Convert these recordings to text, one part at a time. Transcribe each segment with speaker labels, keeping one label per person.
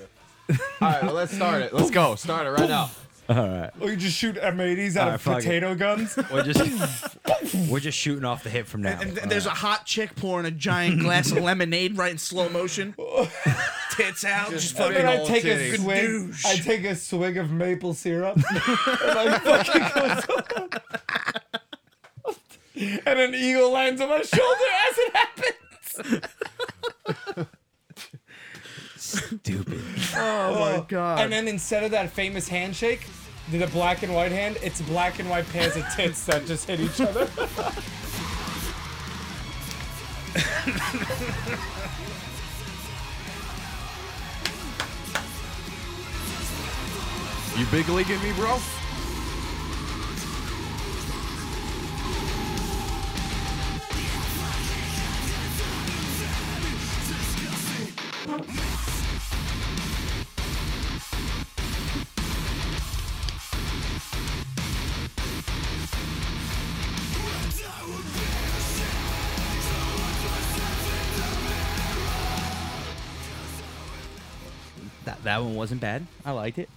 Speaker 1: All right, well, let's start it. Let's go. Start it right now.
Speaker 2: Or you just shoot M80s out
Speaker 3: Alright,
Speaker 2: of
Speaker 3: fuck it.
Speaker 2: potato guns.
Speaker 3: We're just we're just shooting off the hip from now.
Speaker 4: And th- there's a hot chick pouring a giant glass of lemonade right in slow motion. Tits out, just,
Speaker 1: I mean,
Speaker 2: And
Speaker 4: fucking.
Speaker 2: I
Speaker 1: old
Speaker 2: take a
Speaker 1: titties.
Speaker 2: swig.
Speaker 4: Douche.
Speaker 2: I take a swig of maple syrup. and I fucking goes And an eagle lands on my shoulder as it happens.
Speaker 3: Stupid.
Speaker 2: Oh my
Speaker 4: God.
Speaker 2: And then instead of that famous handshake, the the black and white hand, it's black and white pairs of tits that just hit each other.
Speaker 1: You big leaguing me, bro?
Speaker 3: That, that one wasn't bad. I liked it.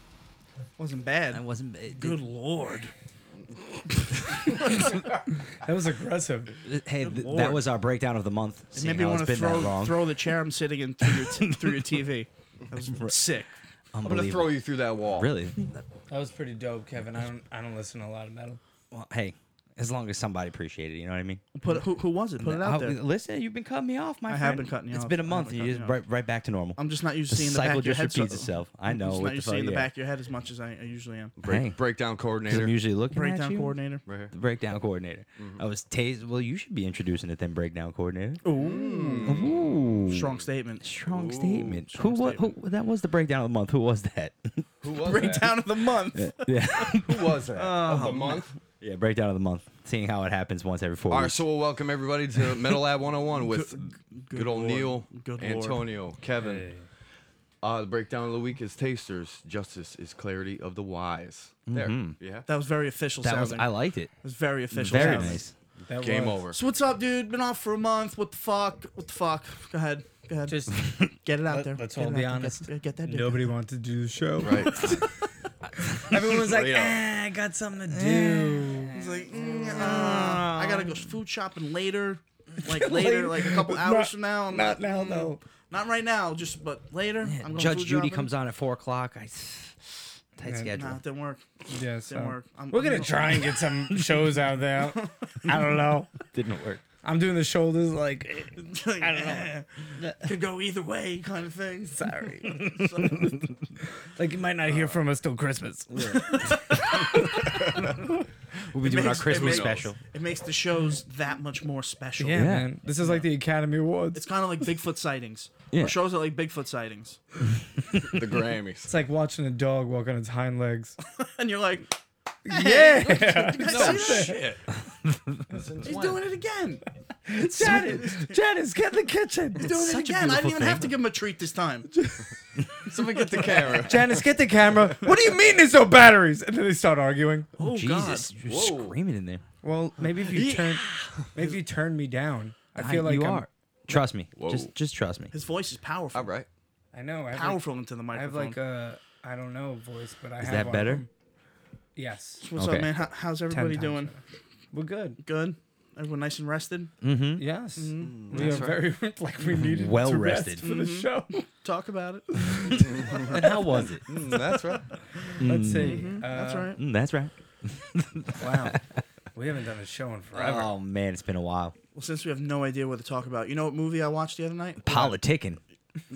Speaker 4: wasn't bad.
Speaker 3: That wasn't it
Speaker 4: Good
Speaker 3: did-
Speaker 4: lord.
Speaker 2: That was aggressive.
Speaker 3: Hey, th- that
Speaker 4: lord.
Speaker 3: was our breakdown of the month.
Speaker 4: It
Speaker 3: Seeing
Speaker 4: made me
Speaker 3: how
Speaker 4: want
Speaker 3: it's
Speaker 4: to
Speaker 3: been that
Speaker 4: throw
Speaker 3: long.
Speaker 4: throw the chair I'm sitting in through your, t- through your TV. That was sick.
Speaker 1: I'm gonna
Speaker 3: Unbelievable.
Speaker 1: throw you through that wall.
Speaker 3: Really?
Speaker 2: That was pretty dope, Kevin. I don't I don't listen to a lot of metal.
Speaker 3: Well, hey, as long as somebody appreciated, it, you know what I mean.
Speaker 4: Put who, who was it? Put it out
Speaker 3: Uh,
Speaker 4: there.
Speaker 3: Listen, you've been cutting me off, my
Speaker 4: I
Speaker 3: friend.
Speaker 4: have been cutting you
Speaker 3: It's
Speaker 4: off.
Speaker 3: been a
Speaker 4: I have
Speaker 3: month.
Speaker 4: been
Speaker 3: You
Speaker 4: cutting
Speaker 3: just
Speaker 4: you off.
Speaker 3: right, right back to normal.
Speaker 4: I'm just not used
Speaker 3: The
Speaker 4: to seeing the back
Speaker 3: cycle
Speaker 4: of your
Speaker 3: just
Speaker 4: head. so-
Speaker 3: repeats itself. I know
Speaker 4: I'm just
Speaker 3: what
Speaker 4: not
Speaker 3: the
Speaker 4: used to
Speaker 3: fuck,
Speaker 4: seeing the
Speaker 3: yeah.
Speaker 4: back of your head as much as I, I usually am.
Speaker 1: Break,
Speaker 3: Hey.
Speaker 1: Breakdown
Speaker 3: 'Cause
Speaker 1: coordinator.
Speaker 3: I'm usually looking at
Speaker 4: Breakdown
Speaker 3: you.
Speaker 4: coordinator. Mm-hmm.
Speaker 1: right here.
Speaker 3: The breakdown coordinator. I was tased. Well, you should be introducing it then, breakdown coordinator. Ooh.
Speaker 4: Mm. Strong statement.
Speaker 3: Strong statement.
Speaker 4: strong
Speaker 3: who was who that was the breakdown of the month. Who was that?
Speaker 1: Who was
Speaker 4: Breakdown of the month.
Speaker 3: yeah.
Speaker 1: that? Who was that? of the month?
Speaker 3: yeah, breakdown of the month. Seeing how it happens once every four
Speaker 1: All right,
Speaker 3: weeks.
Speaker 1: so we'll welcome everybody to Metal Lab 101 with good, old
Speaker 4: Lord.
Speaker 1: Neil,
Speaker 4: Good Lord.
Speaker 1: Antonio, Kevin. Uh, the breakdown of the week is Tasters. Justice is clarity of the wise. There. Yeah.
Speaker 4: That was very official
Speaker 3: that was
Speaker 4: sounding.
Speaker 3: I liked it.
Speaker 4: It was very official.
Speaker 3: Very
Speaker 4: sounding.
Speaker 3: nice.
Speaker 2: That
Speaker 1: Game
Speaker 2: was-
Speaker 1: over.
Speaker 4: So what's up, dude? Been off for a month. What the fuck? What the fuck? Go ahead. Go ahead.
Speaker 2: Just
Speaker 4: get it out
Speaker 2: let-
Speaker 4: there.
Speaker 2: let's
Speaker 4: Get
Speaker 2: all
Speaker 4: it
Speaker 2: be
Speaker 4: out there.
Speaker 2: honest.
Speaker 4: Get, get that. Dick.
Speaker 2: nobody wanted to do the show.
Speaker 1: Right.
Speaker 2: Everyone was like,
Speaker 1: Straight up.
Speaker 2: ah, I got something to do.
Speaker 4: It's like, mm, uh, I gotta go food shopping later. Like later, like a couple hours from now. I'm
Speaker 2: Not now though.
Speaker 4: Not right now, just but later. I'm going
Speaker 3: Judge
Speaker 4: food
Speaker 3: Judy
Speaker 4: shopping.
Speaker 3: comes on at four o'clock. I tight schedule.
Speaker 4: Nah, it didn't work.
Speaker 2: Yeah, so.
Speaker 4: Didn't work. I'm-
Speaker 2: We're
Speaker 4: I'm
Speaker 2: gonna
Speaker 4: gonna-
Speaker 2: try and get some shows out there. I don't know.
Speaker 3: Didn't work.
Speaker 2: I'm doing the shoulders like eh,
Speaker 4: I don't know. Could go either way, kind of thing.
Speaker 2: sorry. like you might not
Speaker 4: Uh,
Speaker 2: hear from us till Christmas.
Speaker 3: We'll be doing our
Speaker 4: makes- it
Speaker 3: Christmas
Speaker 4: makes-
Speaker 3: special.
Speaker 4: It makes the shows that much more special.
Speaker 2: Yeah, man. This is like the Academy Awards.
Speaker 4: It's kind of like Bigfoot sightings.
Speaker 3: Yeah.
Speaker 4: Or shows are like Bigfoot sightings.
Speaker 1: the Grammys.
Speaker 2: It's like watching a dog walk on its hind legs.
Speaker 4: And you're like,
Speaker 2: yeah.
Speaker 4: "Did I see that? He's doing it again.
Speaker 2: Janice, Janice, get in the kitchen.
Speaker 4: Doing it
Speaker 3: such a
Speaker 4: again. I didn't
Speaker 3: beautiful
Speaker 4: even
Speaker 3: thing.
Speaker 4: have to give him a treat this time.
Speaker 1: Someone get the camera.
Speaker 2: Janice, get the camera. What do you mean there's no batteries? And then they start arguing.
Speaker 4: Oh
Speaker 3: Jesus,
Speaker 4: God.
Speaker 3: you're
Speaker 1: Whoa.
Speaker 3: screaming in there.
Speaker 2: Well, maybe if you turn, maybe if you turn me down, I feel like
Speaker 3: you
Speaker 2: I'm-
Speaker 3: are. Trust me. Just
Speaker 1: Whoa.
Speaker 3: just trust me.
Speaker 4: His voice is powerful.
Speaker 1: All right.
Speaker 2: I know. I have, like,
Speaker 4: Powerful into the
Speaker 2: I have
Speaker 4: microphone.
Speaker 2: like a, I don't know voice, but I
Speaker 3: Is
Speaker 2: have.
Speaker 3: that
Speaker 2: one.
Speaker 3: better?
Speaker 2: Yes,
Speaker 4: What's
Speaker 3: Okay.
Speaker 4: up, man? How, how's everybody
Speaker 2: times
Speaker 4: doing?
Speaker 2: we're good.
Speaker 4: Good. Everyone nice and rested.
Speaker 2: Yes,
Speaker 4: Mm-hmm. Mm,
Speaker 2: we are very like we needed
Speaker 3: Hmm? Mm-hmm. Well
Speaker 2: to rest
Speaker 3: rested.
Speaker 2: for the show.
Speaker 4: Talk about it. That's
Speaker 3: And how was it?
Speaker 1: Mm, that's right.
Speaker 2: Let's see.
Speaker 4: Mm-hmm.
Speaker 2: Uh,
Speaker 4: right.
Speaker 3: Mm, that's right.
Speaker 2: Wow, we haven't done a show in forever.
Speaker 3: Oh man, it's been a while.
Speaker 4: Well, since we have no idea what to talk about, you know what movie I watched the other night?
Speaker 3: Politicking.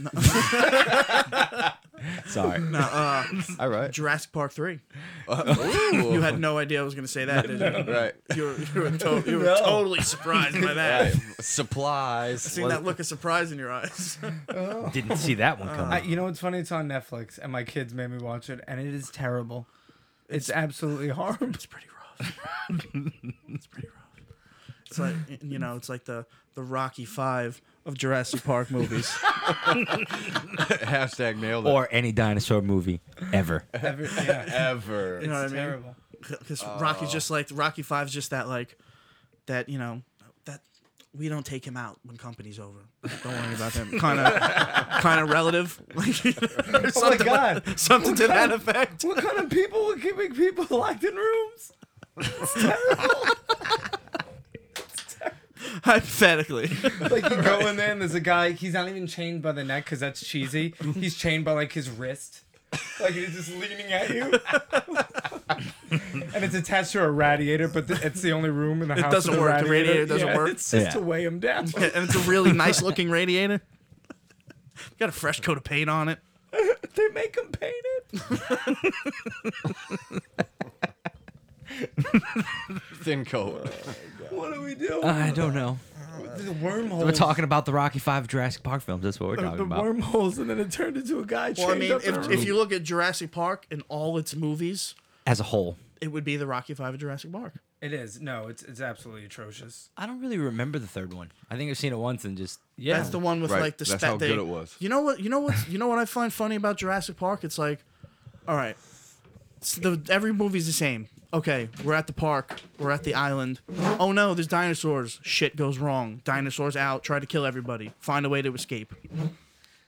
Speaker 3: Sorry.
Speaker 1: All right.
Speaker 4: Jurassic Park Three.
Speaker 1: Uh, Ooh.
Speaker 4: You had no idea I was going to say that, did you?
Speaker 1: right.
Speaker 4: You were, you were, to- you were totally surprised by that.
Speaker 1: Right. Supplies.
Speaker 4: Seeing that look of surprise in your eyes.
Speaker 3: Didn't see that one coming.
Speaker 2: I, you know what's funny? It's on Netflix, and my kids made me watch it, and it is terrible. It's absolutely horrible.
Speaker 4: it's pretty rough. it's pretty rough. It's like you know, it's like the the Rocky Five of Jurassic Park movies.
Speaker 1: Hashtag nailed it.
Speaker 3: or any dinosaur movie ever.
Speaker 2: Every, yeah,
Speaker 1: ever.
Speaker 4: You know what I
Speaker 2: it's
Speaker 4: mean?
Speaker 2: terrible.
Speaker 4: because Rocky's just like Rocky Five's just that like that you know that we don't take him out when company's over. Don't worry about him. Kind of, kind of relative. Like, or something like-
Speaker 2: God.
Speaker 4: something to that effect.
Speaker 1: What kind of people were keeping people locked in rooms?
Speaker 4: Hypothetically,
Speaker 2: Like you go in there and there's a guy. He's not even chained by the neck because that's cheesy. He's chained by like his wrist. Like he's just leaning at you. and it's attached to a radiator, but th- it's the only room in the house.
Speaker 4: doesn't
Speaker 2: with a
Speaker 4: work. The radiator doesn't
Speaker 2: Yeah,
Speaker 4: work.
Speaker 2: It's just
Speaker 3: Yeah.
Speaker 2: to weigh him down.
Speaker 4: and it's a really nice looking radiator. Got a fresh coat of paint on it.
Speaker 2: they make him paint it.
Speaker 1: Thin coat.
Speaker 2: What do we do?
Speaker 3: I don't know.
Speaker 2: the wormhole.
Speaker 3: We're talking about the Rocky Five Jurassic Park films. That's what we're talking
Speaker 2: the
Speaker 3: about.
Speaker 2: wormholes, and then it turned into a guy.
Speaker 4: Well, I mean,
Speaker 2: up in a
Speaker 4: if,
Speaker 2: room.
Speaker 4: if you look at Jurassic Park and all its movies,
Speaker 3: As a whole,
Speaker 4: it would be the Rocky Five of Jurassic Park.
Speaker 2: it is no, it's it's absolutely atrocious.
Speaker 3: I don't really remember the third one. I think I've seen it once and just yeah.
Speaker 4: That's the one with
Speaker 1: Right.
Speaker 4: like the
Speaker 1: That's
Speaker 4: stat
Speaker 1: how
Speaker 4: they-
Speaker 1: good it was.
Speaker 4: You know what? You know what? You know what I find funny about Jurassic Park? It's like, all right, it's the, every movie's the same. Okay, we're at the park. We're at the island. Oh no, there's dinosaurs. Shit goes wrong. Dinosaurs out. Try to kill everybody. Find a way to escape.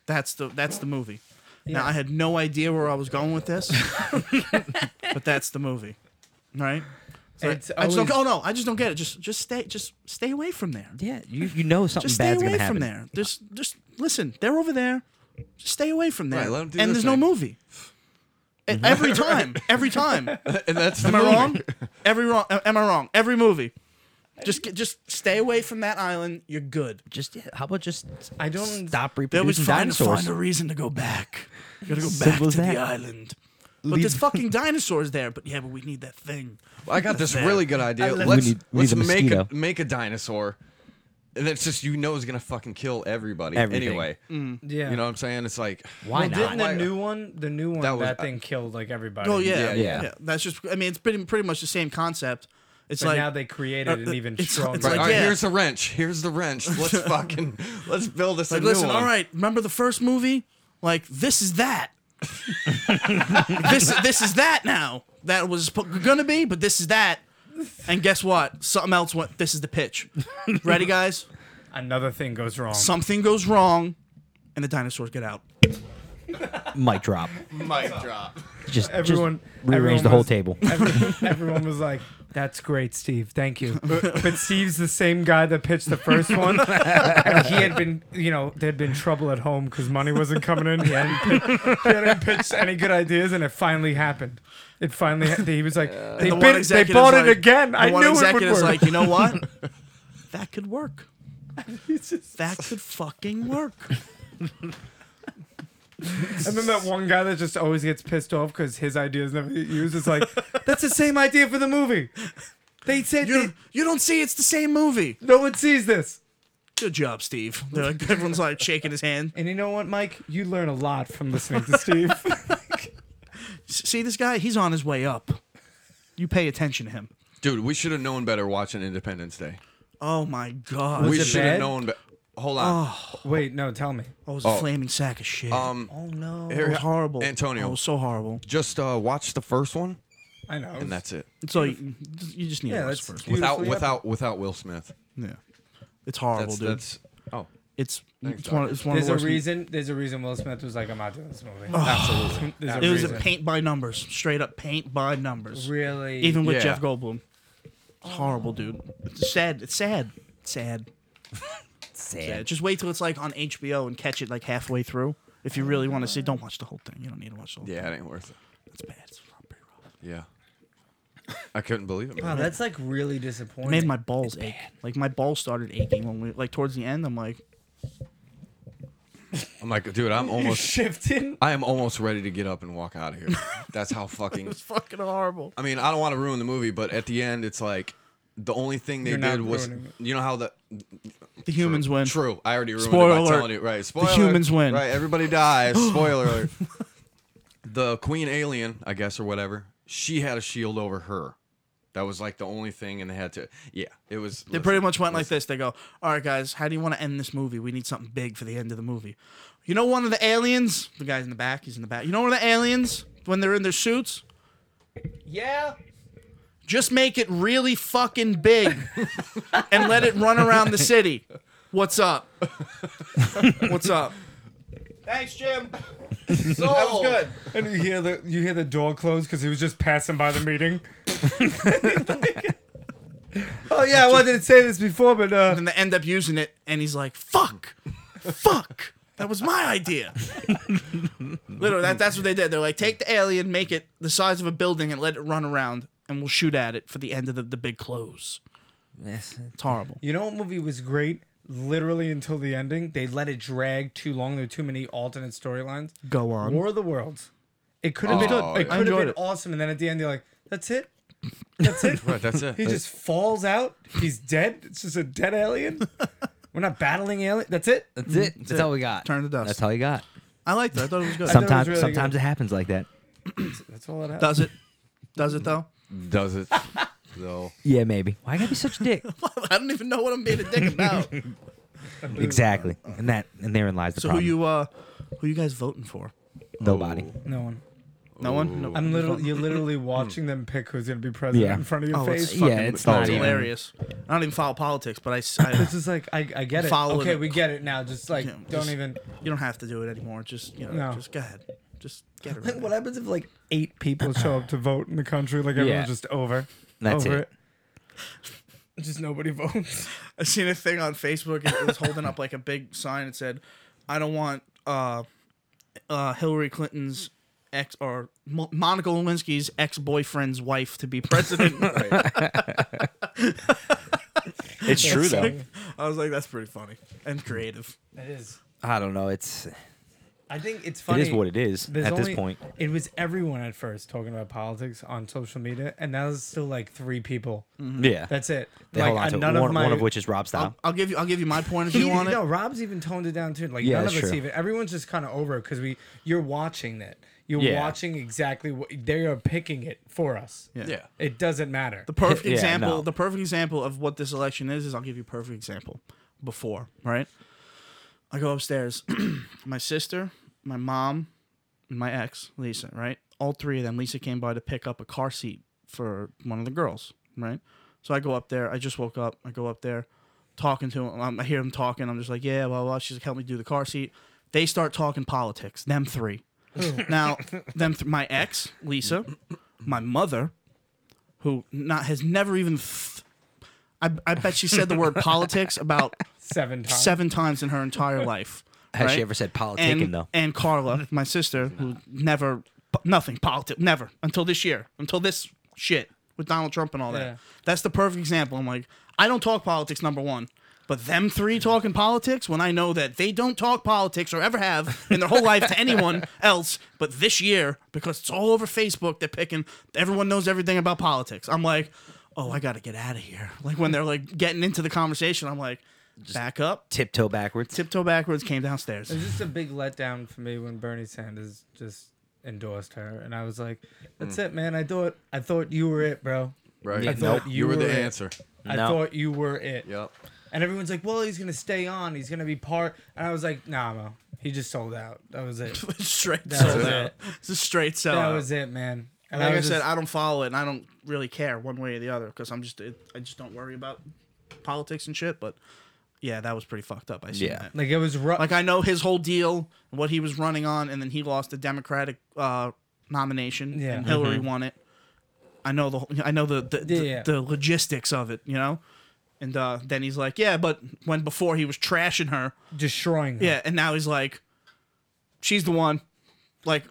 Speaker 4: That's the that's the movie. Now I had no idea where I was going with this, but that's the movie, right? It's like,
Speaker 2: It's
Speaker 4: I just don't, oh
Speaker 2: always-
Speaker 4: no, I just don't get it. Just just stay just stay away from there.
Speaker 3: yeah. You, you know something
Speaker 4: Just stay
Speaker 3: bad's
Speaker 4: away
Speaker 3: gonna happen.
Speaker 4: from there. Just just listen. They're over there. Just stay away from there.
Speaker 1: Right, let 'em do
Speaker 4: and
Speaker 1: their
Speaker 4: there's no
Speaker 1: thing.
Speaker 4: movie. And Every time. Every time. Am
Speaker 1: And that's the
Speaker 4: I
Speaker 1: movie.
Speaker 4: wrong? Every wrong. Am I wrong? Every movie. Just get- just stay away from that island. You're good.
Speaker 3: Just yeah, how about just
Speaker 2: I don't-
Speaker 3: stop
Speaker 4: They always
Speaker 3: reproducing
Speaker 4: find,
Speaker 3: dinosaurs.
Speaker 4: find a reason to go back. You gotta go back
Speaker 3: Simple
Speaker 4: to
Speaker 3: as that.
Speaker 4: the island. But there's fucking dinosaurs there. But yeah, but we need that thing.
Speaker 1: I got this
Speaker 4: There.
Speaker 1: really good idea.
Speaker 3: love-
Speaker 1: Let's,
Speaker 3: We need- we need
Speaker 1: let's
Speaker 3: the
Speaker 1: make a
Speaker 3: mosquito.
Speaker 1: make a dinosaur. And it's just you know is gonna fucking kill everybody
Speaker 3: Everything.
Speaker 1: anyway.
Speaker 2: Yeah,
Speaker 1: You know what I'm saying? It's like
Speaker 3: Why
Speaker 2: Well,
Speaker 3: not?
Speaker 2: didn't the new one, the new one,
Speaker 1: That
Speaker 2: that,
Speaker 1: was-
Speaker 2: thing killed like everybody?
Speaker 4: Oh yeah,
Speaker 1: Yeah,
Speaker 4: yeah,
Speaker 1: yeah.
Speaker 4: That's just. I mean, it's pretty pretty much the same concept. It's
Speaker 2: But
Speaker 4: like
Speaker 2: now they created
Speaker 4: uh,
Speaker 2: an even
Speaker 4: it's- it's
Speaker 2: stronger.
Speaker 1: Right,
Speaker 4: like,
Speaker 1: all right,
Speaker 4: yeah.
Speaker 1: here's the wrench. Here's the wrench. Let's fucking let's build this.
Speaker 4: Like,
Speaker 1: a new
Speaker 4: listen,
Speaker 1: one.
Speaker 4: all right, remember the first movie? Like, this is that. this this is that now. That was p- gonna be, but this is that. And guess what? Something else went. This is the pitch. Ready, guys?
Speaker 2: Another thing goes wrong.
Speaker 4: Something goes wrong, and the dinosaurs get out.
Speaker 3: Mic drop.
Speaker 1: mic drop.
Speaker 3: Just
Speaker 2: Everyone-
Speaker 3: just rearrange
Speaker 2: everyone
Speaker 3: the whole
Speaker 2: was-
Speaker 3: table.
Speaker 2: Every- everyone was like, "That's great, Steve. Thank you." But Steve's the same guy that pitched the first one, and he had been, you know, there'd been trouble at home because money wasn't coming in. He hadn't, pit- he hadn't pitched any good ideas, and it finally happened. It finally, ha- he was like, "They,
Speaker 4: The one
Speaker 2: bid, they
Speaker 4: executive's
Speaker 2: bought it
Speaker 4: like-
Speaker 2: again.
Speaker 4: the
Speaker 2: I
Speaker 4: one
Speaker 2: knew it would
Speaker 4: executive's
Speaker 2: work."
Speaker 4: like, you know what? that could work. that could fucking work.
Speaker 2: And then that one guy that just always gets pissed off because his ideas never get used. It's like, that's the same idea for the movie. They said
Speaker 4: You
Speaker 2: they,
Speaker 4: don't, you don't see it's the same movie.
Speaker 2: no one sees this.
Speaker 4: Good job, Steve. They're like- everyone's like shaking his hand.
Speaker 2: And you know what, Mike? You learn a lot from listening to Steve.
Speaker 4: See this guy? He's on his way up. You pay attention to him.
Speaker 1: Dude, we should have known better watching Independence Day.
Speaker 4: Oh my god.
Speaker 1: we
Speaker 2: it
Speaker 1: should
Speaker 2: bad? Oh.
Speaker 1: have known. Be- Hold on.
Speaker 2: Wait, no, tell me.
Speaker 4: I was a flaming sack of shit.
Speaker 1: oh. Um,
Speaker 4: oh no.
Speaker 1: here-
Speaker 4: it was horrible.
Speaker 1: Antonio.
Speaker 4: Oh, it was so horrible.
Speaker 1: just uh, watch the first one,
Speaker 2: I know.
Speaker 1: and that's it.
Speaker 4: So you, you just need
Speaker 2: Yeah,
Speaker 4: to watch
Speaker 2: that's
Speaker 4: the first one.
Speaker 1: Without
Speaker 2: Beautifully
Speaker 1: without without Will Smith.
Speaker 4: Yeah. It's horrible,
Speaker 1: That's
Speaker 4: dude.
Speaker 1: that's. Oh,
Speaker 4: it's it's one, it's one of
Speaker 2: There's
Speaker 4: the
Speaker 2: a
Speaker 4: worst. Oh,
Speaker 2: reason. There's a reason Will Smith was like, "I'm not doing this movie."
Speaker 1: absolutely.
Speaker 2: There's
Speaker 4: It was a
Speaker 2: reason.
Speaker 4: paint by numbers. Straight up paint by numbers.
Speaker 2: really.
Speaker 4: Even with
Speaker 1: Yeah.
Speaker 4: Jeff Goldblum. It's horrible, dude. It's sad. It's sad. It's sad. Yeah,
Speaker 3: Sad.
Speaker 4: just wait till it's like on HBO and catch it like halfway through. If you really want to see, don't watch the whole thing. You don't need to watch the whole
Speaker 1: Yeah, it ain't worth it.
Speaker 4: thing. It's bad. It's pretty rough.
Speaker 1: Yeah, I couldn't believe it.
Speaker 2: wow,
Speaker 1: man.
Speaker 2: that's like really disappointing.
Speaker 4: made my balls ache. Like my balls started aching when we like towards the end. I'm like,
Speaker 1: I'm like, dude, I'm almost.
Speaker 2: shifting.
Speaker 1: I am almost ready to get up and walk out of here. That's how fucking
Speaker 4: it's fucking horrible.
Speaker 1: I mean, I don't want to ruin the movie, but at the end, it's like the only thing they
Speaker 2: You're not
Speaker 1: did was
Speaker 2: ruining
Speaker 1: you know how the
Speaker 4: The humans win.
Speaker 1: true. I already ruined
Speaker 4: Spoiler
Speaker 1: it by
Speaker 4: alert.
Speaker 1: telling you. Right, spoiler.
Speaker 4: humans win.
Speaker 1: Right, everybody dies. Spoiler alert. The queen alien, I guess, or whatever, she had a shield over her. That was like the only thing, and they had to. Yeah, it was.
Speaker 4: They pretty much went like this. They go, "All right, guys, how do you want to end this movie? We need something big for the end of the movie." You know, one of the aliens, the guy's in the back. He's in the back. You know, one of the aliens when they're in their suits.
Speaker 2: Yeah.
Speaker 4: Just make it really fucking big and let it run around the city. What's up? What's up? Thanks, Jim.
Speaker 1: So that was
Speaker 4: Good.
Speaker 2: And you hear the you hear the door close because he was just passing by the meeting. oh yeah, I wanted to say this before, but uh,
Speaker 4: And they end up using it, and he's like, fuck, fuck. That was my idea. Literally, that, that's what they did. They're like, take the alien, make it the size of a building, and let it run around, and we'll shoot at it for the end of the, the big close.
Speaker 3: Yes.
Speaker 4: It's horrible.
Speaker 2: you know what movie was great? Literally until the ending, they let it drag too long. There were too many alternate storylines.
Speaker 4: Go on.
Speaker 2: War of the Worlds. It could have been
Speaker 1: Understood. I
Speaker 2: it could have
Speaker 4: Oh, enjoyed
Speaker 2: been
Speaker 4: it.
Speaker 2: awesome, and then at the end they're like, "That's it, that's it."
Speaker 1: Right, that's it.
Speaker 2: He just falls out. He's dead. It's just a dead alien. We're not battling alien. That's it.
Speaker 3: That's it. That's, all we got.
Speaker 4: Turn to dust.
Speaker 3: That's all you got.
Speaker 4: I liked it. I thought it was good.
Speaker 2: thought it was
Speaker 3: Sometimes,
Speaker 2: really
Speaker 3: sometimes
Speaker 2: good.
Speaker 3: it happens like that.
Speaker 2: That's all it has.
Speaker 4: Does it? Does it though?
Speaker 1: Does it? Though.
Speaker 3: Yeah, maybe. Why gotta be such a dick?
Speaker 4: I don't even know what I'm being a dick about.
Speaker 3: exactly. And that, and therein lies the
Speaker 4: so who
Speaker 3: problem.
Speaker 4: you uh, who you guys voting for?
Speaker 3: Nobody.
Speaker 2: No one.
Speaker 4: No one. No.
Speaker 2: I'm literally you're literally watching them pick who's gonna be president
Speaker 3: Yeah.
Speaker 2: in front of your
Speaker 4: Oh,
Speaker 2: face.
Speaker 4: it's
Speaker 3: Yeah,
Speaker 4: fucking,
Speaker 3: it's
Speaker 4: it's
Speaker 3: not even-
Speaker 4: hilarious. I don't even follow politics, but I, s- I-
Speaker 2: This is like I, I get it.
Speaker 4: Follow
Speaker 2: okay,
Speaker 4: it.
Speaker 2: we get it now. Just like
Speaker 4: Yeah,
Speaker 2: don't
Speaker 4: just-
Speaker 2: even.
Speaker 4: you don't have to do it anymore. Just you know,
Speaker 2: No.
Speaker 4: just go ahead. Just get it.
Speaker 2: Like,
Speaker 4: Right
Speaker 2: what
Speaker 4: now.
Speaker 2: happens if like eight people show up to vote in the country? Like everyone's
Speaker 3: Yeah.
Speaker 2: just over.
Speaker 3: That's
Speaker 2: over
Speaker 3: it.
Speaker 2: Just nobody votes.
Speaker 4: I seen a thing on Facebook. and It was holding up like a big sign that said, "I don't want uh, uh, Hillary Clinton's." Ex or Mo- Monica Lewinsky's ex boyfriend's wife to be president.
Speaker 3: It's true though.
Speaker 4: I was like, that's pretty funny and creative.
Speaker 2: It is.
Speaker 3: I don't know. It's
Speaker 2: I think it's funny.
Speaker 3: it is what it is at this point.
Speaker 2: It was everyone at first talking about politics on social media, and now it's still like three people.
Speaker 3: Yeah.
Speaker 2: That's it.
Speaker 3: Mm. They
Speaker 2: like
Speaker 3: hold on
Speaker 2: uh,
Speaker 3: to it.
Speaker 2: none
Speaker 3: one,
Speaker 2: of my
Speaker 3: one of which is Rob style.
Speaker 4: I'll give you. I'll give you my point of
Speaker 2: He,
Speaker 4: view on
Speaker 2: no,
Speaker 4: it.
Speaker 2: Rob's even toned it down too. Like
Speaker 3: Yeah,
Speaker 2: none of
Speaker 3: that's
Speaker 2: us
Speaker 3: true.
Speaker 2: even. Everyone's just kind of over because we. You're watching it. You're
Speaker 3: Yeah.
Speaker 2: watching exactly what they are picking it for us.
Speaker 1: Yeah.
Speaker 2: It doesn't matter.
Speaker 4: The perfect
Speaker 3: Yeah,
Speaker 4: example.
Speaker 3: no.
Speaker 4: The perfect example of what this election is is I'll give you a perfect example. Before right, I go upstairs. my sister, my mom, and my ex Lisa. Right, all three of them. Lisa came by to pick up a car seat for one of the girls. Right, so I go up there. I just woke up. I go up there, talking to him. Um, I hear him talking. I'm just like, yeah, blah blah. She's like, help me do the car seat. They start talking politics. Them three. now, them th- my ex Lisa, my mother, who not has never even. Th- I, I bet she said the word politics about
Speaker 2: Seven times.
Speaker 4: seven times in her entire life.
Speaker 3: Has she
Speaker 4: right?
Speaker 3: ever said politicking
Speaker 4: and,
Speaker 3: though?
Speaker 4: and Carla, my sister, who never, po- nothing, politics, never, until this year, until this shit with Donald Trump and all that.
Speaker 2: Yeah.
Speaker 4: That's the perfect example. I'm like, I don't talk politics, number one. But them three talking politics when I know that they don't talk politics or ever have in their whole life to anyone else. But this year, because it's all over Facebook, they're picking, everyone knows everything about politics. I'm like, oh, I got to get out of here. Like when they're like getting into the conversation, I'm like, back up,
Speaker 3: Tiptoe backwards.
Speaker 4: tiptoe backwards, came downstairs.
Speaker 2: It was just a big letdown for me when Bernie Sanders just endorsed her, and I was like, "That's it, man. I thought I thought you were it,
Speaker 1: Mm.
Speaker 2: bro.
Speaker 1: Right.
Speaker 2: I thought
Speaker 1: you, were the
Speaker 2: it.
Speaker 1: answer.
Speaker 2: I
Speaker 3: No.
Speaker 2: thought you were it."
Speaker 1: Yep.
Speaker 2: And everyone's like, "Well, he's gonna stay on. He's gonna be part." And I was like, "Nah, bro. He just sold out. That was it.
Speaker 4: straight
Speaker 2: That
Speaker 4: sold
Speaker 2: was
Speaker 4: out.
Speaker 2: it.
Speaker 4: It's a straight sellout.
Speaker 2: That was it, man." And
Speaker 4: like I,
Speaker 2: was
Speaker 4: said,
Speaker 2: just-
Speaker 4: I don't follow it, and I don't really care one way or the other because I'm just it, I just don't worry about politics and shit. But yeah, that was pretty fucked up. I see
Speaker 3: Yeah.
Speaker 4: that.
Speaker 2: like it was rough.
Speaker 4: Like I know his whole deal, and what he was running on, and then he lost the Democratic uh, nomination,
Speaker 2: Yeah.
Speaker 4: and Hillary won it. I know the whole- I know the the, the,
Speaker 2: Yeah.
Speaker 4: the logistics of it, you know. And uh, then he's like, yeah, but when before he was trashing her,
Speaker 2: destroying. Her.
Speaker 4: yeah, and now he's like, she's the one. Like,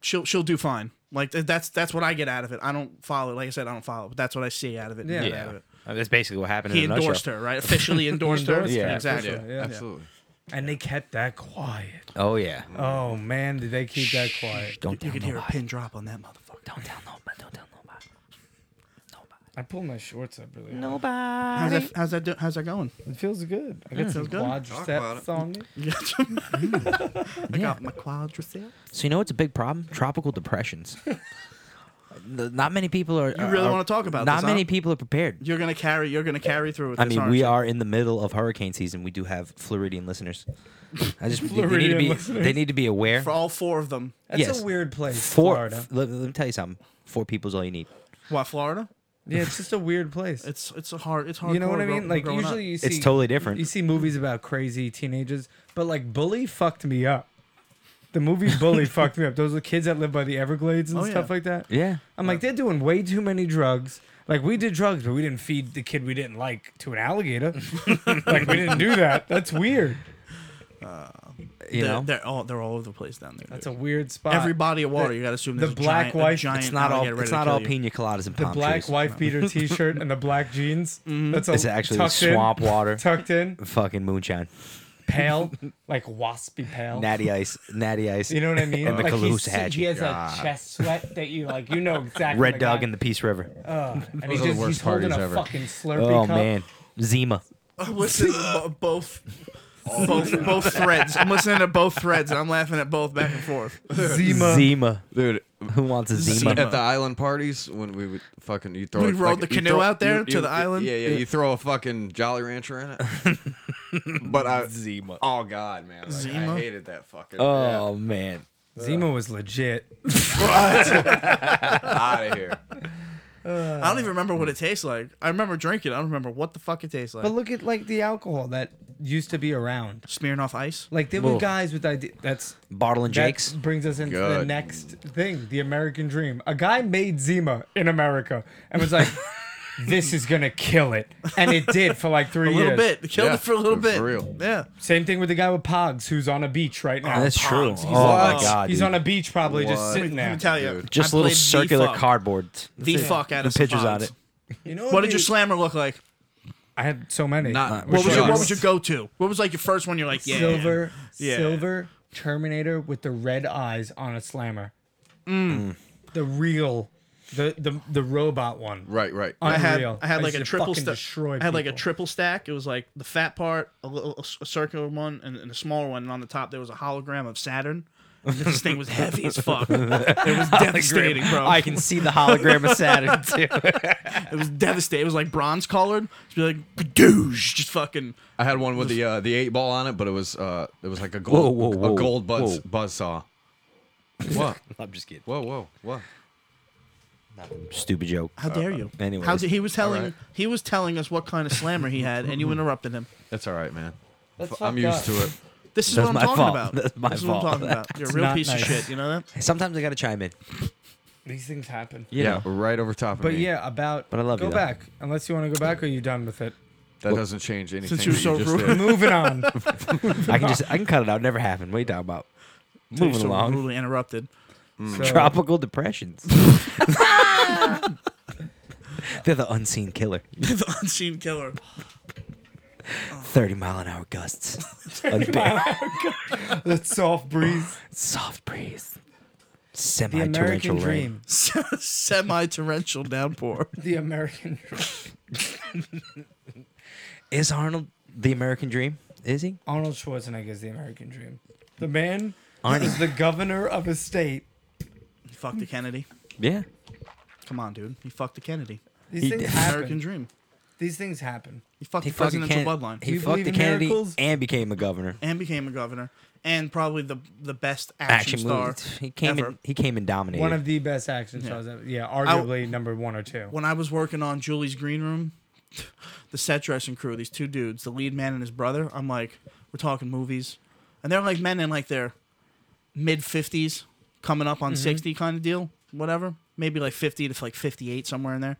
Speaker 4: she'll she'll do fine. Like th- that's that's what I get out of it. I don't follow. it. Like I said, I don't follow. it, But that's what I see out of it. and
Speaker 2: Yeah.
Speaker 4: get
Speaker 3: yeah.
Speaker 4: out of it.
Speaker 3: Uh, That's basically what happened.
Speaker 4: He
Speaker 3: in a
Speaker 4: endorsed
Speaker 3: nutshell.
Speaker 4: her, right? Officially endorsed her.
Speaker 2: endorsed
Speaker 3: her, Yeah.
Speaker 4: exactly.
Speaker 1: Yeah,
Speaker 2: Yeah.
Speaker 1: absolutely.
Speaker 2: and they kept that quiet.
Speaker 3: Oh yeah.
Speaker 2: Oh man, did they keep that quiet?
Speaker 3: Don't
Speaker 4: You
Speaker 3: tell
Speaker 4: could hear a
Speaker 3: nobody.
Speaker 4: pin drop on that motherfucker.
Speaker 3: Don't tell nobody. Don't tell nobody.
Speaker 2: I pulled my shorts up really. hard.
Speaker 4: How's
Speaker 3: Nobody.
Speaker 4: that? How's that? Do, how's that going?
Speaker 2: It feels good. I got some
Speaker 4: Feels good.
Speaker 1: Talk about
Speaker 2: quadriceps
Speaker 1: it.
Speaker 2: on me. Mm.
Speaker 4: I got my quadricep.
Speaker 3: So you know what's a big problem? Tropical depressions. The- not many people are.
Speaker 4: You really
Speaker 3: are-
Speaker 4: wanna talk about
Speaker 3: Not
Speaker 4: this, huh?
Speaker 3: many people are prepared.
Speaker 4: You're gonna carry. You're gonna carry through with
Speaker 3: I
Speaker 4: this.
Speaker 3: mean,
Speaker 4: aren't
Speaker 3: we
Speaker 4: you?
Speaker 3: are in the middle of hurricane season. We do have Floridian listeners. I just they need to
Speaker 2: Floridian
Speaker 3: be.
Speaker 2: listeners.
Speaker 3: They need to be aware.
Speaker 4: for all four of them.
Speaker 2: That's
Speaker 3: Yes.
Speaker 2: a weird place,
Speaker 3: Four.
Speaker 2: Florida.
Speaker 3: f- Let, let me tell you something. Four people's all you need.
Speaker 4: What Florida?
Speaker 2: Yeah, it's just a weird place.
Speaker 4: It's it's a hard. It's hard.
Speaker 2: you know what I mean? Like usually you see
Speaker 3: It's totally different.
Speaker 2: You see movies about crazy teenagers, but like Bully fucked me up. The movie Bully fucked me up. Those are kids that live by the Everglades and
Speaker 4: Oh,
Speaker 2: stuff
Speaker 4: yeah.
Speaker 2: like that.
Speaker 3: yeah.
Speaker 2: I'm like, they're doing way too many drugs. Like we did drugs, but we didn't feed the kid we didn't like to an alligator. like we didn't do that. That's weird.
Speaker 3: You
Speaker 4: they're,
Speaker 3: know,
Speaker 4: they're all they're all over the place down there.
Speaker 2: That's a
Speaker 4: dude.
Speaker 2: weird spot.
Speaker 4: every body of water. you got to assume
Speaker 2: the
Speaker 4: there's a
Speaker 2: black
Speaker 4: giant, a
Speaker 2: wife-
Speaker 4: giant
Speaker 3: it's not all.
Speaker 4: alligator ready
Speaker 3: It's
Speaker 4: to
Speaker 3: not
Speaker 4: kill
Speaker 3: all
Speaker 4: you.
Speaker 3: pina coladas and
Speaker 2: the
Speaker 3: palm
Speaker 2: black
Speaker 3: trees.
Speaker 2: wife beater T-shirt and the black jeans. That's a,
Speaker 3: It's actually
Speaker 2: tucked in-
Speaker 3: swamp water.
Speaker 2: tucked in,
Speaker 3: Fucking moonshine,
Speaker 2: pale, like waspy pale.
Speaker 3: natty ice, natty ice.
Speaker 2: You know what I mean?
Speaker 3: And the
Speaker 2: like he's-
Speaker 3: Caloosahatchee.
Speaker 2: He has a chest sweat that you like. You know exactly.
Speaker 3: Red
Speaker 2: the
Speaker 3: Dog
Speaker 2: guy.
Speaker 3: and the Peace River.
Speaker 2: Ugh. and he
Speaker 1: Those are the
Speaker 2: just, he's
Speaker 1: worst
Speaker 2: holding a
Speaker 1: parties ever.
Speaker 2: fucking Slurpee
Speaker 3: Oh
Speaker 2: cup.
Speaker 3: man, Zima.
Speaker 4: I'm listening to bo- both. both, both threads. I'm listening to both threads, and I'm laughing at both back and forth.
Speaker 2: Zima.
Speaker 3: Zima.
Speaker 1: dude.
Speaker 3: Who wants a Zima?
Speaker 4: Zima.
Speaker 1: At the island parties, when we would fucking you throw,
Speaker 4: We
Speaker 1: a-
Speaker 4: rode
Speaker 1: like,
Speaker 4: the
Speaker 1: you
Speaker 4: canoe
Speaker 1: throw-
Speaker 4: out there
Speaker 1: you-
Speaker 4: to
Speaker 1: you-
Speaker 4: the island?
Speaker 1: Yeah, yeah. You throw a fucking Jolly Rancher in it. but I,
Speaker 3: Zima.
Speaker 1: oh god, man, like,
Speaker 4: Zima?
Speaker 1: I hated that fucking.
Speaker 3: Oh man.
Speaker 2: Zima was legit.
Speaker 1: out of here.
Speaker 4: I don't even remember what it tastes like. I remember drinking. it. I don't remember what the fuck it tastes like.
Speaker 2: But look at like the alcohol that used to be around.
Speaker 4: Smearing off ice.
Speaker 2: Like there were
Speaker 3: Whoa.
Speaker 2: guys with idea. That's
Speaker 3: Bottle and Jake's.
Speaker 2: That brings us into the
Speaker 1: Good.
Speaker 2: next thing, the American dream. A guy made Zima in America and was like, "This is gonna kill it," and it did for like three
Speaker 4: A little
Speaker 2: years.
Speaker 4: bit. Killed
Speaker 1: Yeah,
Speaker 4: it for a little
Speaker 1: for
Speaker 4: bit.
Speaker 1: real.
Speaker 4: Yeah.
Speaker 2: Same thing with the guy with Pogs, who's on a beach right now.
Speaker 3: That's true. Oh
Speaker 4: He's
Speaker 3: my
Speaker 1: like-
Speaker 3: god.
Speaker 2: He's
Speaker 3: dude.
Speaker 2: on a beach, probably just
Speaker 1: What?
Speaker 2: sitting
Speaker 4: Let
Speaker 2: there.
Speaker 4: me tell you.
Speaker 1: Dude.
Speaker 3: just
Speaker 4: I
Speaker 3: little
Speaker 4: played
Speaker 3: circular
Speaker 4: the fuck,
Speaker 3: cardboard.
Speaker 4: The fuck out
Speaker 3: The
Speaker 4: of some
Speaker 3: pictures on
Speaker 4: pods.
Speaker 3: it.
Speaker 2: You know
Speaker 4: What did
Speaker 2: we-
Speaker 4: your slammer look like?
Speaker 2: I had so many.
Speaker 1: Not-
Speaker 4: What was, your,
Speaker 1: Shots.
Speaker 4: what was your go-to? What was like your first one? You're like, yeah,
Speaker 2: silver,
Speaker 4: Yeah.
Speaker 2: silver Terminator with the red eyes on a slammer. Mm. The real, the the the robot one.
Speaker 1: Right, right.
Speaker 4: I had
Speaker 2: Unreal.
Speaker 4: I had
Speaker 2: I
Speaker 4: like
Speaker 2: used
Speaker 4: a
Speaker 2: to
Speaker 4: triple
Speaker 2: fucking
Speaker 4: stack.
Speaker 2: destroy
Speaker 4: I had like a
Speaker 2: people.
Speaker 4: triple stack. It was like the fat part, a little a, a circular one, and, and a smaller one. And on the top there was a hologram of Saturn. And this thing was heavy as fuck. It was devastating, bro.
Speaker 3: I can see the hologram of Saturn too.
Speaker 4: It was devastating. It was like bronze colored. Just be like, "Badoosh," just fucking.
Speaker 1: I had one with the uh, the eight ball on it, but it was uh, it was like a
Speaker 3: Whoa,
Speaker 1: gold
Speaker 3: whoa, whoa,
Speaker 1: a gold buzz
Speaker 3: whoa.
Speaker 1: buzzsaw. What?
Speaker 3: I'm just kidding.
Speaker 1: Whoa, whoa, what?
Speaker 3: Stupid joke.
Speaker 4: How dare you?
Speaker 3: Uh, anyways.
Speaker 4: how dare- uh, he was telling
Speaker 1: Alright.
Speaker 4: he was telling us what kind of slammer he had, and you interrupted him.
Speaker 1: That's all right, man.
Speaker 2: That's
Speaker 1: F- I'm
Speaker 2: fucked
Speaker 1: used
Speaker 2: up.
Speaker 1: to it.
Speaker 4: This is
Speaker 3: That's
Speaker 4: what
Speaker 3: my
Speaker 4: I'm talking
Speaker 3: fault.
Speaker 4: about.
Speaker 3: That's my
Speaker 4: this is what
Speaker 3: fault.
Speaker 4: I'm talking about. You're a
Speaker 2: It's
Speaker 4: real
Speaker 2: not
Speaker 4: piece
Speaker 2: nice.
Speaker 4: of shit. You know that?
Speaker 3: Sometimes I gotta chime in.
Speaker 2: These things happen.
Speaker 3: You
Speaker 1: Yeah,
Speaker 3: know.
Speaker 1: right over top of
Speaker 2: But
Speaker 1: me.
Speaker 2: yeah, about.
Speaker 3: But I love
Speaker 2: go
Speaker 3: you, though.
Speaker 2: back unless you want to go back or you done with it.
Speaker 1: that doesn't change anything.
Speaker 4: you're
Speaker 1: that
Speaker 4: so
Speaker 1: just
Speaker 4: rude.
Speaker 1: did.
Speaker 2: Moving on.
Speaker 3: I can just I can cut it out. Never happened. What are you talking about? Moving
Speaker 4: So
Speaker 3: along.
Speaker 4: Rudely interrupted.
Speaker 2: So,
Speaker 3: Tropical depressions. They're the unseen killer.
Speaker 4: the unseen killer.
Speaker 3: Thirty mile an hour gusts. Unbearable.
Speaker 2: that soft breeze.
Speaker 3: Soft breeze.
Speaker 2: The
Speaker 3: Semi torrential
Speaker 2: American
Speaker 3: rain.
Speaker 2: dream.
Speaker 4: semi torrential downpour.
Speaker 2: The American dream.
Speaker 3: Is Arnold the American dream? Is he?
Speaker 2: Arnold Schwarzenegger is the American dream. The man
Speaker 3: Arnie.
Speaker 2: is the governor of a state.
Speaker 4: He fucked a Kennedy.
Speaker 3: Yeah.
Speaker 4: Come on, dude. He fucked a Kennedy.
Speaker 2: These
Speaker 3: He
Speaker 2: things
Speaker 3: did.
Speaker 2: happen.
Speaker 4: American dream.
Speaker 2: These things happen.
Speaker 4: He fucked
Speaker 3: He
Speaker 4: the
Speaker 3: fucking
Speaker 4: presidential
Speaker 3: Ken-
Speaker 4: bloodline.
Speaker 3: He
Speaker 2: You
Speaker 3: fucked
Speaker 2: believe
Speaker 3: the
Speaker 2: in
Speaker 3: Kennedy
Speaker 2: miracles?
Speaker 3: and became a governor.
Speaker 4: and became a governor. And probably the the best action,
Speaker 3: Action
Speaker 4: star
Speaker 3: movies. He came
Speaker 4: ever.
Speaker 3: and he came and dominated.
Speaker 2: One of the best action stars ever. Yeah, arguably number one or two.
Speaker 4: When I was working on Julie's Green Room, the set dressing crew, these two dudes, the lead man and his brother, I'm like, we're talking movies. And they're like men in like their mid 50s, coming up on 60 kind of deal, whatever. Maybe like 50 to like 58, somewhere in there.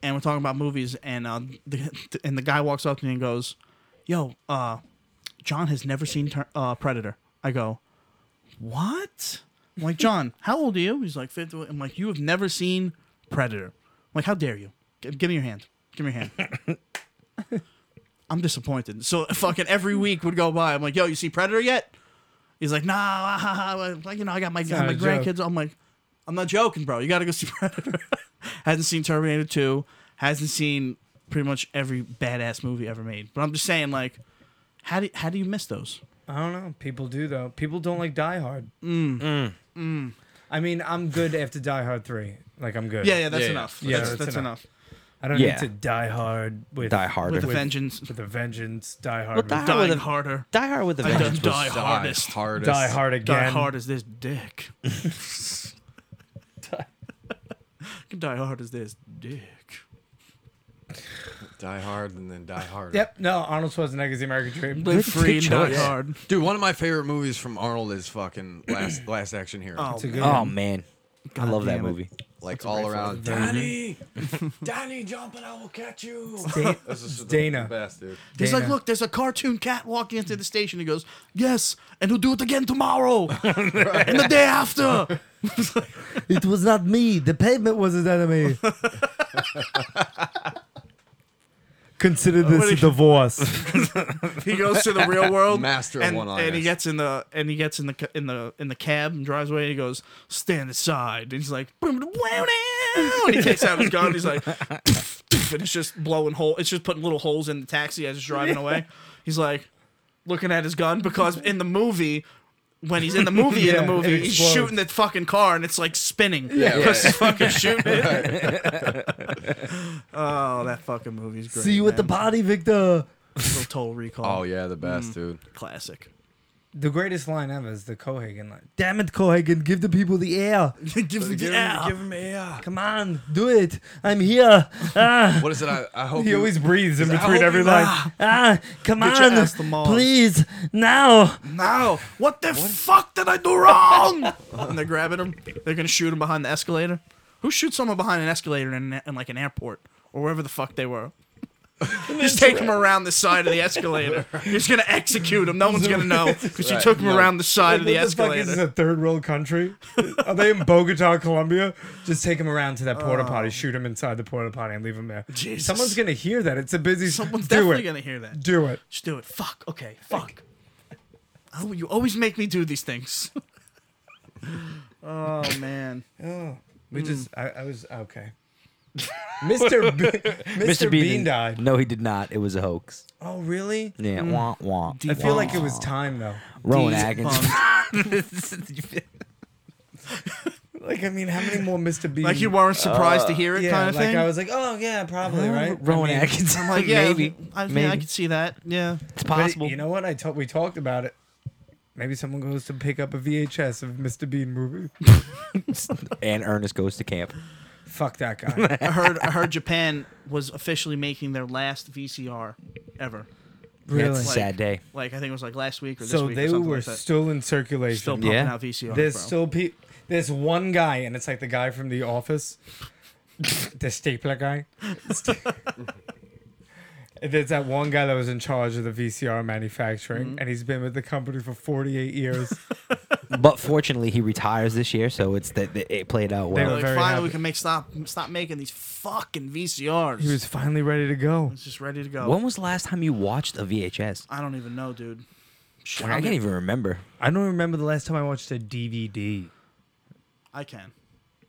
Speaker 4: And we're talking about movies, and uh, the, and the guy walks up to me and goes, "Yo, uh, John has never seen Tur- uh, Predator." I go, "What?" I'm like, "John, how old are you?" He's like, 50. I'm like, "You have never seen Predator." I'm like, "How dare you? G- give me your hand. Give me your hand." I'm disappointed. So fucking every week would go by. I'm like, "Yo, you see Predator yet?" He's like, "Nah, ah, ha, ha, ha." like you know, I got my,
Speaker 2: not
Speaker 4: my
Speaker 2: a joke.
Speaker 4: grandkids." I'm like, "I'm not joking, bro. You gotta go see Predator." hasn't seen Terminator 2, hasn't seen pretty much every badass movie ever made. But I'm just saying, like, how do how do you miss those?
Speaker 2: I don't know. People do though. People don't like Die Hard. Mm. Mm.
Speaker 5: Mm.
Speaker 2: I mean, I'm good after Die Hard three. Like I'm good.
Speaker 4: Yeah, yeah, that's
Speaker 1: Yeah, yeah.
Speaker 4: enough.
Speaker 2: Yeah,
Speaker 4: that's,
Speaker 2: that's
Speaker 4: that's enough.
Speaker 2: I don't
Speaker 3: Yeah.
Speaker 2: need to Die Hard with
Speaker 3: Die
Speaker 4: With
Speaker 3: Harder.
Speaker 4: a vengeance,
Speaker 2: with a vengeance. Die Hard.
Speaker 3: Well,
Speaker 2: with-
Speaker 3: Die Hard
Speaker 4: dying
Speaker 3: with a-
Speaker 4: harder,
Speaker 3: Die Hard with a
Speaker 4: I
Speaker 3: vengeance.
Speaker 4: don't die
Speaker 1: Die
Speaker 4: hardest,
Speaker 1: hardest.
Speaker 2: Die Hard
Speaker 4: die
Speaker 2: again.
Speaker 4: hard as this dick. fucking Die Hard is this dick.
Speaker 1: Die Hard and then Die Hard.
Speaker 2: Yep. No, Arnold Schwarzenegger's The American Dream.
Speaker 4: Live
Speaker 3: Good-
Speaker 4: free
Speaker 3: good
Speaker 4: and Die
Speaker 3: choice.
Speaker 4: Hard.
Speaker 1: Dude, one of my favorite movies from Arnold is fucking Last Last Action Hero.
Speaker 4: Oh,
Speaker 2: It's a good
Speaker 3: Oh
Speaker 2: one.
Speaker 3: man, I love that
Speaker 4: damn it.
Speaker 3: movie.
Speaker 1: like all around. Danny, Danny, jump and I will catch you.
Speaker 2: Da-
Speaker 1: This is the
Speaker 2: Dana.
Speaker 1: best, dude.
Speaker 4: He's like,
Speaker 2: Dana.
Speaker 4: look, there's a cartoon cat walking into the station. He goes, yes, and he'll do it again tomorrow and the day after.
Speaker 5: It was not me. The pavement was his enemy. Consider this a divorce.
Speaker 4: He goes to the real world,
Speaker 1: Master of
Speaker 4: and,
Speaker 1: one
Speaker 4: and he
Speaker 1: liners.
Speaker 4: gets in the and he gets in the ca- in the in the cab and drives away. And he goes, stand aside. And he's like, "Boom, boom, wow, now." and he takes out his gun. And he's like, and it's just blowing hole. It's just putting little holes in the taxi as it's driving away. He's like, looking at his gun because in the movie. When he's in the movie, in
Speaker 2: Yeah,
Speaker 4: the movie,
Speaker 2: it
Speaker 4: he's
Speaker 2: explodes.
Speaker 4: shooting the fucking car and it's like spinning.
Speaker 1: Yeah, right.
Speaker 4: He's fucking shooting it. oh, that fucking movie's great.
Speaker 5: See you at the
Speaker 4: man.
Speaker 5: party, Victor.
Speaker 4: Little total recall.
Speaker 1: Oh yeah, the best,
Speaker 2: Mm.
Speaker 1: dude.
Speaker 4: Classic.
Speaker 2: The greatest line ever is the Cohagen line.
Speaker 5: Damn it, Cohagen. Give the people the air.
Speaker 4: Give the yeah.
Speaker 1: him uh, air.
Speaker 5: Come on, do it. I'm here. Ah,
Speaker 1: What is it? I, I hope
Speaker 2: He
Speaker 1: you-
Speaker 2: always breathes in
Speaker 1: I
Speaker 2: between
Speaker 1: hope
Speaker 2: every
Speaker 1: you-
Speaker 2: line.
Speaker 1: Ah.
Speaker 5: ah, come
Speaker 4: Get your
Speaker 5: on.
Speaker 4: ass to Mars.
Speaker 5: Please, now.
Speaker 4: Now, what the fuck did I do wrong? and they're grabbing him. They're gonna shoot him behind the escalator. Who shoots someone behind an escalator in, in like an airport or wherever the fuck they were? Just take him around the side of the escalator. You're just gonna execute him. No one's gonna know because you
Speaker 1: Right,
Speaker 4: took him
Speaker 1: no.
Speaker 4: around the side of the
Speaker 2: What fuck is this
Speaker 4: escalator.
Speaker 2: a third world country? Are they in Bogota, Colombia? Just take him around to that porta potty, shoot him inside the porta potty, and leave him there.
Speaker 4: Jesus.
Speaker 2: Someone's gonna hear that. It's a busy.
Speaker 4: Someone's
Speaker 2: do
Speaker 4: definitely
Speaker 2: it.
Speaker 4: gonna hear that.
Speaker 2: Do it.
Speaker 4: Just do it. Fuck. Okay. Fuck. Oh, you always make me do these things. oh man.
Speaker 2: Oh, we
Speaker 4: Hmm.
Speaker 2: just. I, I was okay. Mr. B, Mr.
Speaker 3: Mr.
Speaker 2: Bean,
Speaker 3: Bean,
Speaker 2: died.
Speaker 3: No, he did not. It was a hoax.
Speaker 2: Oh, really?
Speaker 3: Yeah, wah wah.
Speaker 2: I feel like it was time though.
Speaker 3: Rowan
Speaker 4: These
Speaker 3: Atkins.
Speaker 4: bums.
Speaker 2: Like, I mean, how many more Mr. Bean?
Speaker 4: like you weren't surprised to hear
Speaker 2: Uh,
Speaker 4: it,
Speaker 2: Yeah,
Speaker 4: kind of
Speaker 2: like
Speaker 4: thing.
Speaker 2: I was like, oh yeah, probably right.
Speaker 3: Rowan
Speaker 2: I mean,
Speaker 3: Atkins.
Speaker 4: I'm like, yeah,
Speaker 3: maybe.
Speaker 4: I, mean,
Speaker 3: maybe.
Speaker 4: I could see that. Yeah.
Speaker 3: it's
Speaker 2: But
Speaker 3: possible.
Speaker 2: You know what? I told we talked about it. Maybe someone goes to pick up a VHS of Mr. Bean movie.
Speaker 3: and Ernest goes to camp.
Speaker 2: Fuck that guy.
Speaker 4: I heard I heard Japan was officially making their last VCR ever.
Speaker 3: Yeah, it's a
Speaker 4: Like-
Speaker 3: sad day.
Speaker 4: Like I think it was like last week or this
Speaker 2: so
Speaker 4: week.
Speaker 2: they
Speaker 4: or something
Speaker 2: were
Speaker 4: like that.
Speaker 2: still in circulation.
Speaker 4: still pumping
Speaker 3: Yeah.
Speaker 4: out VCRs.
Speaker 2: There's
Speaker 4: bro.
Speaker 2: still pe- There's one guy, and it's like the guy from The Office, the stapler guy. And There's that one guy that was in charge of the VCR manufacturing, and he's been with the company for 48 years.
Speaker 3: But fortunately, he retires this year, so it's that that it played out
Speaker 4: They're
Speaker 3: well.
Speaker 2: were
Speaker 4: like,
Speaker 2: very
Speaker 4: finally,
Speaker 2: happy.
Speaker 4: we can make stop stop making these fucking VCRs.
Speaker 2: he was finally ready to go.
Speaker 4: It's just ready to go.
Speaker 3: When was the last time you watched a VHS?
Speaker 4: I don't even know, dude. Shit,
Speaker 3: I
Speaker 4: I'll
Speaker 3: can't
Speaker 4: get-
Speaker 3: even remember.
Speaker 2: I don't remember the last time I watched a DVD.
Speaker 4: I can.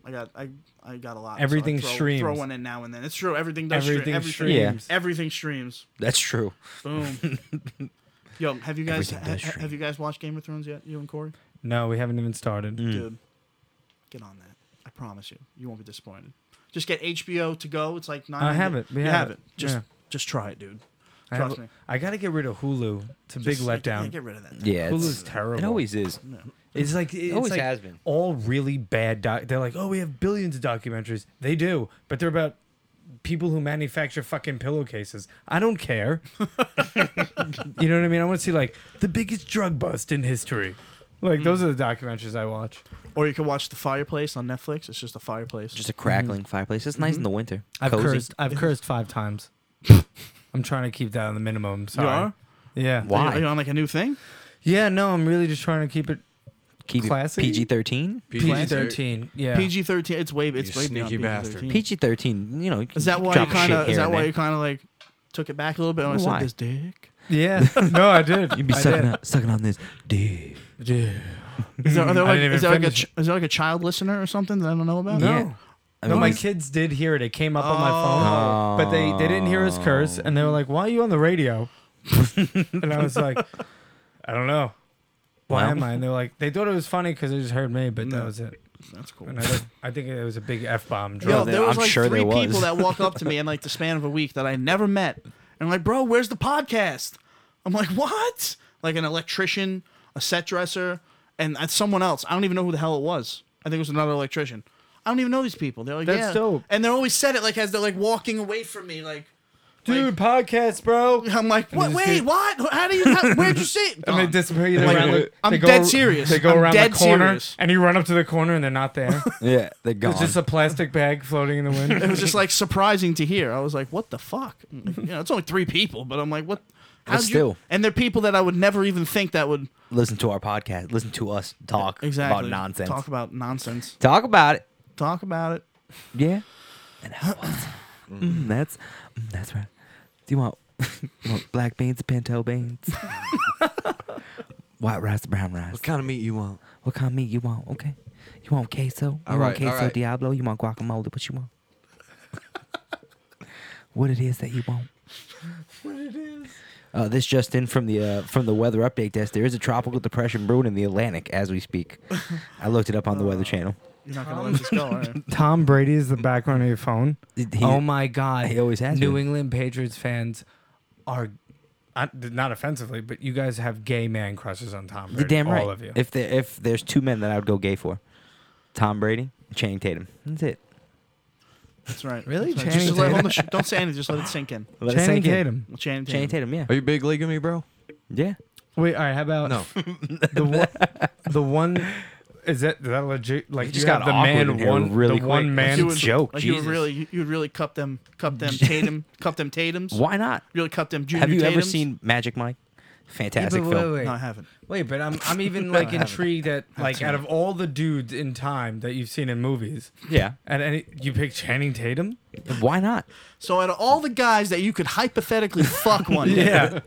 Speaker 4: I got I I got a lot. so I
Speaker 2: Everything
Speaker 4: throw,
Speaker 2: streams.
Speaker 4: Throw one in now and then. It's true. Everything does.
Speaker 2: Everything
Speaker 4: stream. Everything,
Speaker 2: streams.
Speaker 4: everything streams.
Speaker 3: That's true.
Speaker 4: Boom. Yo, have you guys
Speaker 3: Everything does
Speaker 4: ha- ha-
Speaker 3: stream.
Speaker 4: have you guys watched Game of Thrones yet? You and Corey.
Speaker 2: No, we haven't even started.
Speaker 4: dude. Get on that. I promise you, you won't be disappointed. Just get HBO to go. It's like nine.
Speaker 2: have it. We
Speaker 4: you
Speaker 2: have
Speaker 4: have
Speaker 2: it.
Speaker 4: it. Just,
Speaker 2: Yeah.
Speaker 4: just try it, dude.
Speaker 2: I, have-
Speaker 4: Trust me.
Speaker 2: I gotta get rid of Hulu. It's a big
Speaker 4: Just- yeah,
Speaker 2: letdown.
Speaker 4: Get rid of that.
Speaker 3: Yeah,
Speaker 2: Hulu's
Speaker 3: it's,
Speaker 2: terrible.
Speaker 3: it always is.
Speaker 2: It's like it's
Speaker 3: always
Speaker 2: like
Speaker 3: has been.
Speaker 2: all really bad. Doc- they're like, oh, we have billions of documentaries. They do, but they're about people who manufacture fucking pillowcases. I don't care. you know what I mean? I want to see like the biggest drug bust in history. Like those
Speaker 3: Hmm.
Speaker 2: are the documentaries I watch.
Speaker 4: Or you can watch The Fireplace on Netflix. It's just a fireplace.
Speaker 3: Just a crackling fireplace. It's nice in the winter. Cozy.
Speaker 2: I've cursed five times. I'm trying to keep that on the minimum.
Speaker 4: you
Speaker 2: Sorry.
Speaker 4: are.
Speaker 2: Yeah.
Speaker 4: Are you-
Speaker 3: Why?
Speaker 4: Are you on like a new thing?
Speaker 2: Yeah. No, I'm really just trying to keep it
Speaker 3: Keep it
Speaker 2: classy?
Speaker 3: PG thirteen.
Speaker 2: PG-13. Yeah.
Speaker 4: PG thirteen. It's way. It's
Speaker 1: You
Speaker 4: way beyond
Speaker 1: sneaky
Speaker 4: PG
Speaker 1: bastard.
Speaker 4: thirteen.
Speaker 3: PG thirteen. You know. you
Speaker 4: Mm. Is that
Speaker 3: can
Speaker 4: why you
Speaker 3: drop
Speaker 4: kind
Speaker 3: shit
Speaker 4: of? Is
Speaker 3: here
Speaker 4: that
Speaker 3: and
Speaker 4: why
Speaker 3: there.
Speaker 4: you kind of like took it back a little bit? when I
Speaker 3: Why?
Speaker 4: said this dick.
Speaker 2: Yeah. No, I did.
Speaker 3: You'd be
Speaker 2: I
Speaker 3: sucking
Speaker 2: did.
Speaker 3: on, sucking on this dick.
Speaker 2: Yeah.
Speaker 4: Is there, are there
Speaker 2: I
Speaker 4: like,
Speaker 2: didn't even
Speaker 4: is there like a
Speaker 2: finish
Speaker 4: ch- is there like a child listener or something that I don't know about?
Speaker 2: No.
Speaker 3: Yeah. I
Speaker 2: no,
Speaker 3: mean,
Speaker 2: Oh my
Speaker 3: it's-
Speaker 2: kids did hear it. It came up on my
Speaker 4: Oh.
Speaker 2: phone, but they, they didn't hear us curse, and they were like, "Why are you on the radio?" and I was like, "I don't know. Why
Speaker 3: Well.
Speaker 2: am I?" And they were like, "They thought it was funny because they just heard me, but that was it."
Speaker 4: That's cool.
Speaker 2: And I, don't- I think it was a big f bomb
Speaker 4: Yo,
Speaker 2: drop.
Speaker 3: there-
Speaker 4: there was
Speaker 3: I'm
Speaker 4: like
Speaker 3: sure
Speaker 4: three
Speaker 3: there was.
Speaker 4: people that walk up to me in like the span of a week that I never met. And I'm like, bro, where's the podcast? I'm like, what? Like an electrician, a set dresser, and that's someone else. I don't even know who the hell it was. I think it was another electrician. I don't even know these people. They're like,
Speaker 2: That's
Speaker 4: yeah.
Speaker 2: dope.
Speaker 4: And they're always said it like as they're like walking away from me, like.
Speaker 2: dude, podcast, bro.
Speaker 4: I'm like, what?
Speaker 2: just
Speaker 4: Wait,
Speaker 2: get-
Speaker 4: what? How do you? How, where'd you see? it?
Speaker 2: And they
Speaker 4: Gone.
Speaker 2: disappear. you
Speaker 4: Like,
Speaker 2: around the-
Speaker 4: I'm
Speaker 2: they go-
Speaker 4: dead serious.
Speaker 2: They go
Speaker 4: I'm
Speaker 2: around
Speaker 4: dead
Speaker 2: the corner,
Speaker 4: serious.
Speaker 2: and you run up to the corner, and they're not there.
Speaker 3: Yeah, they're gone.
Speaker 2: It's just a plastic bag floating in the wind.
Speaker 4: it was just like surprising to hear. I was like, what the fuck? You know, it's only three people, but I'm like, what? how'd you-
Speaker 3: still.
Speaker 4: and they're people that I would never even think that would
Speaker 3: listen to our podcast. Listen to us talk
Speaker 4: exactly
Speaker 3: about nonsense.
Speaker 4: Talk about nonsense.
Speaker 3: Talk about it.
Speaker 4: Talk about it.
Speaker 3: Yeah. And how was it? Mm, that's mm, that's right. Do you want, you want black beans, pinto beans, white rice, brown rice?
Speaker 1: What kind of meat you want?
Speaker 3: What kind of meat you want? Okay. You want queso? You
Speaker 1: All
Speaker 3: want
Speaker 1: right, all
Speaker 3: queso
Speaker 1: right.
Speaker 3: Diablo? You want guacamole? What you want? what it is that you want? What it is? Uh, this just in from the uh, from the weather update desk. There is a tropical depression brewing in the Atlantic as we speak. I looked it up on the Weather Channel.
Speaker 4: You're not gonna let this go, are you?
Speaker 2: Tom Brady is the background of your phone.
Speaker 3: He- he-
Speaker 2: oh my God!
Speaker 3: he always has
Speaker 2: New
Speaker 3: been.
Speaker 2: England Patriots fans are I- not offensively, but you guys have gay man crushes on Tom Brady.
Speaker 3: You're damn right.
Speaker 2: All of you.
Speaker 3: If there if there's two men that I would go gay for, Tom Brady, Channing Tatum. That's it.
Speaker 4: That's right.
Speaker 2: Really?
Speaker 4: That's right.
Speaker 2: Channing
Speaker 4: Just let-
Speaker 2: Tatum?
Speaker 4: hold the sh- don't say anything. Just let it sink in.
Speaker 3: Let it
Speaker 2: Channing
Speaker 3: sink in.
Speaker 2: Tatum.
Speaker 4: Well, Channing Tatum.
Speaker 3: Channing Tatum. Yeah.
Speaker 1: Are you big leaguing me, bro?
Speaker 3: Yeah.
Speaker 2: Wait, all right. How about
Speaker 1: No.
Speaker 2: the one? The one is that is that legit? Like
Speaker 3: It
Speaker 2: you
Speaker 3: just
Speaker 2: have
Speaker 3: got
Speaker 2: the
Speaker 3: awkward in
Speaker 2: man
Speaker 3: here
Speaker 2: one,
Speaker 3: really
Speaker 2: the
Speaker 3: quick.
Speaker 2: one man
Speaker 4: You would-
Speaker 3: joke,
Speaker 4: Like you would
Speaker 3: Jesus.
Speaker 4: really, you would really cup them, cup them Tatum, cup them Tatum's.
Speaker 3: Why not?
Speaker 4: Really cup them Junior
Speaker 3: Have you ever
Speaker 4: Tatums.
Speaker 3: seen Magic Mike?
Speaker 2: Yeah,
Speaker 3: Fantastic
Speaker 2: but
Speaker 3: film.
Speaker 2: wait,
Speaker 4: No, I
Speaker 2: wait.
Speaker 4: haven't.
Speaker 2: Wait, but I'm I'm even like intrigued that like out of all the dudes in time that you've seen in movies,
Speaker 3: Yeah.
Speaker 2: and any you pick Channing Tatum?
Speaker 3: Why not?
Speaker 4: So out of all the guys that you could hypothetically fuck one day,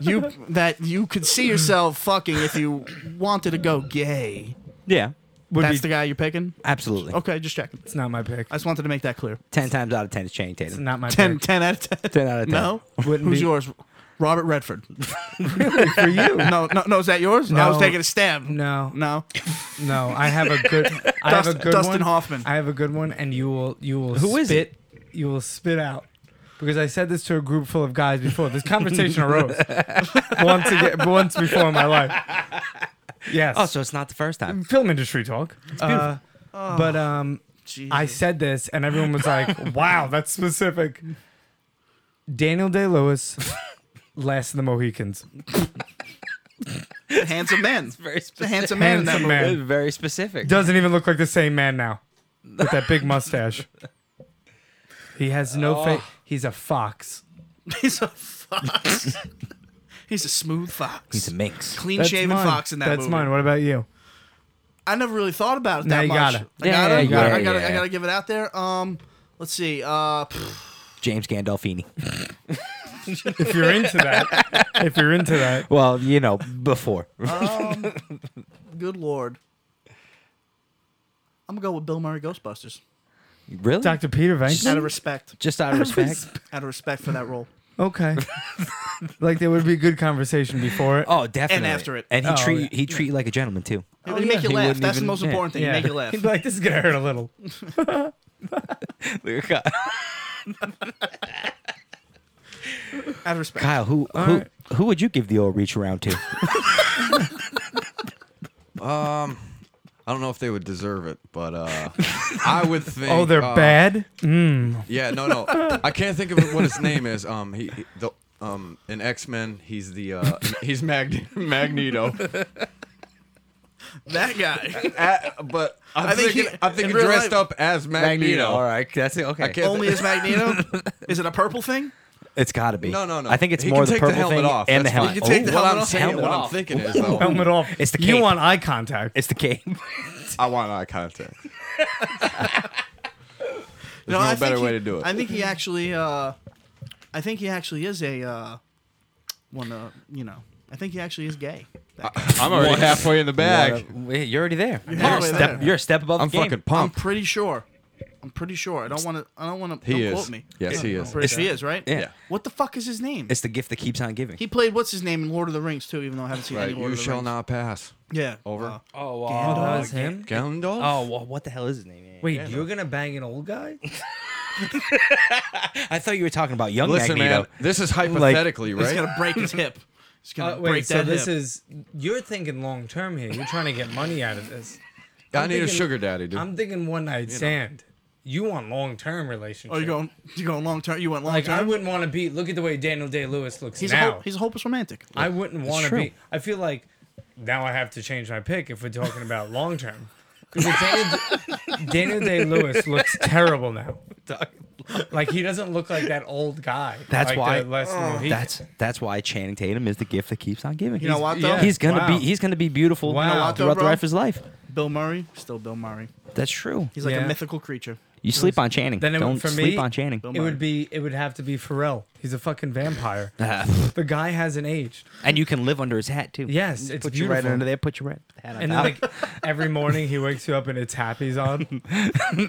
Speaker 4: you that you could see yourself fucking if you wanted to go gay.
Speaker 3: Yeah. Oh.
Speaker 2: Would
Speaker 4: That's
Speaker 2: be,
Speaker 4: the guy you're picking?
Speaker 3: Absolutely.
Speaker 4: Okay, just checking.
Speaker 2: it's not my pick.
Speaker 4: I just wanted to make that clear.
Speaker 3: Ten times out of ten, it's Channing
Speaker 2: It's
Speaker 3: Tatum.
Speaker 2: not my
Speaker 4: 10,
Speaker 2: pick.
Speaker 4: 10 out of 10.
Speaker 3: Ten out of ten.
Speaker 4: No?
Speaker 2: Wouldn't
Speaker 4: Who's
Speaker 2: be-
Speaker 4: yours? Robert Redford.
Speaker 2: for you.
Speaker 4: No, no, no, is that yours? I was
Speaker 2: No.
Speaker 4: taking a stab.
Speaker 2: No,
Speaker 4: No.
Speaker 2: no. I have a good. I have a
Speaker 4: Dust-
Speaker 2: good
Speaker 4: Dustin
Speaker 2: one.
Speaker 4: Hoffman.
Speaker 2: I have a good one, and you will. You will.
Speaker 3: Who
Speaker 2: spit,
Speaker 3: is it?
Speaker 2: You will spit out. Because I said this to a group full of guys before. This conversation arose once again, once before in my life. Yes.
Speaker 3: Oh, so it's not the first time.
Speaker 2: film industry talk. Uh, But um, I said this, and everyone was like, "Wow, that's specific." Daniel Day Lewis, Last of the Mohicans,
Speaker 4: handsome man.
Speaker 3: Very
Speaker 4: The
Speaker 3: specific.
Speaker 4: handsome man in that
Speaker 2: handsome
Speaker 4: movie.
Speaker 2: man.
Speaker 3: Very specific.
Speaker 2: Doesn't even look like the same man now with that big mustache. He has no
Speaker 4: Oh.
Speaker 2: face. He's a fox.
Speaker 4: He's a fox. He's a smooth fox.
Speaker 3: He's a minx.
Speaker 4: clean
Speaker 2: That's
Speaker 4: shaven
Speaker 2: mine.
Speaker 4: fox in that
Speaker 2: That's
Speaker 4: movie.
Speaker 2: mine. What about you?
Speaker 4: I never really thought about it
Speaker 2: Now
Speaker 4: that
Speaker 2: you
Speaker 4: much.
Speaker 2: gotta.
Speaker 4: I
Speaker 3: Yeah,
Speaker 4: gotta,
Speaker 3: yeah, you
Speaker 4: I,
Speaker 3: gotta,
Speaker 4: gotta, I
Speaker 3: yeah.
Speaker 4: gotta give it out there. Um, let's see. Uh, pff,
Speaker 3: James Gandolfini.
Speaker 2: If you're into that, if you're into that,
Speaker 3: Well, you know, before.
Speaker 4: good lord. I'm gonna go with Bill Murray Ghostbusters.
Speaker 3: really?
Speaker 2: Dr. Peter
Speaker 4: Out
Speaker 2: Venkman.
Speaker 4: of respect.
Speaker 3: Just out of respect.
Speaker 4: Out of respect for that role.
Speaker 2: Okay. like there would be good conversation before it.
Speaker 3: Oh, definitely.
Speaker 4: after it.
Speaker 3: And he
Speaker 2: Oh,
Speaker 3: treat
Speaker 2: yeah.
Speaker 3: he treat you like a gentleman too.
Speaker 1: Oh,
Speaker 4: It would make you
Speaker 3: He
Speaker 4: laugh.
Speaker 3: wouldn't
Speaker 4: That's
Speaker 3: even-
Speaker 4: the most
Speaker 3: yeah.
Speaker 4: important thing. Make you laugh.
Speaker 2: He'd be like, this is gonna hurt a little.
Speaker 4: Out of respect.
Speaker 3: Kyle, who who
Speaker 2: right.
Speaker 3: who would you give the old reach around to?
Speaker 1: Um, I don't know if they would deserve it, but uh, I would think.
Speaker 2: Oh, they're
Speaker 1: uh,
Speaker 2: bad.
Speaker 1: Yeah, no, no. I can't think of what his name is. Um, he, he- the um in X Men, he's the uh, he's Magne- Magneto.
Speaker 4: That guy.
Speaker 1: At- but I'm
Speaker 4: I think
Speaker 1: thinking,
Speaker 4: he-
Speaker 1: I'm thinking
Speaker 4: in real
Speaker 1: dressed
Speaker 4: life-
Speaker 1: up as Magneto.
Speaker 3: All right, that's it. Okay.
Speaker 1: I can't-
Speaker 4: Only as Magneto. Is it a purple thing?
Speaker 3: It's got to be.
Speaker 1: No, no, no.
Speaker 3: I think it's
Speaker 1: He
Speaker 3: more
Speaker 1: can
Speaker 3: the
Speaker 1: take
Speaker 3: purple
Speaker 1: the helmet
Speaker 3: thing
Speaker 1: off.
Speaker 3: and the
Speaker 1: That's
Speaker 3: helmet.
Speaker 1: fine.
Speaker 4: You can
Speaker 3: Oh,
Speaker 4: take the
Speaker 1: what
Speaker 4: helmet
Speaker 1: I'm
Speaker 4: off.
Speaker 1: saying,
Speaker 3: Helmet
Speaker 1: what I'm
Speaker 3: off.
Speaker 1: thinking is, though,
Speaker 2: Helmet off.
Speaker 3: It's the
Speaker 2: You
Speaker 3: cape.
Speaker 2: want eye contact.
Speaker 3: it's the cape.
Speaker 1: I want eye contact. There's no,
Speaker 4: I think
Speaker 1: better
Speaker 4: he-
Speaker 1: way to do it.
Speaker 4: I think he actually. Uh, I think he actually is a uh, one. Uh, you know. I think he actually is gay. That guy.
Speaker 1: I'm already halfway in the bag.
Speaker 3: Wait, You're already there. You're, a
Speaker 4: halfway
Speaker 3: step,
Speaker 4: there.
Speaker 3: you're a step above
Speaker 1: I'm
Speaker 3: the game.
Speaker 1: fucking
Speaker 4: I'm
Speaker 1: pumped.
Speaker 4: pretty sure. I'm pretty sure. I don't want to. I don't want to.
Speaker 1: He
Speaker 4: don't
Speaker 1: is.
Speaker 4: Quote me.
Speaker 1: Yes, he
Speaker 4: I'm
Speaker 1: is.
Speaker 4: pretty sure he is. Right.
Speaker 3: yeah.
Speaker 4: What the fuck is his name?
Speaker 3: It's the gift that keeps on giving.
Speaker 4: he played what's his name in Lord of the Rings too, even though I haven't seen
Speaker 1: Right,
Speaker 4: any Lord
Speaker 1: you
Speaker 4: of the
Speaker 1: shall
Speaker 4: Rings.
Speaker 1: not pass.
Speaker 4: Yeah.
Speaker 1: Over.
Speaker 4: Uh,
Speaker 3: oh,
Speaker 4: Gandalf.
Speaker 2: was him?
Speaker 1: Gandalf.
Speaker 3: Oh, well, what the hell is his name? Yeah, yeah.
Speaker 2: Wait, you're gonna bang an old guy?
Speaker 3: I thought you were talking about young
Speaker 1: Listen,
Speaker 3: Magneto.
Speaker 1: man, this is hypothetically,
Speaker 4: He's
Speaker 1: right?
Speaker 4: gonna break his hip. He's gonna
Speaker 2: Uh,
Speaker 4: break
Speaker 2: wait, so
Speaker 4: that
Speaker 2: this
Speaker 4: hip.
Speaker 2: is you're thinking long term here. You're trying to get money out of this.
Speaker 1: I
Speaker 2: I'm
Speaker 1: need a
Speaker 2: thinking-
Speaker 1: sugar daddy, dude.
Speaker 2: I'm thinking one night stand. You want long term relationship?
Speaker 4: Oh, you going? You going long term? You went long
Speaker 2: Like I
Speaker 4: term?
Speaker 2: wouldn't want to be. Look at the way Daniel Day Lewis looks
Speaker 4: he's a
Speaker 2: now.
Speaker 4: ho- he's a hopeless romantic.
Speaker 2: I wouldn't want to
Speaker 3: true.
Speaker 2: be. I feel like now I have to change my pick if we're talking about long term. Because Daniel, Daniel Day Lewis looks terrible now. Like he doesn't look like that old guy.
Speaker 3: That's
Speaker 2: like
Speaker 3: why-
Speaker 2: The last
Speaker 4: Oh,
Speaker 2: Mohican.
Speaker 3: That's that's why Channing Tatum is the gift that keeps on giving.
Speaker 4: You know
Speaker 3: He's-
Speaker 4: what though?
Speaker 2: yeah.
Speaker 3: He's gonna
Speaker 2: Wow.
Speaker 3: be he's gonna be beautiful
Speaker 2: Wow. You know what,
Speaker 4: though,
Speaker 3: throughout the
Speaker 4: bro?
Speaker 3: life of his life.
Speaker 4: Bill Murray, still Bill Murray.
Speaker 3: That's true.
Speaker 4: He's like
Speaker 2: Yeah.
Speaker 4: a mythical creature.
Speaker 3: You sleep on Channing.
Speaker 2: Then it
Speaker 3: Don't
Speaker 2: would- for
Speaker 3: sleep
Speaker 2: me-
Speaker 3: on Channing.
Speaker 4: Bill
Speaker 2: it would be. It would have to be Pharrell. He's a fucking vampire. the guy hasn't aged.
Speaker 3: and you can live under his hat too.
Speaker 2: Yes, it's
Speaker 3: put
Speaker 2: beautiful.
Speaker 3: your right under there. Put your right hat on
Speaker 2: and then
Speaker 3: top.
Speaker 2: like every morning he wakes you up and it's happy's on,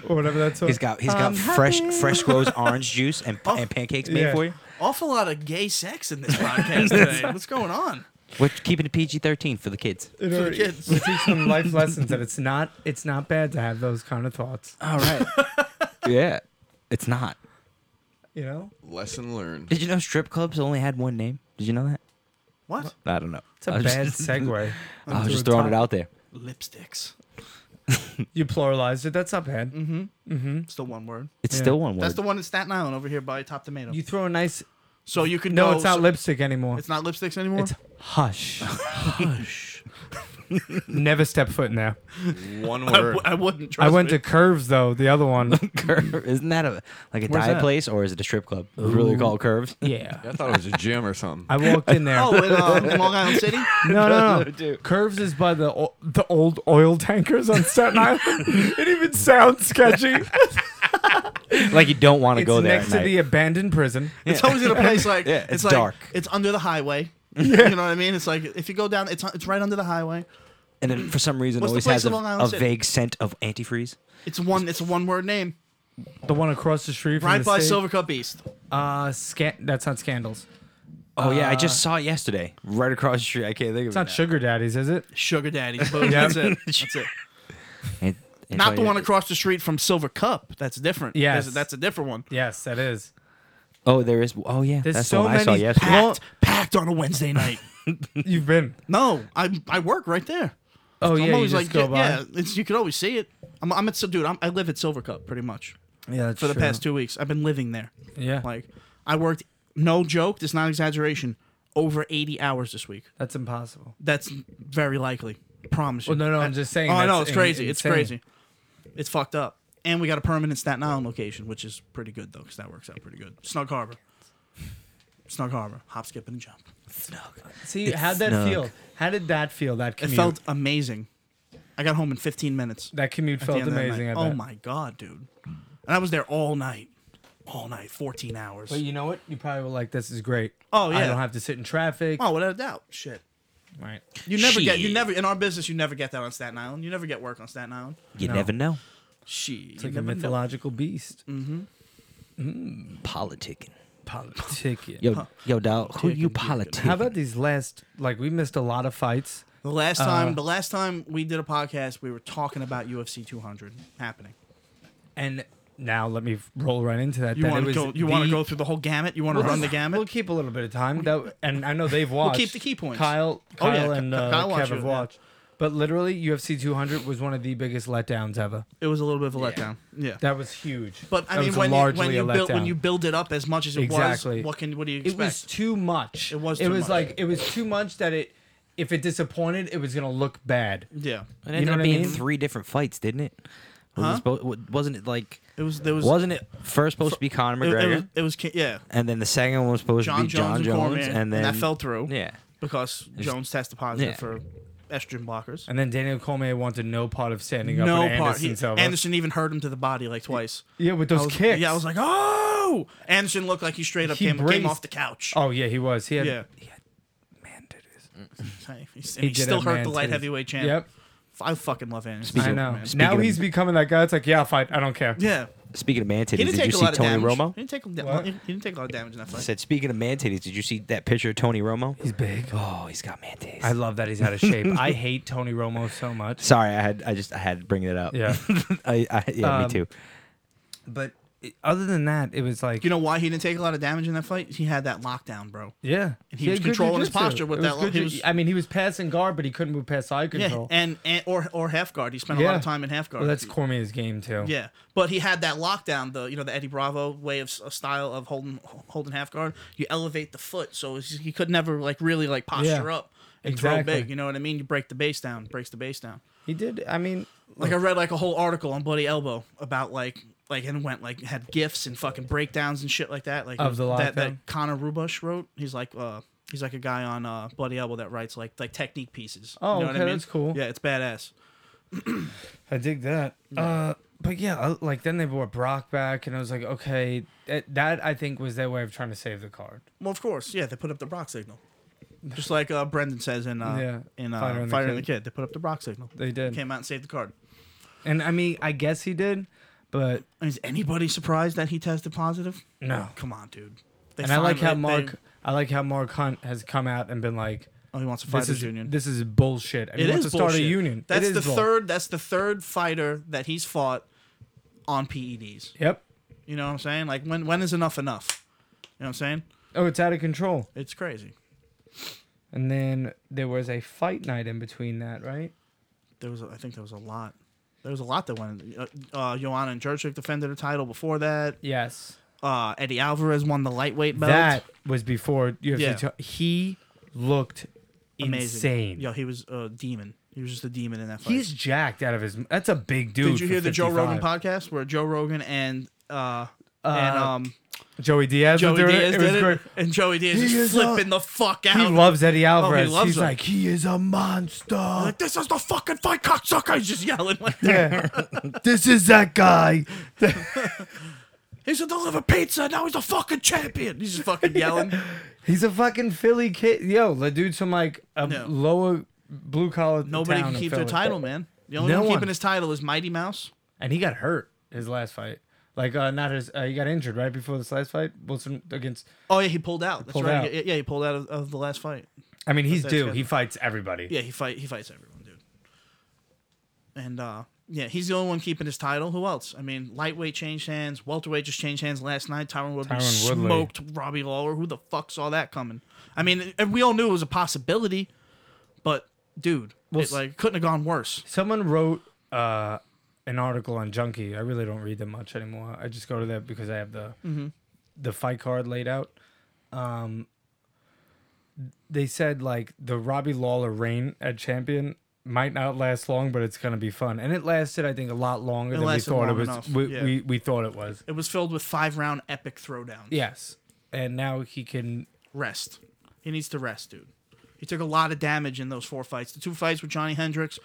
Speaker 2: or whatever that's.
Speaker 3: He's got he's
Speaker 4: Um,
Speaker 3: got fresh fresh grows orange juice and, and pancakes made
Speaker 2: Yeah.
Speaker 3: for you.
Speaker 4: Awful lot of gay sex in this podcast today. What's going on?
Speaker 3: Which keeping it PG thirteen for the kids.
Speaker 2: You know,
Speaker 4: For kids.
Speaker 2: we teach them life lessons that it's not it's not bad to have those kind of thoughts.
Speaker 4: Uh,
Speaker 3: All right. yeah. It's not.
Speaker 2: You know,
Speaker 1: Lesson learned.
Speaker 3: Did you know strip clubs only had one name? Did you know that?
Speaker 4: What?
Speaker 3: I don't know.
Speaker 2: it's a
Speaker 3: I was
Speaker 2: bad
Speaker 3: just-
Speaker 2: segue.
Speaker 3: I was
Speaker 2: into
Speaker 3: just
Speaker 2: a
Speaker 3: throwing it
Speaker 2: top-
Speaker 3: out there.
Speaker 4: Lipsticks.
Speaker 2: You pluralized it. That's not bad.
Speaker 4: Mm-hmm. Still one word.
Speaker 3: It's
Speaker 2: Yeah.
Speaker 3: still one word.
Speaker 4: That's the one in Staten Island over here by Top Tomato.
Speaker 2: You throw a nice.
Speaker 4: so you can
Speaker 2: No,
Speaker 4: go-
Speaker 2: it's not
Speaker 4: so-
Speaker 2: lipstick anymore.
Speaker 4: It's not lipsticks anymore.
Speaker 2: It's hush. hush. Never step foot in there.
Speaker 1: One
Speaker 4: I,
Speaker 1: word.
Speaker 4: w- I wouldn't. Trust
Speaker 2: I went
Speaker 4: me.
Speaker 2: to Curves though. The other one.
Speaker 3: Curve. Isn't that a like a
Speaker 4: Where's
Speaker 3: dive
Speaker 4: that?
Speaker 3: place or is it a strip club? It's really called curves.
Speaker 2: yeah.
Speaker 1: I thought it was a gym or something.
Speaker 2: I walked in there.
Speaker 4: Oh, in, um, in Long Island City.
Speaker 2: No, no, no. Curves is by the o- the old oil tankers on Staten Island. it even sounds sketchy.
Speaker 3: like you don't want to
Speaker 2: it's
Speaker 3: go there.
Speaker 2: next
Speaker 3: at
Speaker 2: to
Speaker 3: night.
Speaker 2: the uh, abandoned prison.
Speaker 4: It's always in a place like
Speaker 3: Yeah,
Speaker 4: it's,
Speaker 3: it's
Speaker 4: like,
Speaker 3: dark.
Speaker 4: It's under the highway. You know what I mean? It's like if you go down, it's it's right under the highway.
Speaker 3: and then for some reason
Speaker 4: What's the
Speaker 3: always
Speaker 4: place
Speaker 3: has
Speaker 4: in
Speaker 3: a,
Speaker 4: Long Island
Speaker 3: a
Speaker 4: City?
Speaker 3: vague scent of antifreeze.
Speaker 4: It's one. It's a one word name.
Speaker 2: The one across the street from
Speaker 4: Right
Speaker 2: the
Speaker 4: by
Speaker 2: state.
Speaker 4: Silver Cup East.
Speaker 2: Uh, scan. That's not scandals.
Speaker 3: Oh yeah, I just saw it yesterday, right across the street. I can't think of
Speaker 2: It's not sugar daddies, is it?
Speaker 4: Sugar Daddies. Boom, That's it. That's it.
Speaker 3: it. It-
Speaker 4: Not the
Speaker 3: it-
Speaker 4: one across the street from Silver Cup. That's different.
Speaker 2: Yes.
Speaker 4: There's- that's a different one.
Speaker 2: Yes, that is.
Speaker 3: Oh, there is. Oh yeah,
Speaker 2: There's
Speaker 3: that's
Speaker 2: so
Speaker 3: the one I saw
Speaker 2: many
Speaker 3: yesterday.
Speaker 2: Well-
Speaker 4: Packed, packed on a Wednesday night.
Speaker 2: You've been.
Speaker 4: No, I I work right there.
Speaker 2: Oh
Speaker 4: I'm
Speaker 2: yeah, you
Speaker 4: always
Speaker 2: just
Speaker 4: like,
Speaker 2: go
Speaker 4: yeah,
Speaker 2: by.
Speaker 4: yeah, it's, you could always see it. I'm, I'm at, so dude, I'm, I live at Silver Cup pretty much
Speaker 2: Yeah, that's
Speaker 4: for the past two weeks. I've been living there.
Speaker 2: Yeah,
Speaker 4: Like, I worked, no joke, that's not exaggeration, over 80 hours this week.
Speaker 2: that's impossible.
Speaker 4: That's very likely. Promise you.
Speaker 2: Well, no, no, I'm just saying.
Speaker 4: oh, I
Speaker 2: that's
Speaker 4: know, it's
Speaker 2: in-
Speaker 4: crazy. It's
Speaker 2: insane.
Speaker 4: crazy. It's fucked up. And we got a permanent Staten Island location, which is pretty good, though, because that works out pretty good. Snug Harbor. Snug Harbor. Hop, skip, and a jump.
Speaker 2: See, how'd that
Speaker 3: snug.
Speaker 2: feel? How did that feel? That
Speaker 4: It
Speaker 2: commute.
Speaker 4: felt amazing. I got home in 15 minutes.
Speaker 2: that commute
Speaker 4: at the
Speaker 2: felt
Speaker 4: end of that
Speaker 2: amazing.
Speaker 4: night.
Speaker 2: I
Speaker 4: Oh
Speaker 2: bet.
Speaker 4: my god, dude! And I was there all night, all night, fourteen hours.
Speaker 2: But you know what? You probably were like, "This is great."
Speaker 4: Oh,
Speaker 2: I
Speaker 4: yeah.
Speaker 2: don't have to sit in traffic.
Speaker 4: oh, without a doubt, shit.
Speaker 2: Right.
Speaker 4: You never get, you
Speaker 3: Shit.
Speaker 4: never in our business, you never get that on Staten Island. You never get work on Staten Island.
Speaker 3: You
Speaker 2: No.
Speaker 3: never know.
Speaker 4: She,
Speaker 2: It's like a mythological beast.
Speaker 3: Politicking.
Speaker 2: Politicking.
Speaker 3: Yo, yo, dog. Who you politicking?
Speaker 2: How about these last? Like we missed a lot of fights.
Speaker 4: The last time,
Speaker 2: Uh,
Speaker 4: the last time we did a podcast, we were talking about UFC 200 happening.
Speaker 2: And now let me roll right into that.
Speaker 4: You
Speaker 2: that it
Speaker 4: want to
Speaker 2: was
Speaker 4: go? You want to
Speaker 2: the-
Speaker 4: go through the whole gamut? You want to
Speaker 2: We'll
Speaker 4: run the
Speaker 2: just- We'll
Speaker 4: gamut?
Speaker 2: keep a little bit of time. That, and I know they've watched.
Speaker 4: keep the key points.
Speaker 2: Kyle,
Speaker 4: Oh, yeah,
Speaker 2: Kyle, and
Speaker 4: Ky-
Speaker 2: uh,
Speaker 4: Kyle watched
Speaker 2: Kev have
Speaker 4: it, yeah.
Speaker 2: watched. But literally, UFC 200 was one of the biggest letdowns ever.
Speaker 4: It was a little bit of a letdown. Yeah.
Speaker 2: That was huge.
Speaker 4: But I
Speaker 2: That
Speaker 4: mean,
Speaker 2: was
Speaker 4: when you,
Speaker 2: largely
Speaker 4: when
Speaker 2: a
Speaker 4: you build when
Speaker 2: letdown.
Speaker 4: you build it up as much as it
Speaker 2: Exactly.
Speaker 4: was, what can what do you
Speaker 2: it
Speaker 4: expect?
Speaker 2: was too much.
Speaker 4: It was
Speaker 2: it
Speaker 4: too
Speaker 2: was
Speaker 4: much.
Speaker 2: like it was too much that it, if it disappointed, it was gonna look bad.
Speaker 4: yeah,
Speaker 3: It ended
Speaker 2: know
Speaker 3: up
Speaker 2: what I
Speaker 3: being
Speaker 2: mean?
Speaker 3: three different fights, didn't it? Was
Speaker 4: Huh?
Speaker 3: it supposed, wa- wasn't it like?
Speaker 4: it was there was
Speaker 3: Was, not it first supposed to be Conor
Speaker 4: It,
Speaker 3: McGregor,
Speaker 4: it was, it was Ki- yeah,
Speaker 3: and then the second one was supposed
Speaker 4: John
Speaker 3: to be
Speaker 4: Jones
Speaker 3: John
Speaker 4: and
Speaker 3: Jones,
Speaker 4: Cormier,
Speaker 3: and then
Speaker 4: that fell through.
Speaker 3: Yeah,
Speaker 4: because Jones tested positive
Speaker 3: yeah.
Speaker 4: for estrogen blockers.
Speaker 2: And then Daniel Cormier wanted no part of standing up.
Speaker 4: no
Speaker 2: and
Speaker 4: part.
Speaker 2: Anderson
Speaker 4: He-
Speaker 2: Silva.
Speaker 4: Anderson even hurt him to the body like twice.
Speaker 2: Yeah, with
Speaker 4: I
Speaker 2: those
Speaker 4: was-
Speaker 2: kicks.
Speaker 4: Yeah, I was like, oh! Anderson looked like he straight up
Speaker 2: He
Speaker 4: came, came
Speaker 2: braced.
Speaker 4: off the couch.
Speaker 2: oh yeah, he was. He had.
Speaker 4: yeah.
Speaker 2: Man, did his-
Speaker 4: Hey, He,
Speaker 2: He
Speaker 4: he,
Speaker 2: did
Speaker 4: still
Speaker 2: have
Speaker 4: hurt
Speaker 2: man
Speaker 4: the light
Speaker 2: titties.
Speaker 4: heavyweight champ.
Speaker 2: Yep.
Speaker 4: I fucking love Anderson.
Speaker 3: Speaking
Speaker 2: I
Speaker 3: of-
Speaker 2: know.
Speaker 3: speaking
Speaker 2: Now
Speaker 3: of-
Speaker 2: he's becoming that guy. It's like, yeah, I'll fight. I don't care.
Speaker 4: Yeah.
Speaker 3: Speaking of man
Speaker 4: He
Speaker 3: titties,
Speaker 4: didn't
Speaker 3: did you
Speaker 4: take a
Speaker 3: see
Speaker 4: lot of
Speaker 3: Tony
Speaker 4: damage.
Speaker 3: Romo?
Speaker 4: He didn't take, a-
Speaker 2: What?
Speaker 4: he didn't take a lot of damage in that
Speaker 3: I
Speaker 4: fight.
Speaker 3: said, speaking of man titties, did you see that picture of Tony Romo?
Speaker 2: He's big.
Speaker 3: Oh, he's got man titties.
Speaker 2: I love that he's out of shape. I hate Tony Romo so much.
Speaker 3: Sorry, I had I just I had to bring that up.
Speaker 2: Yeah.
Speaker 3: I, I yeah,
Speaker 2: Um,
Speaker 3: me too.
Speaker 2: But other than that, it was like
Speaker 4: You know why he didn't take a lot of damage in that fight? He had that lockdown, bro.
Speaker 2: yeah,
Speaker 4: And he was
Speaker 2: had good
Speaker 4: controlling his
Speaker 2: jujitsu.
Speaker 4: posture with
Speaker 2: It was
Speaker 4: that-
Speaker 2: good
Speaker 4: he
Speaker 2: ju-
Speaker 4: was-
Speaker 2: I mean, he was passing guard, but he couldn't move past eye
Speaker 4: Yeah,
Speaker 2: control.
Speaker 4: and, and or or half guard. He spent a lot
Speaker 2: Yeah.
Speaker 4: of time in half guard.
Speaker 2: well, that's Cormier's game too.
Speaker 4: Yeah, but he had that lockdown, the you know the Eddie Bravo way of s- style of holding holding half guard. You elevate the foot, so it's- he could never like really like posture
Speaker 2: Yeah,
Speaker 4: up and
Speaker 2: exactly.
Speaker 4: throw big. You know what I mean? You break the base down, breaks the base down.
Speaker 2: he did. I mean,
Speaker 4: Like I read like a whole article on Bloody Elbow about like like and went like had gifts and fucking breakdowns and shit like that. Like
Speaker 2: Of the
Speaker 4: that,
Speaker 2: lockdown?
Speaker 4: that Connor Rubush wrote. He's like uh he's like a guy on uh Bloody Elbow that writes like like technique pieces.
Speaker 2: Oh,
Speaker 4: you know what I
Speaker 2: okay,
Speaker 4: mean?
Speaker 2: that's cool.
Speaker 4: Yeah, it's badass.
Speaker 2: I dig that. Uh, but yeah, I- like then they brought Brock back, and I was like, okay, that, that I think was their way of trying to save the card.
Speaker 4: Well, of course, yeah. They put up the Brock signal, just like uh, Brendan says in uh,
Speaker 2: Yeah,
Speaker 4: in uh,
Speaker 2: Fighter
Speaker 4: Fighter,
Speaker 2: and
Speaker 4: and
Speaker 2: the
Speaker 4: the Kid. They put up the Brock signal.
Speaker 2: They did,
Speaker 4: Came out and saved the card.
Speaker 2: and I mean, I guess he did, but
Speaker 4: I mean, is anybody surprised that he tested positive?
Speaker 2: no.
Speaker 4: Come on, dude. They
Speaker 2: And I like how
Speaker 4: finally- they-
Speaker 2: Mark, I like how Mark Hunt has come out and been like,
Speaker 4: oh, he wants to fight
Speaker 2: this
Speaker 4: his
Speaker 2: is
Speaker 4: union.
Speaker 2: this is bullshit. And he
Speaker 4: it is
Speaker 2: wants to start a
Speaker 4: bullshit.
Speaker 2: union.
Speaker 4: That's
Speaker 2: It is
Speaker 4: the
Speaker 2: bull-
Speaker 4: third. That's the third fighter that he's fought on PEDs.
Speaker 2: Yep.
Speaker 4: You know what I'm saying? Like when when is enough enough? You know what I'm saying?
Speaker 2: Oh, it's out of control.
Speaker 4: It's crazy.
Speaker 2: And then there was a fight night in between that, right?
Speaker 4: there was a, I think there was a lot. There was a lot that went. in. Uh, uh, Joanna and Jurchik defended her title before that.
Speaker 2: Yes.
Speaker 4: Uh, Eddie Alvarez won the lightweight belt.
Speaker 2: That was before UFC.
Speaker 4: Yeah.
Speaker 2: to- he looked
Speaker 4: Amazing.
Speaker 2: insane.
Speaker 4: Yo, he was a demon. He was just a demon in that fight.
Speaker 2: He's jacked out of his. That's a big dude.
Speaker 4: Did you
Speaker 2: for
Speaker 4: hear the Joe
Speaker 2: 55.
Speaker 4: Rogan podcast where Joe Rogan and uh, and um
Speaker 2: Joey Diaz.
Speaker 4: Joey
Speaker 2: was doing
Speaker 4: Diaz
Speaker 2: it. It
Speaker 4: did
Speaker 2: was
Speaker 4: it,
Speaker 2: great. uh,
Speaker 4: and Joey Diaz
Speaker 5: He
Speaker 4: is,
Speaker 5: is
Speaker 4: flipping the fuck out.
Speaker 2: He loves Eddie Alvarez.
Speaker 4: Oh, loves
Speaker 2: He's
Speaker 4: him.
Speaker 2: like,
Speaker 5: He is a monster.
Speaker 4: like this is the fucking fight, cocksucker! He's just yelling. Like,
Speaker 2: yeah,
Speaker 5: this is that guy.
Speaker 4: he used to deliver pizza. Now he's a fucking champion. He's just fucking yelling.
Speaker 2: he's a fucking Philly kid. Yo, the dude's from like a
Speaker 4: No.
Speaker 2: lower blue collar.
Speaker 4: Nobody
Speaker 2: town
Speaker 4: can
Speaker 2: in
Speaker 4: keep their
Speaker 2: Philly.
Speaker 4: title, man. The only
Speaker 2: No
Speaker 4: one
Speaker 2: one.
Speaker 4: keeping his title is Mighty Mouse.
Speaker 2: And he got hurt his last fight. Like, uh, not his. Uh, he got injured right before this last fight. Wilson against.
Speaker 4: Oh yeah, he pulled out. That's
Speaker 2: pulled
Speaker 4: right.
Speaker 2: out.
Speaker 4: Yeah, yeah, he pulled out of, of the last fight.
Speaker 2: I mean, he's
Speaker 4: That's
Speaker 2: due.
Speaker 4: good.
Speaker 2: He fights everybody.
Speaker 4: Yeah, he fight he fights everyone, dude. And uh yeah, he's the only one keeping his title. Who else? I mean, lightweight changed hands. Welterweight just changed hands last night. Tyron Woodley
Speaker 2: Tyron Woodley.
Speaker 4: smoked Robbie Lawler. Who the fuck saw that coming? I mean, and we all knew it was a possibility, but dude, it,
Speaker 2: s-
Speaker 4: like couldn't have gone worse.
Speaker 2: Someone wrote uh, an article on Junkie. I really don't read them much anymore. I just go to that because I have the
Speaker 4: Mm-hmm.
Speaker 2: the fight card laid out. Um, they said like the Robbie Lawler reign at champion might not last long, but it's gonna be fun, and it lasted I think a lot longer
Speaker 4: It
Speaker 2: than we
Speaker 4: lasted
Speaker 2: thought it
Speaker 4: long
Speaker 2: was.
Speaker 4: enough,
Speaker 2: We,
Speaker 4: yeah.
Speaker 2: we we thought it was.
Speaker 4: It was filled with five round epic throwdowns.
Speaker 2: Yes, and now he can.
Speaker 4: rest. He needs to rest, dude. He took a lot of damage in those four fights. The two fights with Johnny Hendricks,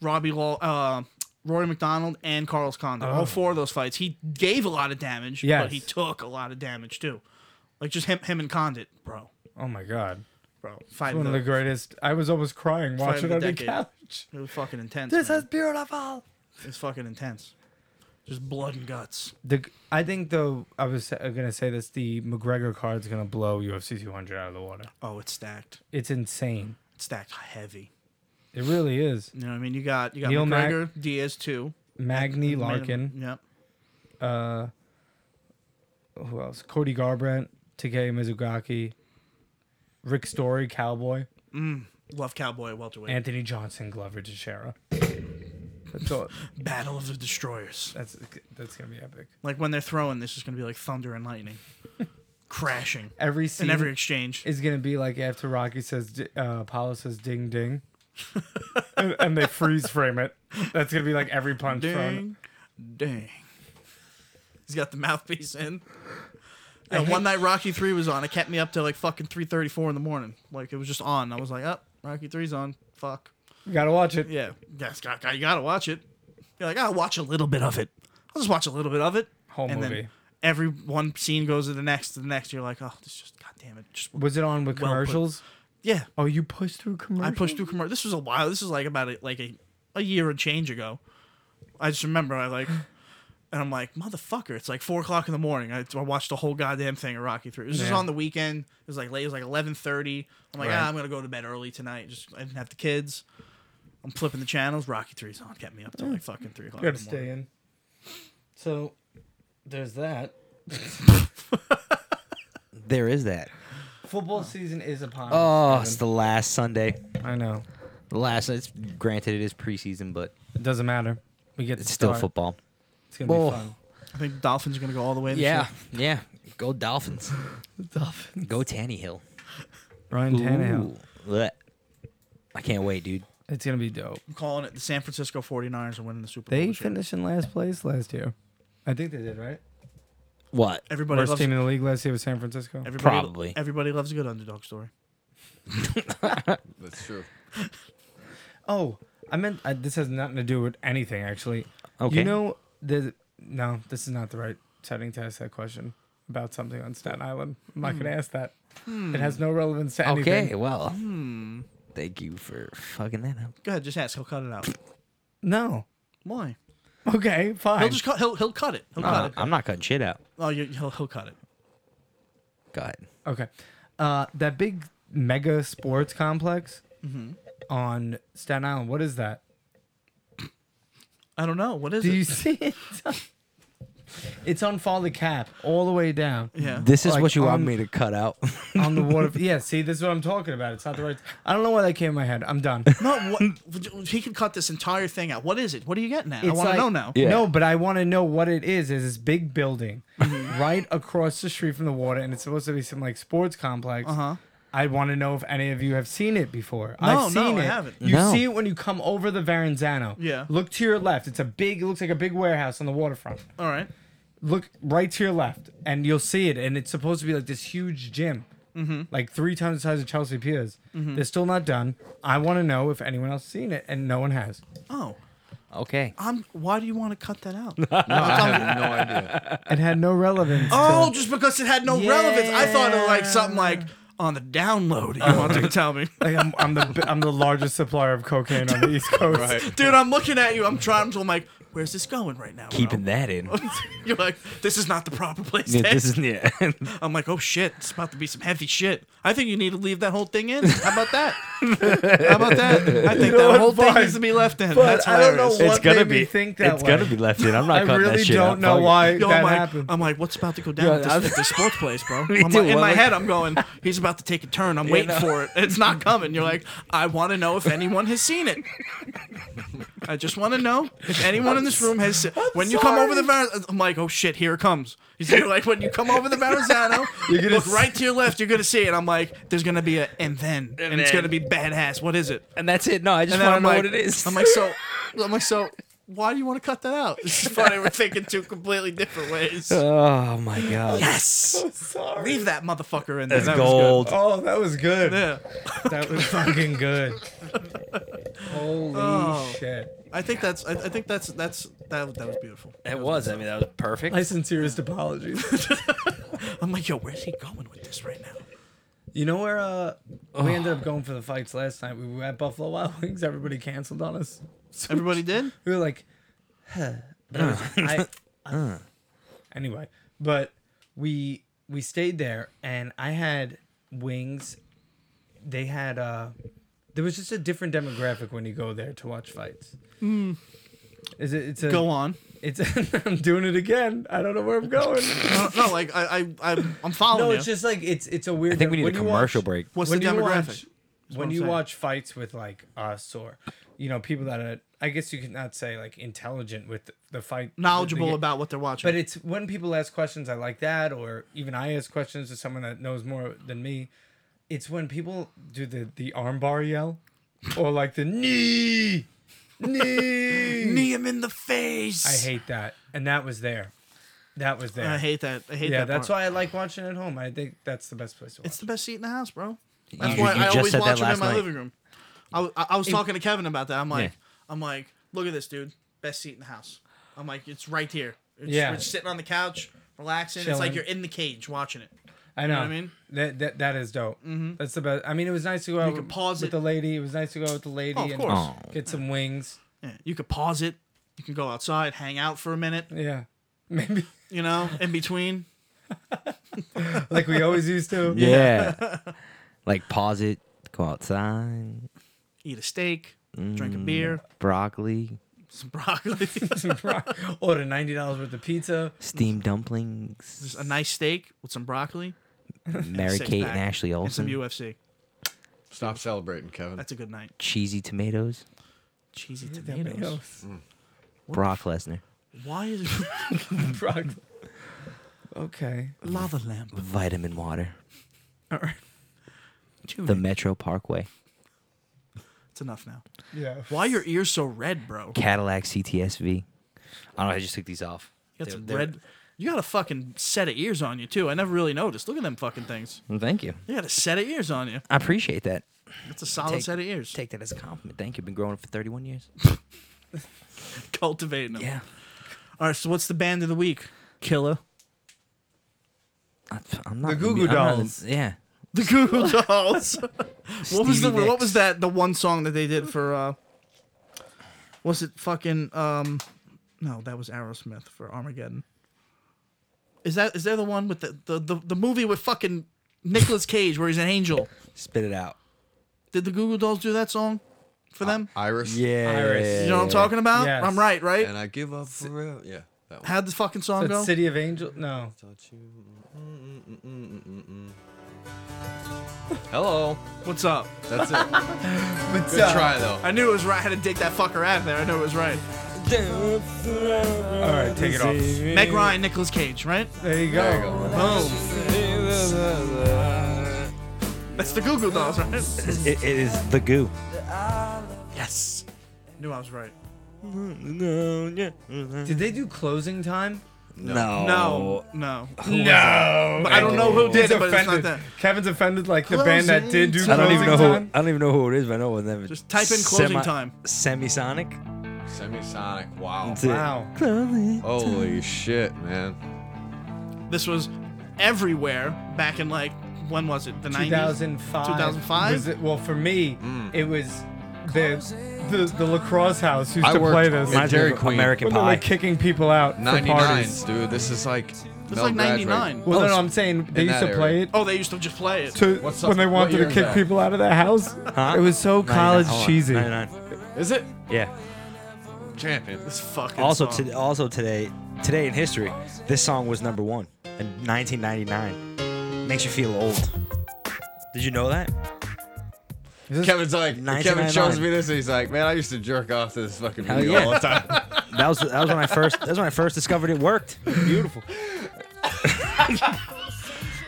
Speaker 4: Robbie Law, uh, Rory McDonald, and Carlos Condon. All four of those fights, he gave a lot of damage,
Speaker 2: Oh. Yes.
Speaker 4: but he took a lot of damage too. Like just him, him and Condit, bro,
Speaker 2: Oh my god,
Speaker 4: bro, fight
Speaker 2: one of
Speaker 4: of the,
Speaker 2: the greatest. I was almost crying
Speaker 4: Fight of
Speaker 2: watching
Speaker 4: the
Speaker 2: on the
Speaker 4: decade.
Speaker 2: couch.
Speaker 4: It was fucking intense.
Speaker 5: This
Speaker 4: man.
Speaker 5: is beautiful.
Speaker 4: it's fucking intense. Just blood and guts.
Speaker 2: The I think though I was sa- gonna say this the McGregor card's gonna blow UFC 200 out of the water.
Speaker 4: Oh, it's stacked.
Speaker 2: It's insane.
Speaker 4: It's stacked heavy.
Speaker 2: It really is.
Speaker 4: You know what I mean? You got you got
Speaker 2: Neil Mac-
Speaker 4: McGregor, Diaz too.
Speaker 2: Magni Larkin,
Speaker 4: Yep.
Speaker 2: uh, who else? Cody Garbrandt, Takei Mizugaki, Rick Story, Cowboy,
Speaker 4: Love Cowboy welterweight.
Speaker 2: Anthony Johnson, Glover Teixeira. That's all,
Speaker 4: Battle of the Destroyers.
Speaker 2: that's that's gonna be epic.
Speaker 4: Like when they're throwing, this is going to be like thunder and lightning, crashing
Speaker 2: Every scene
Speaker 4: in every exchange.
Speaker 2: is gonna be like after Rocky says di- uh, Apollo says ding ding, and, and they freeze frame it. That's gonna be like every punch thrown.
Speaker 4: Dang, dang. He's got the mouthpiece in. Yeah, one night Rocky Three was on. It kept me up till like fucking three thirty four in the morning. Like it was just on. I was like, up, oh, Rocky Three's on. Fuck.
Speaker 2: You gotta watch it.
Speaker 4: Yeah, yes, got, got, you gotta watch it. You're like, I'll watch a little bit of it. I'll just watch a little bit of it.
Speaker 2: Whole
Speaker 4: and
Speaker 2: movie.
Speaker 4: Then every one scene goes to the next, to the next. You're like, oh, this just, god damn it. Just,
Speaker 2: Was it on with
Speaker 4: Well put.
Speaker 2: commercials?
Speaker 4: yeah,
Speaker 2: Oh, you pushed through commercials.
Speaker 4: I pushed through commercial. This was a while. This is like about a, like a, a year and change ago. I just remember I like, and I'm like, motherfucker! It's like four o'clock in the morning. I, I watched the whole goddamn thing of Rocky Three. It was just
Speaker 2: Yeah.
Speaker 4: on the weekend. It was like late. It was like eleven thirty. I'm like,
Speaker 2: Right.
Speaker 4: ah, I'm gonna go to bed early tonight. Just I didn't have the kids. I'm flipping the channels. Rocky Three's on. Kept me up till like fucking three o'clock.
Speaker 2: You gotta
Speaker 4: in the morning.
Speaker 2: stay in. So, There's that.
Speaker 3: There is that.
Speaker 2: Football season is upon us.
Speaker 3: Oh, it's the last Sunday.
Speaker 2: I know.
Speaker 3: The last. It's granted it is preseason, but
Speaker 2: It doesn't matter. We get to
Speaker 3: it's still
Speaker 2: start.
Speaker 3: football.
Speaker 2: It's gonna
Speaker 3: Oh.
Speaker 2: be fun.
Speaker 4: I think Dolphins are gonna go all the way. This
Speaker 3: Yeah,
Speaker 4: year.
Speaker 3: yeah. Go Dolphins. Dolphins. Go Tanny Hill.
Speaker 2: Ryan Tannehill.
Speaker 3: I can't wait, dude.
Speaker 2: It's gonna be dope.
Speaker 4: I'm calling it. The San Francisco 49ers are winning the Super Bowl.
Speaker 2: They
Speaker 4: this year.
Speaker 2: finished in last place last year. I think they did, right?
Speaker 3: What?
Speaker 4: Everybody
Speaker 2: Worst
Speaker 4: loves
Speaker 2: team in the league last year was San Francisco.
Speaker 4: everybody,
Speaker 3: Probably.
Speaker 4: Everybody loves a good underdog story.
Speaker 1: That's true.
Speaker 2: Oh, I meant I, this has nothing to do with anything actually.
Speaker 3: Okay.
Speaker 2: You know the no, this is not the right setting to ask that question about something on Staten Island. I'm not gonna
Speaker 4: Hmm.
Speaker 2: ask that. It has no relevance to
Speaker 3: okay.
Speaker 2: anything.
Speaker 3: Well. Thank you for fucking that up.
Speaker 4: Go ahead, just ask. He'll cut it out.
Speaker 2: No.
Speaker 4: Why?
Speaker 2: Okay,
Speaker 4: He'll
Speaker 2: fine.
Speaker 4: just cut. He'll he'll cut it. He'll
Speaker 3: Uh,
Speaker 4: cut it.
Speaker 3: I'm not cutting shit out.
Speaker 4: Oh, you, he'll he'll cut it.
Speaker 3: Go ahead.
Speaker 2: Okay. Uh, that big mega sports complex
Speaker 4: Mm-hmm.
Speaker 2: on Staten Island. What is that?
Speaker 4: I don't know. What is
Speaker 2: Do
Speaker 4: it?
Speaker 2: you see it? it's on Fall the Cap all the way down
Speaker 4: yeah.
Speaker 3: This is
Speaker 2: Like,
Speaker 3: what you want
Speaker 2: um,
Speaker 3: me to cut out.
Speaker 2: on the water. Yeah, see, this is what I'm talking about. It's not the right. I don't know why that came in my head. I'm done.
Speaker 4: no. What? He can cut this entire thing out. What is it? What are you getting at? I
Speaker 2: It's
Speaker 4: want to
Speaker 2: like-
Speaker 4: know now.
Speaker 3: Yeah.
Speaker 2: No, but I want to know what it is. Is this big building
Speaker 4: Mm-hmm.
Speaker 2: right across the street from the water, and it's supposed to be some like sports complex. Uh
Speaker 4: Uh-huh.
Speaker 2: I want to know if any of you have seen it before.
Speaker 4: No,
Speaker 2: I've
Speaker 4: no,
Speaker 2: seen
Speaker 4: I
Speaker 2: it.
Speaker 4: haven't.
Speaker 2: You
Speaker 3: No.
Speaker 2: see it when you come over the Veranzano.
Speaker 4: Yeah.
Speaker 2: Look to your left. It's a big. It looks like a big warehouse on the waterfront.
Speaker 4: All right.
Speaker 2: Look right to your left, and you'll see it. And it's supposed to be like this huge gym,
Speaker 4: Mm-hmm.
Speaker 2: like three times the size of Chelsea Piers. They're still not done. I want to know if anyone else has seen it, and no one has.
Speaker 4: Oh,
Speaker 3: okay.
Speaker 4: I'm. Why do you want to cut that out?
Speaker 1: No, I have no idea.
Speaker 2: It had no relevance. to-
Speaker 4: oh, just because it had no relevance. I thought it like something like on the download.
Speaker 3: Oh,
Speaker 4: You want to tell me?
Speaker 2: Like, I'm, I'm the bi- I'm the largest supplier of cocaine on the East Coast.
Speaker 4: Dude, I'm looking at you. I'm trying to. I'm like, where's this going right now?
Speaker 3: Keeping that in.
Speaker 4: You're like, this is not the proper place.
Speaker 3: Yeah,
Speaker 4: to
Speaker 3: this is yeah.
Speaker 4: I'm like, oh shit, it's about to be some heavy shit. I think you need to leave that whole thing in. How about that? How about that? I think that
Speaker 2: what?
Speaker 4: whole thing
Speaker 2: Fine.
Speaker 4: needs to be left in.
Speaker 2: Fine.
Speaker 4: That's
Speaker 2: I don't
Speaker 4: hilarious.
Speaker 2: know
Speaker 3: it's
Speaker 2: What
Speaker 3: gonna
Speaker 2: made me
Speaker 3: be.
Speaker 2: think that
Speaker 3: it's
Speaker 2: way?
Speaker 3: gonna be left in. I'm
Speaker 2: I
Speaker 3: not cutting
Speaker 2: really
Speaker 3: that shit out.
Speaker 2: don't know
Speaker 3: Fuck it.
Speaker 2: why
Speaker 4: Yo,
Speaker 2: that
Speaker 4: I'm, like,
Speaker 2: happened.
Speaker 4: I'm like, what's about to go down
Speaker 3: Yeah,
Speaker 4: at, this,
Speaker 3: I'm-
Speaker 4: at this sports place, bro? I'm
Speaker 3: Me
Speaker 4: like-
Speaker 3: too,
Speaker 4: in
Speaker 3: well,
Speaker 4: my
Speaker 3: like-
Speaker 4: head, I'm going, he's about to take a turn. I'm waiting
Speaker 3: no.
Speaker 4: for it. It's not coming. You're like, I want to know if anyone has seen it. I just want to know if anyone in this room has. se- when you come over the Mar- I'm like, oh shit, here it comes. He's you're like, when you come over the Marizano,
Speaker 2: You're gonna
Speaker 4: look
Speaker 2: s-
Speaker 4: right to your left, you're gonna see it. I'm like, there's gonna be a and then and, it's
Speaker 3: then.
Speaker 4: gonna be badass. What is it?
Speaker 3: And that's it. No, I just
Speaker 4: And
Speaker 3: want
Speaker 4: then
Speaker 3: to
Speaker 4: I'm
Speaker 3: know
Speaker 4: like,
Speaker 3: what it is.
Speaker 4: I'm like, so, I'm like, so, why do you want to cut that out? It's funny. We're thinking two completely different ways.
Speaker 3: oh my god.
Speaker 4: Yes.
Speaker 2: Sorry.
Speaker 4: Leave that motherfucker in there.
Speaker 3: That's
Speaker 4: That was
Speaker 3: gold.
Speaker 2: Oh, that was good.
Speaker 4: good. Yeah.
Speaker 2: That was fucking good. Holy
Speaker 4: Oh.
Speaker 2: shit!
Speaker 4: I think that's. I, I think that's. That's that. That was beautiful.
Speaker 3: It was. I mean, that was perfect.
Speaker 2: My sincerest apologies.
Speaker 4: I'm like, yo, where's he going with this right now?
Speaker 2: You know where uh, we ended up going for the fights last night? We were at Buffalo Wild Wings. Everybody canceled on us. So
Speaker 4: Everybody did.
Speaker 2: we were like, huh. But it was-
Speaker 3: Uh.
Speaker 2: I- I- anyway, but we we stayed there, and I had wings. They had uh, there was just a different demographic when you go there to watch fights. Is it? It's a
Speaker 4: Mm. Go on.
Speaker 2: It's I'm doing it again. I don't know where I'm going.
Speaker 4: No, no, like I, I, I'm, I'm following
Speaker 2: no,
Speaker 4: you.
Speaker 2: it's just like it's it's a weird.
Speaker 3: I think we need
Speaker 2: when
Speaker 3: a
Speaker 2: you
Speaker 3: commercial
Speaker 2: watch-
Speaker 3: break.
Speaker 4: What's
Speaker 2: when
Speaker 4: the
Speaker 2: you
Speaker 4: demographic?
Speaker 2: watch-
Speaker 4: That's what
Speaker 2: when
Speaker 4: I'm
Speaker 2: you
Speaker 4: saying.
Speaker 2: watch fights with like us or you know people that are i guess you could not say like intelligent with the fight
Speaker 4: knowledgeable
Speaker 2: the-
Speaker 4: about what they're watching.
Speaker 2: but it's when people ask questions i like that or even i ask questions to someone that knows more than me it's when people do the the armbar yell or like the knee knee
Speaker 4: knee him in the face.
Speaker 2: i hate that and that was there that was there
Speaker 4: I hate that. I hate
Speaker 2: yeah
Speaker 4: that.
Speaker 2: that's
Speaker 4: part.
Speaker 2: why i like watching at home i think that's the best place to watch
Speaker 4: It's the best seat in the house, bro. That's
Speaker 3: you-
Speaker 4: why
Speaker 3: you
Speaker 4: I
Speaker 3: just
Speaker 4: always
Speaker 3: said that
Speaker 4: watch him in
Speaker 3: last
Speaker 4: my
Speaker 3: night.
Speaker 4: living room. I, w- I- I was talking to Kevin about that. I'm like,
Speaker 3: Yeah.
Speaker 4: I'm like, look at this, dude. Best seat in the house. I'm like, it's right here. It's,
Speaker 2: Yeah.
Speaker 4: We're just sitting on the couch, relaxing. It's
Speaker 2: Chilling.
Speaker 4: like you're in the cage watching it.
Speaker 2: I know.
Speaker 4: what I mean? Mm-hmm.
Speaker 2: that that that is dope. That's the best. I mean, it was nice to go out
Speaker 4: could
Speaker 2: with-
Speaker 4: pause
Speaker 2: with
Speaker 4: it.
Speaker 2: the lady. It was nice to go out with the lady
Speaker 4: Oh, of
Speaker 2: and
Speaker 4: course.
Speaker 3: Oh.
Speaker 2: get some wings.
Speaker 4: Yeah. You could pause it. You can go outside, hang out for a minute,
Speaker 2: Yeah, maybe
Speaker 4: you know, in between.
Speaker 2: like we always used to.
Speaker 3: Yeah. like pause it. Go outside. Mm.
Speaker 4: Eat a steak, drink a beer,
Speaker 3: Broccoli.
Speaker 4: Some broccoli.
Speaker 2: Order ninety dollars worth of pizza.
Speaker 3: Steamed dumplings.
Speaker 4: Just a nice steak with some broccoli
Speaker 3: Mary
Speaker 4: six
Speaker 3: Kate
Speaker 4: pack
Speaker 3: and Ashley
Speaker 4: and some
Speaker 3: Olsen.
Speaker 4: UFC.
Speaker 1: Stop celebrating, Kevin.
Speaker 4: That's a good night.
Speaker 3: Cheesy tomatoes.
Speaker 4: Cheesy tomatoes.
Speaker 2: Tomatoes.
Speaker 3: Brock Lesnar.
Speaker 4: Why is
Speaker 2: Broccoli. Okay.
Speaker 4: lava lamp?
Speaker 3: Vitamin water.
Speaker 4: All right. Tune
Speaker 3: The
Speaker 4: in.
Speaker 3: Metro Parkway.
Speaker 4: It's enough now.
Speaker 2: Yeah.
Speaker 4: Why are your ears so red, bro? You
Speaker 3: Cadillac CTSV. I don't know. I just took these off.
Speaker 4: got
Speaker 3: They're-
Speaker 4: some
Speaker 3: they're-
Speaker 4: red. You got a fucking set of ears on you too. I never really noticed. Look at them fucking things.
Speaker 3: Well, Thank you.
Speaker 4: You got a set of ears on you.
Speaker 3: I appreciate that.
Speaker 4: That's a solid
Speaker 3: Take-
Speaker 4: set of ears.
Speaker 3: Take that as a compliment. Thank you. Been growing up for 31 years.
Speaker 4: Cultivating them.
Speaker 3: Yeah.
Speaker 4: All right. So what's the band of the week? Killer.
Speaker 3: I, am not
Speaker 5: The Goo
Speaker 3: I'm
Speaker 5: Goo
Speaker 3: not-
Speaker 5: Dolls.
Speaker 3: yeah.
Speaker 4: The Goo Goo Dolls. what was the
Speaker 3: Stevie
Speaker 4: What was
Speaker 3: Nicks.
Speaker 4: that? The one song that they did for. uh Was it fucking? um No, that was Aerosmith for Armageddon. Is that is there the one with the the the, the movie with fucking Nicolas Cage where he's an angel?
Speaker 3: Spit it out.
Speaker 4: Did the Goo Goo Dolls do that song for them?
Speaker 1: Iris.
Speaker 2: Iris.
Speaker 4: you know what I'm talking about?
Speaker 2: Yes.
Speaker 4: I'm right, right?
Speaker 1: And I give up for real. Yeah, that one.
Speaker 4: How'd the fucking song
Speaker 2: So it's
Speaker 4: go?
Speaker 2: City of Angel. No.
Speaker 1: Hello.
Speaker 4: What's up?
Speaker 1: That's it.
Speaker 5: What's
Speaker 1: Good
Speaker 5: up?
Speaker 1: try though.
Speaker 4: I knew it was right. I had to dig that fucker out of there. I knew it was right.
Speaker 2: All right, take it off.
Speaker 4: Meg Ryan, Nicolas Cage, right?
Speaker 2: There you go.
Speaker 1: There you go.
Speaker 4: Boom. That's the Goo Goo Dolls, right?
Speaker 3: It, it is the goo.
Speaker 4: Yes. Knew I was right.
Speaker 2: Did they do closing time?
Speaker 3: No.
Speaker 4: No, no.
Speaker 2: No.
Speaker 4: But I don't know who did
Speaker 2: He's
Speaker 4: it, but it's not
Speaker 2: offended.
Speaker 4: that.
Speaker 2: Kevin's offended like the band that did do
Speaker 3: I
Speaker 2: closing
Speaker 3: don't even know who.
Speaker 2: time.
Speaker 3: I don't even know who it is, but I know one of them.
Speaker 4: Just type in closing time.
Speaker 3: Semisonic.
Speaker 1: Semisonic. Wow.
Speaker 3: That's it.
Speaker 2: Wow.
Speaker 3: Closing.
Speaker 1: Holy shit, man.
Speaker 4: This was everywhere back in like when was it? The nineties.
Speaker 2: 2005.
Speaker 4: 2005?
Speaker 2: Was it, well, for me, it was the, the the lacrosse house used
Speaker 1: I
Speaker 2: to
Speaker 1: worked
Speaker 2: play this.
Speaker 1: in
Speaker 2: When
Speaker 3: Reminds me
Speaker 1: Dairy
Speaker 3: of
Speaker 1: Queen.
Speaker 3: American
Speaker 2: they're
Speaker 3: Pie.
Speaker 2: like kicking people out for
Speaker 1: 99s,
Speaker 2: parties.
Speaker 1: dude. This is like. It's
Speaker 4: It's like ninety nine.
Speaker 2: Well,
Speaker 3: Oh,
Speaker 2: no, no,
Speaker 3: so-
Speaker 2: I'm saying they
Speaker 1: in
Speaker 2: used
Speaker 1: that
Speaker 2: to play
Speaker 1: area.
Speaker 2: it
Speaker 4: Oh, they used to just play it.
Speaker 2: to
Speaker 1: What's up?
Speaker 2: when they
Speaker 1: What
Speaker 2: wanted
Speaker 1: year
Speaker 2: to
Speaker 1: is
Speaker 2: kick
Speaker 1: that?
Speaker 2: people out of their house.
Speaker 3: Huh?
Speaker 2: It was so
Speaker 3: 99.
Speaker 2: college
Speaker 3: Hold on.
Speaker 2: cheesy.
Speaker 3: 99.
Speaker 1: Is it?
Speaker 3: Yeah.
Speaker 1: Champion.
Speaker 4: This fucking
Speaker 3: Also,
Speaker 4: song.
Speaker 3: to, also today, today in history, this song was number one in 1999. Makes you feel old. Did you know that?
Speaker 1: Kevin's like,
Speaker 3: 99.
Speaker 1: Kevin shows me this and he's like, man, I used to jerk off to this fucking
Speaker 3: Hell
Speaker 1: video
Speaker 3: yeah.
Speaker 1: all the time.
Speaker 3: That was that was when I first that was when I first discovered it worked. Beautiful.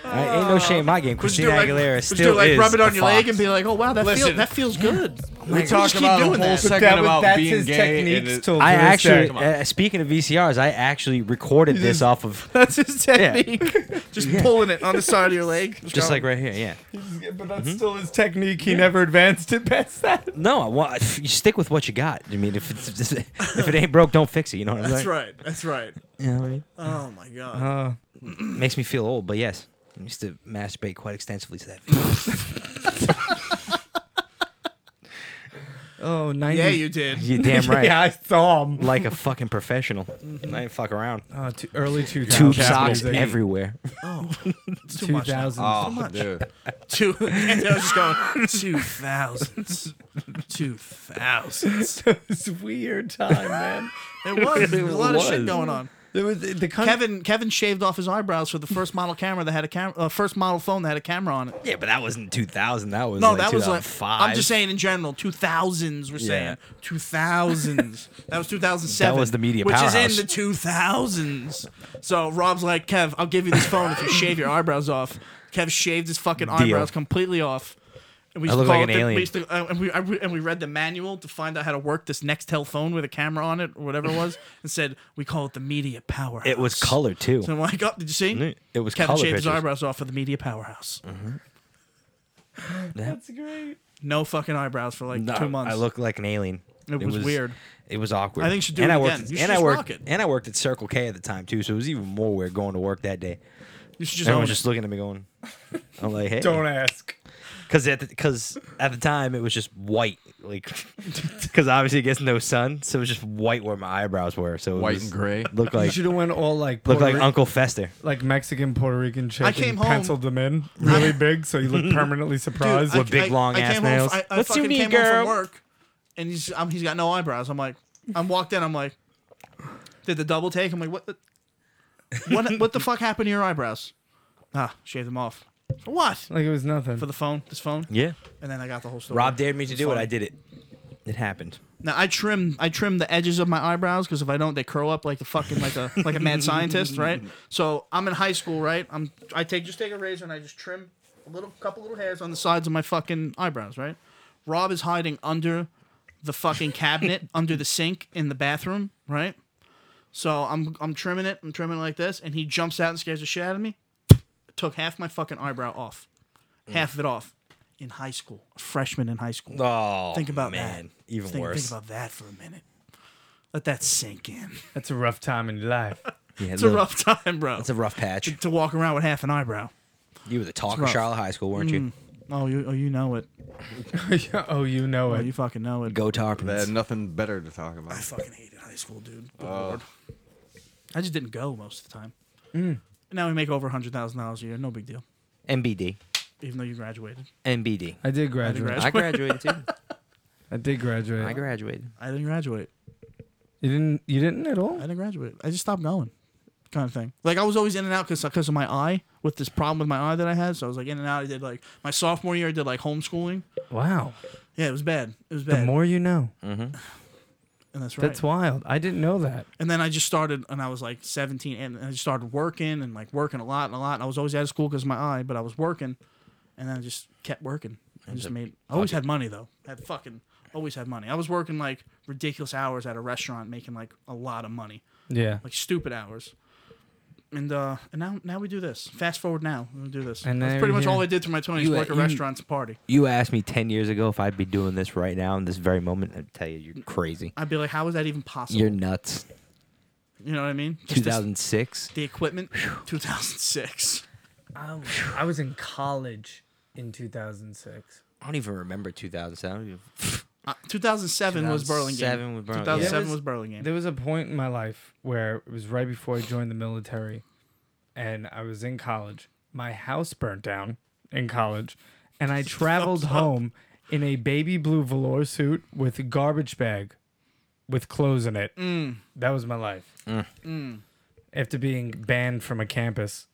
Speaker 3: I ain't no shame in my game.
Speaker 4: Would you
Speaker 3: Christina
Speaker 4: do, like-
Speaker 3: Aguilera
Speaker 4: would you
Speaker 3: still
Speaker 4: do, like
Speaker 3: is
Speaker 4: rub it on
Speaker 3: a
Speaker 4: your
Speaker 3: fox.
Speaker 4: leg and be like, oh wow, that feels
Speaker 1: Listen.
Speaker 4: that feels good.
Speaker 1: We
Speaker 4: just
Speaker 1: talked
Speaker 4: keep
Speaker 1: about a
Speaker 4: doing
Speaker 1: whole
Speaker 4: that.
Speaker 1: second
Speaker 2: That was-
Speaker 1: about
Speaker 2: that's
Speaker 1: being
Speaker 2: his
Speaker 1: gay. and
Speaker 2: techniques
Speaker 1: it-
Speaker 2: till
Speaker 3: I
Speaker 2: to this
Speaker 3: actually,
Speaker 2: day.
Speaker 3: uh, speaking of VCRs, I actually recorded this
Speaker 4: Mm-hmm.
Speaker 3: off of
Speaker 4: That's his technique. Just pulling it on the side of your leg.
Speaker 3: just like right here. Yeah.
Speaker 2: Yeah, but that's still his technique. He never advanced it past that.
Speaker 3: No, I want you stick with what you got. I mean, if it's, if it ain't broke, don't fix it. You know what I'm
Speaker 4: That's
Speaker 3: saying?
Speaker 4: right. That's right.
Speaker 3: You know what I mean?
Speaker 4: Oh my god.
Speaker 2: Uh,
Speaker 3: Makes me feel old, but yes, I used to masturbate quite extensively to that. Video.
Speaker 2: oh, 90.
Speaker 4: yeah, you did.
Speaker 3: you damn right.
Speaker 2: Yeah, I saw him.
Speaker 3: Like a fucking professional. I didn't fuck around.
Speaker 2: Uh, t- early 2000s.
Speaker 3: Tube socks
Speaker 2: Capital D.
Speaker 3: everywhere.
Speaker 4: Oh, it's too much. now.
Speaker 2: 2000s.
Speaker 1: Oh, dude.
Speaker 4: Two. And I was just going two thousands, two thousands.
Speaker 2: it was a weird time, man.
Speaker 4: It was. There was a lot of shit
Speaker 3: was.
Speaker 4: going on.
Speaker 2: There was the con-
Speaker 4: Kevin Kevin shaved off his eyebrows for the first model camera that had a camera, uh, first model phone that had a camera on it.
Speaker 3: Yeah, but that wasn't 2000. That was
Speaker 4: No,
Speaker 3: like
Speaker 4: that was like
Speaker 3: 2005.
Speaker 4: I'm just saying in general, two thousands. We're saying two thousands. that was two thousand seven.
Speaker 3: That was the media
Speaker 4: which
Speaker 3: powerhouse.
Speaker 4: is in the two thousands. So Rob's like, Kev, I'll give you this phone if you shave your eyebrows off. Kev shaved his fucking eyebrows completely off. And we
Speaker 3: I
Speaker 4: used to
Speaker 3: look like
Speaker 4: call
Speaker 3: an
Speaker 4: it the-
Speaker 3: alien.
Speaker 4: We used to, uh, and, we, I, we- and we read the manual to find out how to work this Nextel phone with a camera on it or whatever it was, and said we call it the media powerhouse.
Speaker 3: It was color too.
Speaker 4: So I'm like, oh, did you see?
Speaker 3: It was
Speaker 4: Kevin
Speaker 3: color
Speaker 4: shaved his
Speaker 3: pictures. Mm-hmm.
Speaker 4: eyebrows off for the media powerhouse.
Speaker 2: That's great.
Speaker 4: No fucking eyebrows for like
Speaker 3: No,
Speaker 4: two months.
Speaker 3: I looked like an alien.
Speaker 4: It was weird.
Speaker 3: It was awkward.
Speaker 4: I think you should do
Speaker 3: and
Speaker 4: it
Speaker 3: I worked,
Speaker 4: again. You should
Speaker 3: and I
Speaker 4: just
Speaker 3: worked,
Speaker 4: rock it.
Speaker 3: and I worked at Circle K at the time too, so it was even more weird going to work that day.
Speaker 4: you should just
Speaker 3: Everyone
Speaker 4: own
Speaker 3: was
Speaker 4: just
Speaker 3: just looking at me going, "I'm like, hey,
Speaker 2: Don't ask.
Speaker 3: because at because at the time it was just white, like because obviously it gets no sun, so it was just white where my eyebrows were, so it
Speaker 1: White
Speaker 3: was-
Speaker 1: and gray.
Speaker 3: looked
Speaker 2: you
Speaker 3: like
Speaker 2: should have went all like
Speaker 3: looked
Speaker 2: Puerto
Speaker 3: like
Speaker 2: Ri-
Speaker 3: Uncle Fester.
Speaker 2: like Mexican Puerto Rican chick.
Speaker 4: I came
Speaker 2: and
Speaker 4: home-
Speaker 2: penciled them in really big, so you look permanently surprised.
Speaker 3: with big, long ass nails.
Speaker 4: I, I
Speaker 3: What's your
Speaker 4: fucking
Speaker 3: knee,
Speaker 4: came home from
Speaker 3: girl?
Speaker 4: work, and he's um, he's got no eyebrows. I'm like, I walked in. I'm like, did the double take? I'm like, what? The, what? What the fuck happened to your eyebrows? Ah, shaved them off. For what?
Speaker 2: Like it was nothing.
Speaker 4: For the phone. This phone.
Speaker 6: Yeah.
Speaker 4: And then I got the whole story.
Speaker 6: Rob dared me to
Speaker 4: It's
Speaker 6: do it.
Speaker 4: funny.
Speaker 6: I did it. It happened.
Speaker 4: Now I trim I trim the edges of my eyebrows because if I don't, they curl up like the fucking like a like a mad scientist, right? So I'm in high school, right? I'm I take just take a razor and I just trim a little couple little hairs on the sides of my fucking eyebrows, right? Rob is hiding under the fucking cabinet, under the sink in the bathroom, right? So I'm I'm trimming it, I'm trimming it like this, and he jumps out and scares the shit out of me. Took half my fucking eyebrow off, half of it off, in high school, a freshman in high school.
Speaker 6: Oh,
Speaker 4: Think about
Speaker 6: man.
Speaker 4: that.
Speaker 6: Even
Speaker 4: Think,
Speaker 6: worse.
Speaker 4: think about that for a minute. Let that sink in.
Speaker 2: That's a rough time in your life.
Speaker 3: Yeah,
Speaker 4: It's a
Speaker 3: look,
Speaker 4: rough time, bro.
Speaker 6: That's a rough patch.
Speaker 4: to walk around with half an eyebrow.
Speaker 6: You were the talk of
Speaker 4: rough.
Speaker 6: Charlotte High School, weren't you?
Speaker 4: Oh, you oh you know it.
Speaker 2: Yeah, oh, you know
Speaker 4: Oh,
Speaker 2: it.
Speaker 4: you fucking know it.
Speaker 6: Go
Speaker 1: They had
Speaker 6: Tarpons.
Speaker 1: nothing better to talk about.
Speaker 4: I fucking hated high school, dude.
Speaker 6: Oh.
Speaker 4: Good Lord. I just didn't go most of the time.
Speaker 6: Mm.
Speaker 4: Now we make over hundred thousand dollars a year. No big deal.
Speaker 6: MBD.
Speaker 4: Even though you graduated,
Speaker 6: MBD.
Speaker 2: I did
Speaker 4: I didn't
Speaker 2: graduate.
Speaker 4: graduate.
Speaker 6: I graduated too.
Speaker 2: I did graduate.
Speaker 6: I graduated.
Speaker 4: I didn't graduate.
Speaker 2: you didn't. You didn't at
Speaker 4: I
Speaker 2: all.
Speaker 4: didn't graduate. I just stopped going, kind of thing. Like I was always in and out because because of my eye with this problem with my eye that I had. So I was like in and out. I did like my sophomore year. I did like homeschooling.
Speaker 2: Wow.
Speaker 4: Yeah, it was bad. It was bad.
Speaker 2: The more you know.
Speaker 4: and that's right.
Speaker 2: That's wild. I didn't know that.
Speaker 4: and then I just started, and I was like 17, and and I just started working and like working a lot and a lot. And I was always out of school because of my eye, but I was working, and then I just kept working. I just made. I always had money though. Had fucking always had money. I was working like ridiculous hours at a restaurant, making like a lot of money,
Speaker 2: Yeah.
Speaker 4: like stupid hours. And uh, and now now we do this. Fast forward now, we do this.
Speaker 2: And
Speaker 4: that's
Speaker 2: there
Speaker 4: pretty much
Speaker 2: you-
Speaker 4: all I did through my 20s.
Speaker 6: You-
Speaker 4: work at
Speaker 6: you-
Speaker 4: restaurants, and party.
Speaker 3: You asked me 10 years ago if I'd be doing this right now in this very moment. I'd tell you, you're crazy.
Speaker 4: I'd be like, how is that even possible?
Speaker 3: You're nuts.
Speaker 4: you know what I mean? Just this-
Speaker 3: 2006.
Speaker 4: the equipment, 2006.
Speaker 2: I, I was in college in 2006.
Speaker 6: I don't even remember 2007. I don't even-
Speaker 4: Uh, 2007 was Burlingame.
Speaker 6: 2007 was Burlingame.
Speaker 4: 2007
Speaker 2: Yeah.
Speaker 4: was Burlingame.
Speaker 2: There was a point in my life where it was right before I joined the military and I was in college. My house burnt down in college and I traveled home in a baby blue velour suit with a garbage bag with clothes in it.
Speaker 4: Mm,
Speaker 2: That was my life. After being banned from a campus.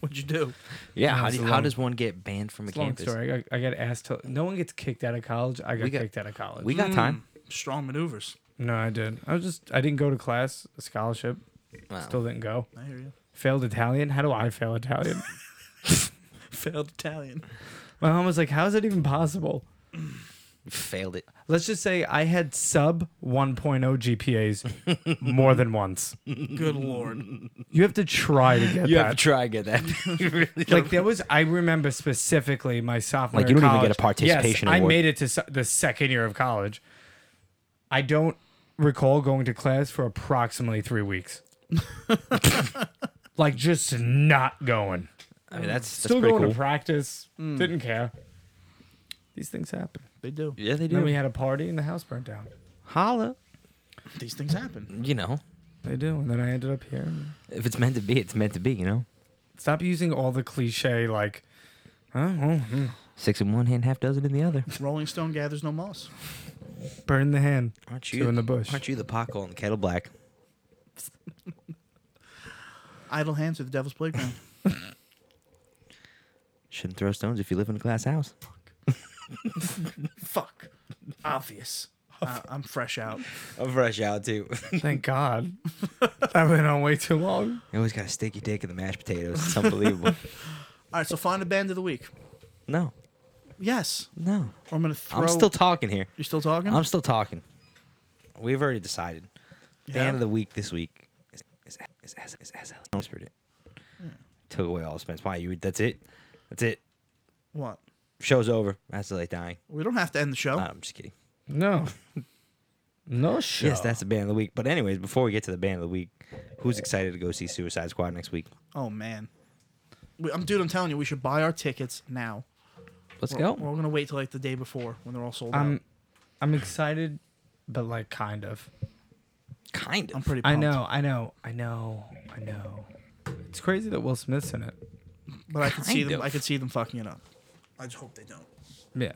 Speaker 4: What'd you do?
Speaker 6: Yeah, how,
Speaker 2: it's
Speaker 6: do,
Speaker 2: a
Speaker 6: how
Speaker 2: long-
Speaker 6: does one get banned from a
Speaker 2: It's a long
Speaker 6: campus?
Speaker 2: story. I, got- I got asked to. No one gets kicked out of college. I got,
Speaker 6: got-
Speaker 2: kicked out of college.
Speaker 3: We
Speaker 4: Mm.
Speaker 3: got time.
Speaker 4: Strong maneuvers.
Speaker 2: no, I did. I was just. I didn't go to class. A scholarship.
Speaker 3: Oh.
Speaker 6: Wow.
Speaker 2: Still didn't go.
Speaker 4: I hear you.
Speaker 2: Failed Italian. How do I fail Italian?
Speaker 4: Failed Italian.
Speaker 2: My mom was like, "How is that even possible?"
Speaker 6: You failed it.
Speaker 2: Let's just say I had sub 1.0 GPAs more than once.
Speaker 4: Good lord.
Speaker 2: You have to try to get
Speaker 6: You
Speaker 2: that.
Speaker 6: have to try and get that. You really
Speaker 2: like there was, I remember specifically my sophomore.
Speaker 3: Like, you
Speaker 2: year of
Speaker 3: don't even get a
Speaker 2: college.
Speaker 3: participation
Speaker 2: Yes, I
Speaker 3: award.
Speaker 2: made it to so- the second year of college. I don't recall going to class for approximately three weeks. like just not going.
Speaker 6: I mean, that's, that's
Speaker 2: Still
Speaker 6: pretty
Speaker 2: going
Speaker 6: cool.
Speaker 2: to practice. Didn't care. These things happen.
Speaker 4: They do.
Speaker 6: yeah, they
Speaker 2: Then we
Speaker 6: do.
Speaker 2: had a party and the house burnt down.
Speaker 6: Holla.
Speaker 4: These things happen.
Speaker 6: You know,
Speaker 2: They do, and then I ended up here.
Speaker 3: If it's meant to be, it's meant to be, you know?
Speaker 2: Stop using all the cliche like, oh, well, hmm,
Speaker 3: Six in one hand, half dozen in the other.
Speaker 4: Rolling Stone gathers no moss.
Speaker 2: burn the hand,
Speaker 6: aren't
Speaker 2: two
Speaker 6: you
Speaker 2: in the bush.
Speaker 6: Aren't you the pothole and the kettle black?
Speaker 4: Idle hands are the devil's playground.
Speaker 3: Shouldn't throw stones if you live in a glass house.
Speaker 4: Fuck. Obvious. I, Uh, I'm fresh out.
Speaker 6: I'm fresh out too.
Speaker 2: Thank God, I've been on way too long.
Speaker 6: you always got a sticky dick in the mashed potatoes. It's unbelievable.
Speaker 4: All right, so find a band of the week.
Speaker 6: no,
Speaker 4: Yes.
Speaker 6: no.
Speaker 4: Or I'm gonna throw.
Speaker 6: I'm still talking here.
Speaker 4: You're still talking.
Speaker 6: I'm still talking. We've already decided.
Speaker 4: Yeah.
Speaker 6: Band of the week this week is is is is, is, is, I whispered it. Took away all suspense. Why you? That's it. That's it.
Speaker 4: what?
Speaker 6: Show's over. That's like dying.
Speaker 4: We don't have to end the show.
Speaker 6: Nah, I'm just kidding.
Speaker 2: No, no shit.
Speaker 6: Yes, that's the band of the week. But anyways, before we get to the band of the week, who's excited to go see Suicide Squad next week?
Speaker 4: oh man. We, I'm dude. I'm telling you, we should buy our tickets now.
Speaker 3: Let's
Speaker 4: We're,
Speaker 3: go.
Speaker 4: we're gonna wait till like the day before when they're all sold out.
Speaker 2: I'm, I'm excited, but like kind of.
Speaker 6: Kind of.
Speaker 4: I'm pretty. Pumped.
Speaker 2: I know, I know, I know, I know. It's crazy that Will Smith's in it.
Speaker 4: But I could see
Speaker 6: Kind
Speaker 4: them.
Speaker 6: of.
Speaker 4: I could see them fucking it up. I just hope they don't.
Speaker 2: Yeah,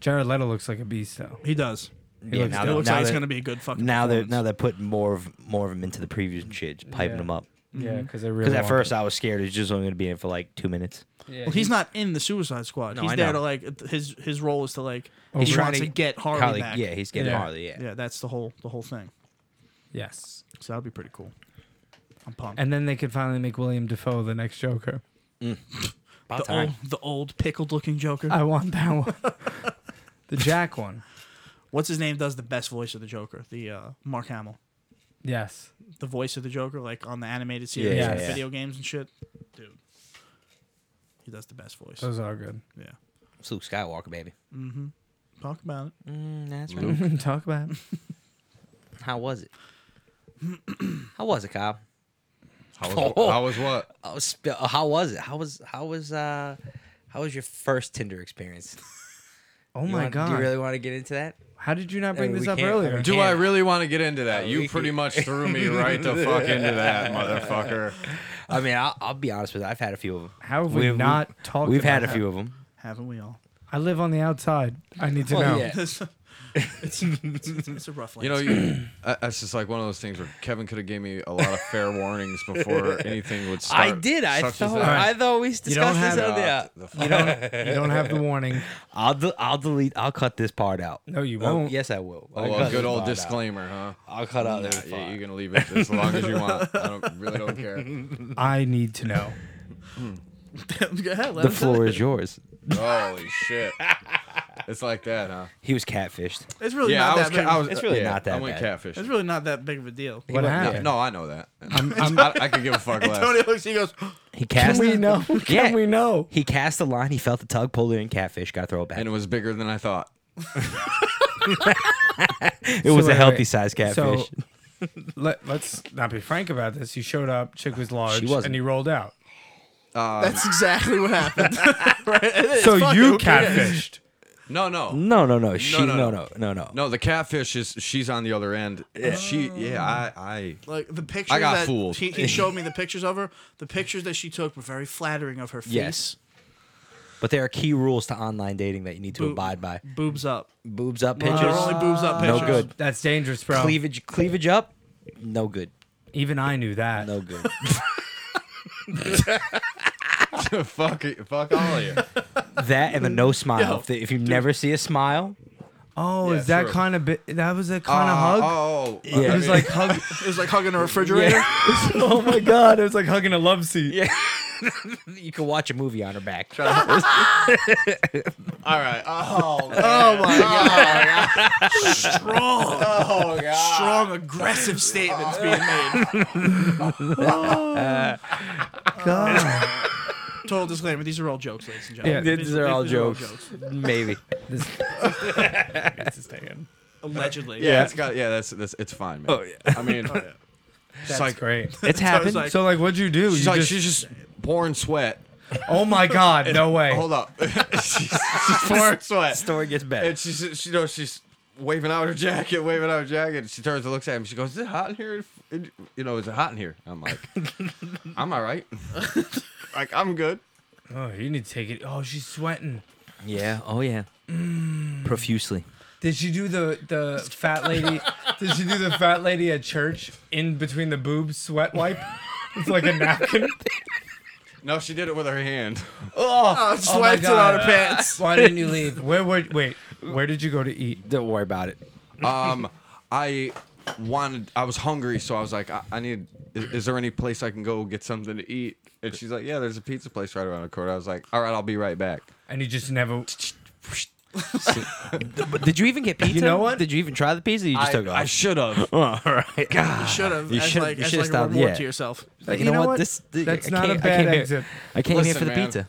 Speaker 2: Jared Leto looks like a beast though.
Speaker 4: He does.
Speaker 2: He
Speaker 3: Yeah,
Speaker 2: looks
Speaker 3: now
Speaker 4: It
Speaker 3: that-
Speaker 4: looks
Speaker 3: now
Speaker 4: like it's
Speaker 3: that-
Speaker 4: gonna be a good fucking.
Speaker 3: now they're
Speaker 4: that
Speaker 3: now they're putting more of more of them into the previews and shit, just piping
Speaker 2: Yeah.
Speaker 3: them up.
Speaker 2: Yeah, because I really.
Speaker 3: Because at
Speaker 2: want
Speaker 3: first
Speaker 2: them.
Speaker 3: I was scared he's just only going to be in for like two minutes.
Speaker 2: yeah,
Speaker 4: well, he's not in the Suicide Squad.
Speaker 3: No,
Speaker 4: he's
Speaker 3: I
Speaker 4: there
Speaker 3: know.
Speaker 4: to like his his role is to like
Speaker 2: He's
Speaker 4: Oh, he
Speaker 3: trying
Speaker 4: wants
Speaker 3: to
Speaker 4: to get Harley,
Speaker 3: Harley,
Speaker 4: back.
Speaker 3: yeah, he's getting
Speaker 2: Yeah.
Speaker 3: Harley. Yeah.
Speaker 4: yeah, that's the whole the whole thing.
Speaker 2: Yes.
Speaker 4: So that'll be pretty cool. I'm pumped.
Speaker 2: And then they could finally make William Defoe the next Joker.
Speaker 3: About
Speaker 4: the old, the old pickled looking Joker.
Speaker 2: I want that one. the Jack one.
Speaker 4: What's his name? Does the best voice of the Joker? The uh, Mark Hamill,
Speaker 2: Yes.
Speaker 4: the voice of the Joker, like on the animated series,
Speaker 2: Yeah,
Speaker 4: and
Speaker 2: yeah.
Speaker 4: video games and shit. Dude, he does the best voice.
Speaker 2: Those are good.
Speaker 4: Yeah.
Speaker 3: It's Luke Skywalker, baby.
Speaker 4: Mm-hmm. Talk about it.
Speaker 3: Mm, that's right.
Speaker 2: Talk about it.
Speaker 3: How was it? how was it, Kyle?
Speaker 1: How was, how was what?
Speaker 3: I was sp- uh, how was it? How was how was uh how was your first Tinder experience?
Speaker 2: Oh
Speaker 3: You
Speaker 2: my
Speaker 3: wanna-
Speaker 2: god.
Speaker 3: Do you really want to get into that?
Speaker 2: How did you not bring
Speaker 3: Hey,
Speaker 2: this
Speaker 3: we
Speaker 2: up
Speaker 3: can't-
Speaker 2: earlier?
Speaker 3: we
Speaker 1: Do I
Speaker 3: Yeah.
Speaker 1: really want to get into that? You
Speaker 3: we-
Speaker 1: pretty much threw me right the fuck into that, motherfucker.
Speaker 3: I mean, I'll, I'll be honest with you. I've had a few of them.
Speaker 2: How have we not talked
Speaker 3: We've had a
Speaker 2: about
Speaker 3: few of them.
Speaker 4: Haven't we all?
Speaker 2: I live on the outside. I need to
Speaker 3: Well,
Speaker 2: know.
Speaker 3: Oh, yeah.
Speaker 4: it's, it's, it's, it's a rough.
Speaker 1: You know, you, I- that's just like one of those things where Kevin could have gave me a lot of fair warnings before anything would start.
Speaker 3: I did. I
Speaker 1: such as
Speaker 3: thought.
Speaker 1: that.
Speaker 3: I thought we
Speaker 2: You don't
Speaker 3: discussed this
Speaker 2: have-
Speaker 3: on the.
Speaker 1: Uh, the fuck-
Speaker 2: You don't. You don't have the warning.
Speaker 3: I'll de- I'll delete. I'll cut this part out.
Speaker 2: No, you
Speaker 3: Oh,
Speaker 2: won't.
Speaker 3: yes, I will.
Speaker 1: Oh,
Speaker 3: I'll
Speaker 1: well,
Speaker 3: cut
Speaker 1: good
Speaker 3: this
Speaker 1: old
Speaker 3: part out.
Speaker 1: disclaimer, huh?
Speaker 3: I'll cut out this
Speaker 1: Nah, yeah,
Speaker 3: part.
Speaker 1: you're gonna leave it as long as you want. I don't, really don't care.
Speaker 2: I need to know.
Speaker 3: the floor is yours.
Speaker 1: Holy shit! It's like that, huh?
Speaker 3: He was catfished.
Speaker 4: It's really
Speaker 1: yeah, I
Speaker 4: not
Speaker 1: was.
Speaker 4: that big.
Speaker 1: Ca- I was
Speaker 3: It's really
Speaker 1: yeah,
Speaker 3: not that
Speaker 1: I went
Speaker 3: bad.
Speaker 1: catfish.
Speaker 4: it's really not that big of a deal.
Speaker 2: What happened?
Speaker 1: no, I know that.
Speaker 2: I'm, I'm,
Speaker 1: I, I could give a fuck less.
Speaker 4: Tony looks. He goes.
Speaker 3: He
Speaker 2: can
Speaker 3: cast.
Speaker 2: we know? Can
Speaker 3: Yeah.
Speaker 2: we know?
Speaker 3: He cast the line. He felt the tug, pulled it in, catfish, got thrown back.
Speaker 1: And it was bigger than I thought.
Speaker 3: it was
Speaker 2: wait,
Speaker 3: a healthy
Speaker 2: wait.
Speaker 3: size catfish.
Speaker 2: Let, let's not be frank about this. You showed up, chick was large,
Speaker 3: wasn't.
Speaker 2: and he rolled out.
Speaker 4: That's exactly what happened. right? It is.
Speaker 2: So
Speaker 4: Fuck it,
Speaker 2: you
Speaker 4: who cares?
Speaker 2: catfished.
Speaker 1: No, no,
Speaker 3: no, no, no. She, no,
Speaker 1: no,
Speaker 3: no,
Speaker 1: no.
Speaker 3: no, no,
Speaker 1: no. The catfish is. She's on the other end. She. Yeah. I.
Speaker 4: Like the pictures
Speaker 1: got
Speaker 4: that
Speaker 1: fooled.
Speaker 4: He, he showed me the pictures of her. The pictures that she took were very flattering of her face.
Speaker 3: Yes. But there are key rules to online dating that you need to
Speaker 4: Boo-
Speaker 3: abide by.
Speaker 4: Boobs up.
Speaker 3: Boobs up
Speaker 4: They're
Speaker 3: pictures.
Speaker 4: only boobs up
Speaker 3: No
Speaker 4: pictures.
Speaker 3: good.
Speaker 2: That's dangerous, bro.
Speaker 3: Cleavage, cleavage up. No good.
Speaker 2: Even I knew that.
Speaker 3: No good.
Speaker 1: I. fuck. it- Fuck all of you.
Speaker 3: that and the no smile. if, the- if you never see a smile,
Speaker 2: Oh,
Speaker 1: Yeah,
Speaker 2: is that
Speaker 1: true.
Speaker 2: kind of bit? That was a
Speaker 3: Uh,
Speaker 2: kind of hug.
Speaker 1: Oh.
Speaker 3: Yeah.
Speaker 2: It was like hug.
Speaker 4: It was like hugging a refrigerator.
Speaker 2: oh my god! It was like hugging a love seat. Yeah.
Speaker 3: you can watch a movie on her back.
Speaker 1: All right. Oh.
Speaker 4: Oh my god! Strong. Oh god! Strong, aggressive statements being made.
Speaker 2: God.
Speaker 4: Total disclaimer: These are all jokes, ladies and gentlemen.
Speaker 2: Yeah,
Speaker 3: These are all jokes. Maybe.
Speaker 4: Allegedly.
Speaker 1: Yeah. It's got. Yeah. That's. That's. It's fine, man. Oh yeah. I mean. It's
Speaker 2: That's
Speaker 1: like.
Speaker 2: great.
Speaker 3: It's
Speaker 4: I was
Speaker 3: happened.
Speaker 4: like-
Speaker 2: So like, what'd you do?
Speaker 1: She's
Speaker 2: You
Speaker 1: like.
Speaker 2: just-
Speaker 1: She's just pouring sweat.
Speaker 2: oh my god! No way.
Speaker 1: Hold up. she's, she's pouring sweat.
Speaker 3: Story gets better.
Speaker 1: And she's she you know she's waving out her jacket, waving out her jacket. She turns and looks at him. She goes, "Is it hot in here? It- You know, is it hot in here?" I'm like, "I'm all right. like I'm good."
Speaker 2: Oh, you need to take it. Oh, she's sweating.
Speaker 3: Yeah. Oh yeah. Mm. Profusely.
Speaker 2: Did she do the the fat lady? Did she do the fat lady at church in between the boobs sweat wipe? It's like a napkin.
Speaker 1: No, she did it with her hand.
Speaker 2: Oh,
Speaker 4: Just wiped it on her pants.
Speaker 2: Why didn't you leave? Where were? Wait, where did you go to eat?
Speaker 3: Don't worry about it.
Speaker 1: Um, I wanted. I was hungry, so I was like, "I, I need. Is, is there any place I can go get something to eat?" And she's like, "Yeah, there's a pizza place right around the corner." I was like, "All right, I'll be right back."
Speaker 2: And you just never.
Speaker 3: But did you even get pizza?
Speaker 2: know what?
Speaker 3: Did you even try the pizza? You just
Speaker 1: I,
Speaker 3: took off.
Speaker 1: I should have.
Speaker 3: all right. God.
Speaker 4: Should have.
Speaker 3: You
Speaker 4: as
Speaker 3: should-
Speaker 4: like,
Speaker 3: you
Speaker 4: as
Speaker 3: should
Speaker 4: like
Speaker 3: stop,
Speaker 4: a reward
Speaker 3: yeah.
Speaker 4: to yourself.
Speaker 3: Like,
Speaker 2: You know what?
Speaker 3: th-
Speaker 2: That's
Speaker 3: I
Speaker 2: not a
Speaker 3: can't- I
Speaker 2: bad
Speaker 3: came here-
Speaker 2: exit.
Speaker 3: I came
Speaker 1: Listen,
Speaker 3: here for the
Speaker 1: man.
Speaker 3: pizza.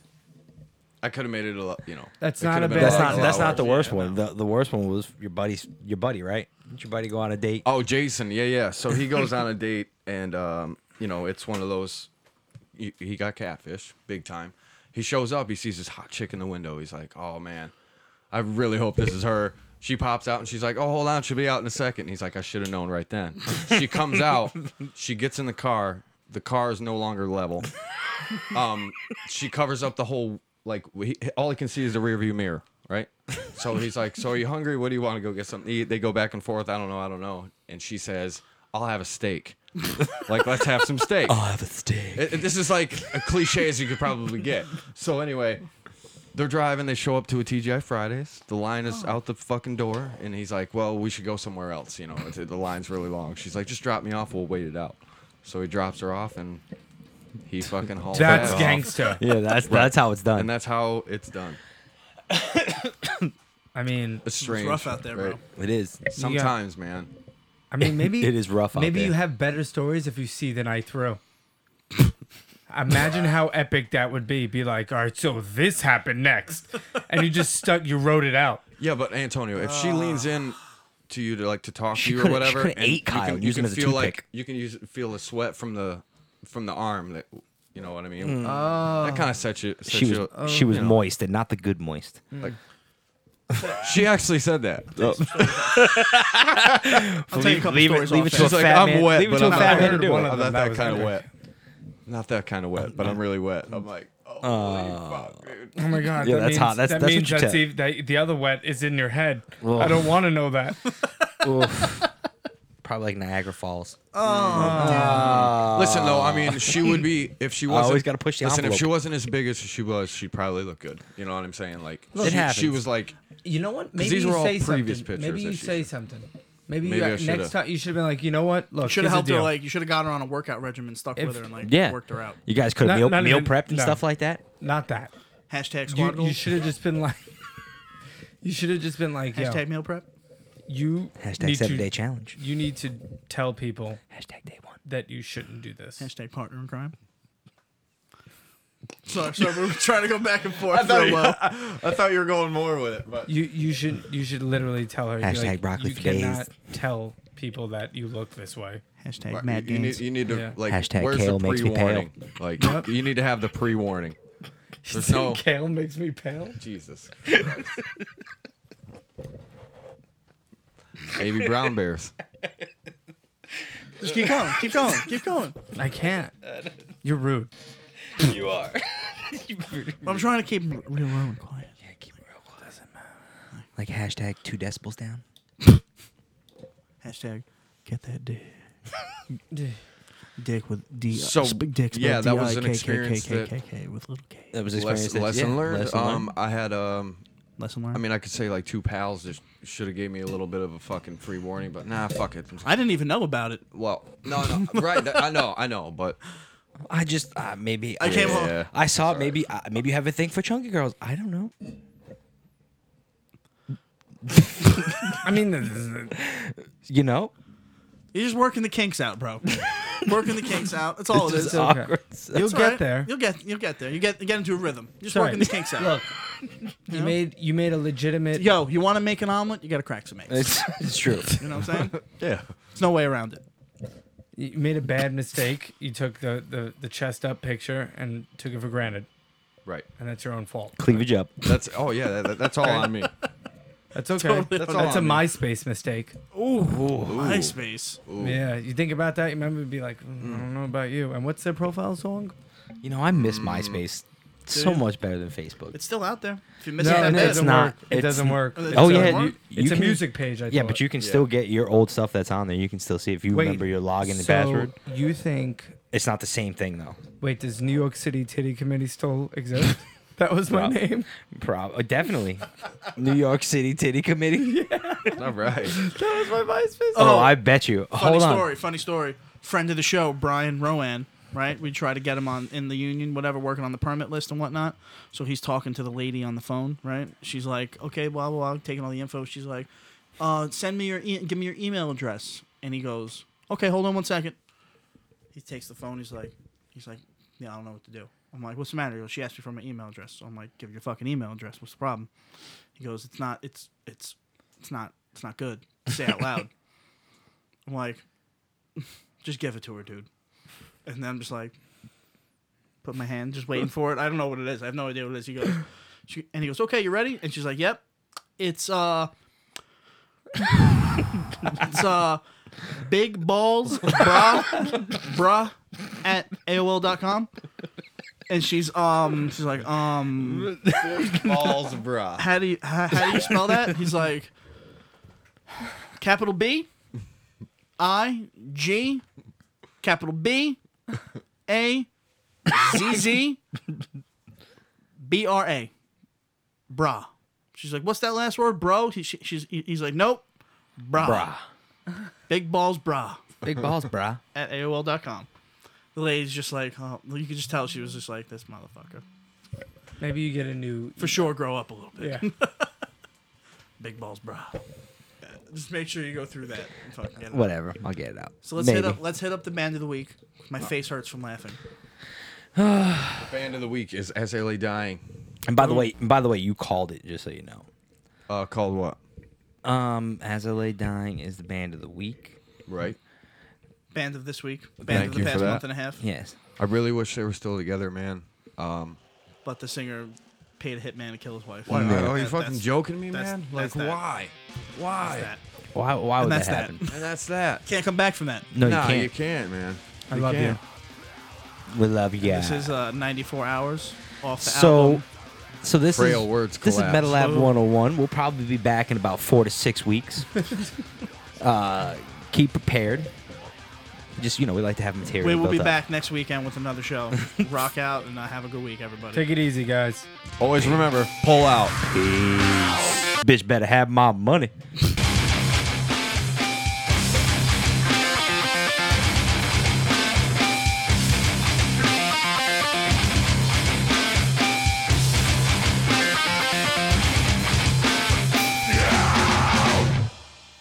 Speaker 1: I could have made it a lot. You know,
Speaker 2: That's
Speaker 1: it could
Speaker 2: not
Speaker 1: have
Speaker 2: a
Speaker 1: been
Speaker 2: bad
Speaker 3: That's
Speaker 1: lot-
Speaker 3: not
Speaker 1: lot
Speaker 3: that's not the
Speaker 1: worse.
Speaker 3: worst one. The, the worst one was your buddy's your buddy, right? Didn't your buddy go on a date?
Speaker 1: Oh, Jason. Yeah, yeah. So he goes on a date, and um, you know, it's one of those. He, he got catfish big time. He shows up. He sees this hot chick in the window. He's like, "Oh man, I really hope this is her." She pops out and she's like, "Oh, hold on, she'll be out in a second. He's like, "I should have known right then." She comes out. She gets in the car. The car is no longer level. Um, she covers up the whole like he, all he can see is the rearview mirror. right? So he's like, "So are you hungry? What do you want to go get something to eat?" They go back and forth. I don't know. I don't know. And she says, "I'll have a steak." like, let's have some steak.
Speaker 3: I'll have a steak.
Speaker 1: It- it- this is like a cliche as you could probably get. So anyway, they're driving. They show up to a TGI Fridays. The line is out the fucking door, and he's like, "Well, we should go somewhere else." You know, it's- the line's really long. She's like, "Just drop me off. We'll wait it out." So he drops her off, and he fucking hauls.
Speaker 2: That's
Speaker 1: ass.
Speaker 2: gangster.
Speaker 6: Yeah, that's that's how it's
Speaker 1: And
Speaker 6: done.
Speaker 1: that's how it's done.
Speaker 2: I mean,
Speaker 1: It's strange.
Speaker 4: rough out there, bro.
Speaker 6: It is.
Speaker 1: Sometimes, man.
Speaker 2: I mean, maybe
Speaker 6: It is rough out
Speaker 2: Maybe
Speaker 6: there.
Speaker 2: you have better stories if you see than I throw. Imagine how epic that would be. Be like, all right, so this happened next, and you just stuck, you wrote it out.
Speaker 1: Yeah, but Antonio, if she leans in to you to like to talk to you or
Speaker 6: coulda- she
Speaker 1: whatever,
Speaker 6: coulda ate Kyle,
Speaker 1: you can, you
Speaker 6: used him
Speaker 1: can
Speaker 6: as a
Speaker 1: feel like
Speaker 6: toothpick.
Speaker 1: you can use feel the sweat from the from the arm that you know what I mean. That kind of sets you. Sets
Speaker 6: She was
Speaker 1: you,
Speaker 3: Uh.
Speaker 6: she was
Speaker 1: you know,
Speaker 6: moist and not the good moist.
Speaker 1: Like, she actually said that.
Speaker 4: I'll tell you a couple
Speaker 6: leave it-
Speaker 4: stories
Speaker 6: leave
Speaker 4: off
Speaker 6: it to
Speaker 4: air.
Speaker 6: a
Speaker 1: She's like,
Speaker 6: fat
Speaker 1: I'm
Speaker 6: man-
Speaker 1: wet,
Speaker 6: leave it
Speaker 1: but
Speaker 6: to a
Speaker 1: I'm
Speaker 6: fat
Speaker 1: not,
Speaker 6: man to do
Speaker 2: it.
Speaker 1: I'm not
Speaker 2: One of them,
Speaker 1: that,
Speaker 2: that was
Speaker 1: kind of
Speaker 2: good.
Speaker 1: wet. Not that kind of wet, but I'm really wet. I'm like, oh,
Speaker 6: Uh.
Speaker 1: holy fuck, dude.
Speaker 2: Oh my god!
Speaker 6: Yeah,
Speaker 2: that
Speaker 6: that's
Speaker 2: means,
Speaker 6: hot. That's-
Speaker 2: that
Speaker 6: that's what
Speaker 2: means
Speaker 6: you
Speaker 2: that's
Speaker 6: tell.
Speaker 2: ev- that the other wet is in your head.
Speaker 6: Well.
Speaker 2: I don't want to know that.
Speaker 6: Probably like Niagara Falls.
Speaker 1: Listen though, I mean, she would be if she wasn't.
Speaker 6: Uh, always gotta push the
Speaker 1: Listen, if
Speaker 6: envelope.
Speaker 1: she wasn't as big as she was, she'd probably look good. You know what I'm saying? Like,
Speaker 6: It
Speaker 1: she, she
Speaker 6: happens.
Speaker 1: was like,
Speaker 2: You know what? Maybe
Speaker 1: these
Speaker 2: you
Speaker 1: were all
Speaker 2: say
Speaker 1: previous
Speaker 2: something.
Speaker 1: pictures
Speaker 2: Maybe
Speaker 1: that
Speaker 2: you
Speaker 1: she
Speaker 2: say
Speaker 1: took.
Speaker 2: something. Maybe,
Speaker 1: Maybe
Speaker 2: you,
Speaker 1: I shoulda.
Speaker 2: next time you should have been like, you know what? Look,
Speaker 4: Should have
Speaker 2: here's the
Speaker 4: helped her.
Speaker 2: deal.
Speaker 4: Like you should have got her on a workout regimen, stuck with her, and like
Speaker 6: Yeah.
Speaker 4: worked her out.
Speaker 6: You guys could
Speaker 2: Not-
Speaker 6: have meal,
Speaker 2: not
Speaker 6: meal
Speaker 2: even-
Speaker 6: prepped and
Speaker 2: no.
Speaker 6: stuff like that.
Speaker 2: not that.
Speaker 4: Hashtag
Speaker 2: You,
Speaker 4: squad
Speaker 2: you
Speaker 4: goals.
Speaker 2: should have just been like. You should have just been like, yo,
Speaker 4: Hashtag meal prep.
Speaker 2: you
Speaker 6: Hashtag
Speaker 2: need
Speaker 6: seven
Speaker 2: to,
Speaker 6: day challenge.
Speaker 2: You need to tell people
Speaker 6: Hashtag day one.
Speaker 2: that you shouldn't do this.
Speaker 4: Hashtag partner in crime. Sorry, sorry, we were trying to go back and forth for a while.
Speaker 1: I thought you were going more with it, but
Speaker 2: You you should you should literally tell her
Speaker 6: Hashtag
Speaker 2: like,
Speaker 6: broccoli
Speaker 2: you
Speaker 6: for
Speaker 2: cannot
Speaker 6: days.
Speaker 2: tell people that you look this way.
Speaker 4: Hashtag mad
Speaker 1: you, need,
Speaker 4: gains.
Speaker 1: you need to
Speaker 2: Yeah.
Speaker 1: like.
Speaker 6: Hashtag
Speaker 1: where's
Speaker 6: kale
Speaker 1: the
Speaker 6: makes me pale.
Speaker 1: pre-warning? Like, you need to have the pre-warning. There's no
Speaker 2: Kale makes me pale.
Speaker 1: Jesus. Christ. Baby brown bears.
Speaker 4: Just keep going, keep going, keep going.
Speaker 2: I can't. You're rude.
Speaker 6: You are.
Speaker 4: I'm trying to keep him real low and quiet.
Speaker 6: keep it real cool. Doesn't matter. Like hashtag two decibels down.
Speaker 4: Hashtag get that dick. dick with D.
Speaker 1: So,
Speaker 4: big dick.
Speaker 1: yeah, that was an experience that-
Speaker 4: KKK with little K.
Speaker 6: That was
Speaker 1: Lesson,
Speaker 6: experience that-
Speaker 1: lesson
Speaker 6: yeah,
Speaker 1: learned.
Speaker 6: lesson
Speaker 1: um, I had um,
Speaker 4: Lesson learned.
Speaker 1: I mean, I could say like two pals just should have gave me a little bit of a fucking free warning, but nah, fuck it. I'm just-
Speaker 4: I didn't even know about it.
Speaker 1: Well, no, no, right? that- I know, I know, but
Speaker 6: I just uh, maybe
Speaker 4: I came home.
Speaker 1: yeah.
Speaker 6: I saw maybe uh, maybe you have a thing for chunky girls. I don't know.
Speaker 2: I mean, this is-
Speaker 6: You know,
Speaker 4: You're just working the kinks out, bro. working the kinks out. Oh, That's all it is.
Speaker 6: it's
Speaker 4: It's
Speaker 2: okay.
Speaker 6: awkward.
Speaker 2: you'll
Speaker 4: all
Speaker 2: get
Speaker 4: right.
Speaker 2: there.
Speaker 4: You'll get. You'll get there. You get. You get into a rhythm. You're
Speaker 2: It's
Speaker 4: just
Speaker 2: all
Speaker 4: working
Speaker 2: right.
Speaker 4: the kinks out.
Speaker 2: Look, you
Speaker 4: know?
Speaker 2: made you made a legitimate.
Speaker 4: Yo, you want to make an omelet? You got to crack some eggs.
Speaker 6: It's, it's true.
Speaker 4: You know what I'm saying?
Speaker 1: yeah.
Speaker 4: There's no way around it.
Speaker 2: You made a bad mistake. You took the, the the chest up picture and took it for granted,
Speaker 1: Right.
Speaker 2: and that's your own fault.
Speaker 6: Cleavage up.
Speaker 1: That's oh yeah. That, that's all on me.
Speaker 2: That's okay.
Speaker 1: That's
Speaker 2: that's
Speaker 1: all
Speaker 2: a
Speaker 1: on me.
Speaker 2: MySpace mistake.
Speaker 4: MySpace.
Speaker 2: Yeah, you think about that, you remember be like, "Mm, I don't know about you. And what's their profile song?
Speaker 6: You know, I miss
Speaker 1: Mm.
Speaker 6: MySpace so much better than Facebook.
Speaker 4: It's still out there. If you miss
Speaker 2: No,
Speaker 4: it, that
Speaker 2: no,
Speaker 4: bad.
Speaker 2: it's
Speaker 6: it's
Speaker 2: not.
Speaker 6: not.
Speaker 2: work. It doesn't work.
Speaker 4: Oh,
Speaker 6: oh
Speaker 4: it's
Speaker 6: yeah,
Speaker 4: on-
Speaker 6: you-
Speaker 2: It's
Speaker 6: you
Speaker 2: a
Speaker 6: can-
Speaker 2: music page. I
Speaker 6: Yeah, but
Speaker 2: thought.
Speaker 6: you can
Speaker 1: Yeah.
Speaker 6: still get your old stuff that's on there. You can still see it if you
Speaker 2: Wait,
Speaker 6: remember your login and
Speaker 2: so
Speaker 6: password.
Speaker 2: You think?
Speaker 6: It's not the same thing though.
Speaker 2: Wait, does New York City Titty Committee still exist? that was my
Speaker 6: Rob.
Speaker 2: name.
Speaker 6: Prob uh, definitely. New York City Titty Committee.
Speaker 1: All right.
Speaker 2: That was my MySpace.
Speaker 6: Oh, I bet you.
Speaker 4: Funny
Speaker 6: Hold on.
Speaker 4: story. Funny story. Friend of the show, Brian Rowan. Right, we try to get him on in the union, whatever, working on the permit list and whatnot. So he's talking to the lady on the phone. Right, she's like, "Okay, blah blah,", blah taking all the info. She's like, uh, "Send me your, e- give me your email address." And he goes, "Okay, hold on one second. He takes the phone. He's like, he's like, "Yeah, I don't know what to do." I'm like, "What's the matter?" He goes, "She asked me for my email address." So I'm like, "Give your fucking email address. What's the problem?" He goes, "It's not. It's it's it's not. It's not good. Say it out loud." I'm like, just give it to her, dude. And then I'm just like, put my hand, just waiting for it. I don't know what it is. I have no idea what it is. He goes, she, and he goes, okay, you ready? And she's like, yep. It's uh, it's uh, big balls bra bra at AOL.com. and she's um she's like um
Speaker 1: Balls, bruh.
Speaker 4: how do you how, how do you spell that? He's like, capital B, I G, capital B, A, Z Z, B R A, bra. She's like, what's that last word, bro? He, she, she's he- he's like, nope, bra.
Speaker 3: Brah.
Speaker 4: Big balls, bra
Speaker 3: Big balls, brah.
Speaker 4: at AOL.com. The lady's just like, oh, you could just tell she was just like this motherfucker.
Speaker 2: Maybe you get a new.
Speaker 4: For sure, grow up a little bit.
Speaker 2: Yeah.
Speaker 4: Big balls, bra. Just make sure you go through that. And fucking get it.
Speaker 3: Whatever. I'll get it out.
Speaker 4: So let's hit
Speaker 3: Maybe.
Speaker 4: up. Let's hit up the band of the week. My face hurts from laughing.
Speaker 1: The band of the week is SLA Dying.
Speaker 3: And by the way, and by the way, you called it just so you know.
Speaker 1: Uh, called what?
Speaker 3: Um, As I Lay Dying is the band of the week.
Speaker 1: Right.
Speaker 4: Band of this week. Band
Speaker 1: Thank
Speaker 4: of the
Speaker 1: you for
Speaker 4: past
Speaker 1: that.
Speaker 4: month and a half.
Speaker 3: Yes.
Speaker 1: I really wish they were still together, man. Um,
Speaker 4: But the singer paid a hitman to kill his wife.
Speaker 1: why,
Speaker 4: That-
Speaker 1: are Oh, you
Speaker 4: uh, that's-
Speaker 1: fucking joking me,
Speaker 4: that's-
Speaker 1: man? Like,
Speaker 4: that's that.
Speaker 1: why? Why?
Speaker 4: that's that.
Speaker 3: Why? Why would
Speaker 4: And
Speaker 3: that
Speaker 4: that's that.
Speaker 3: happen?
Speaker 1: And that's that.
Speaker 4: Can't come back from that.
Speaker 3: No, you
Speaker 1: nah,
Speaker 3: can't.
Speaker 1: you can't, man.
Speaker 2: I love you.
Speaker 1: can't.
Speaker 3: We love you.
Speaker 4: This is uh, 94 hours off the
Speaker 3: so.
Speaker 4: album.
Speaker 3: So this
Speaker 1: Frail
Speaker 3: is
Speaker 1: words
Speaker 3: this is
Speaker 1: collapse.
Speaker 3: Metal Lab
Speaker 4: Whoa.
Speaker 3: 101. We'll probably be back in about four to six weeks. uh, keep prepared. Just you know, we like to have material.
Speaker 4: We will be
Speaker 3: built up.
Speaker 4: back next weekend with another show. Rock out and uh, have a good week, everybody.
Speaker 2: Take it easy, guys.
Speaker 1: Always remember, pull out.
Speaker 3: Bitch, better have my money.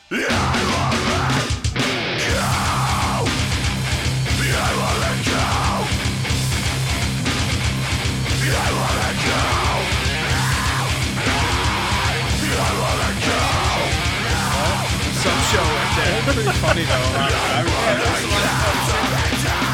Speaker 4: Some show right there.
Speaker 2: Pretty funny though.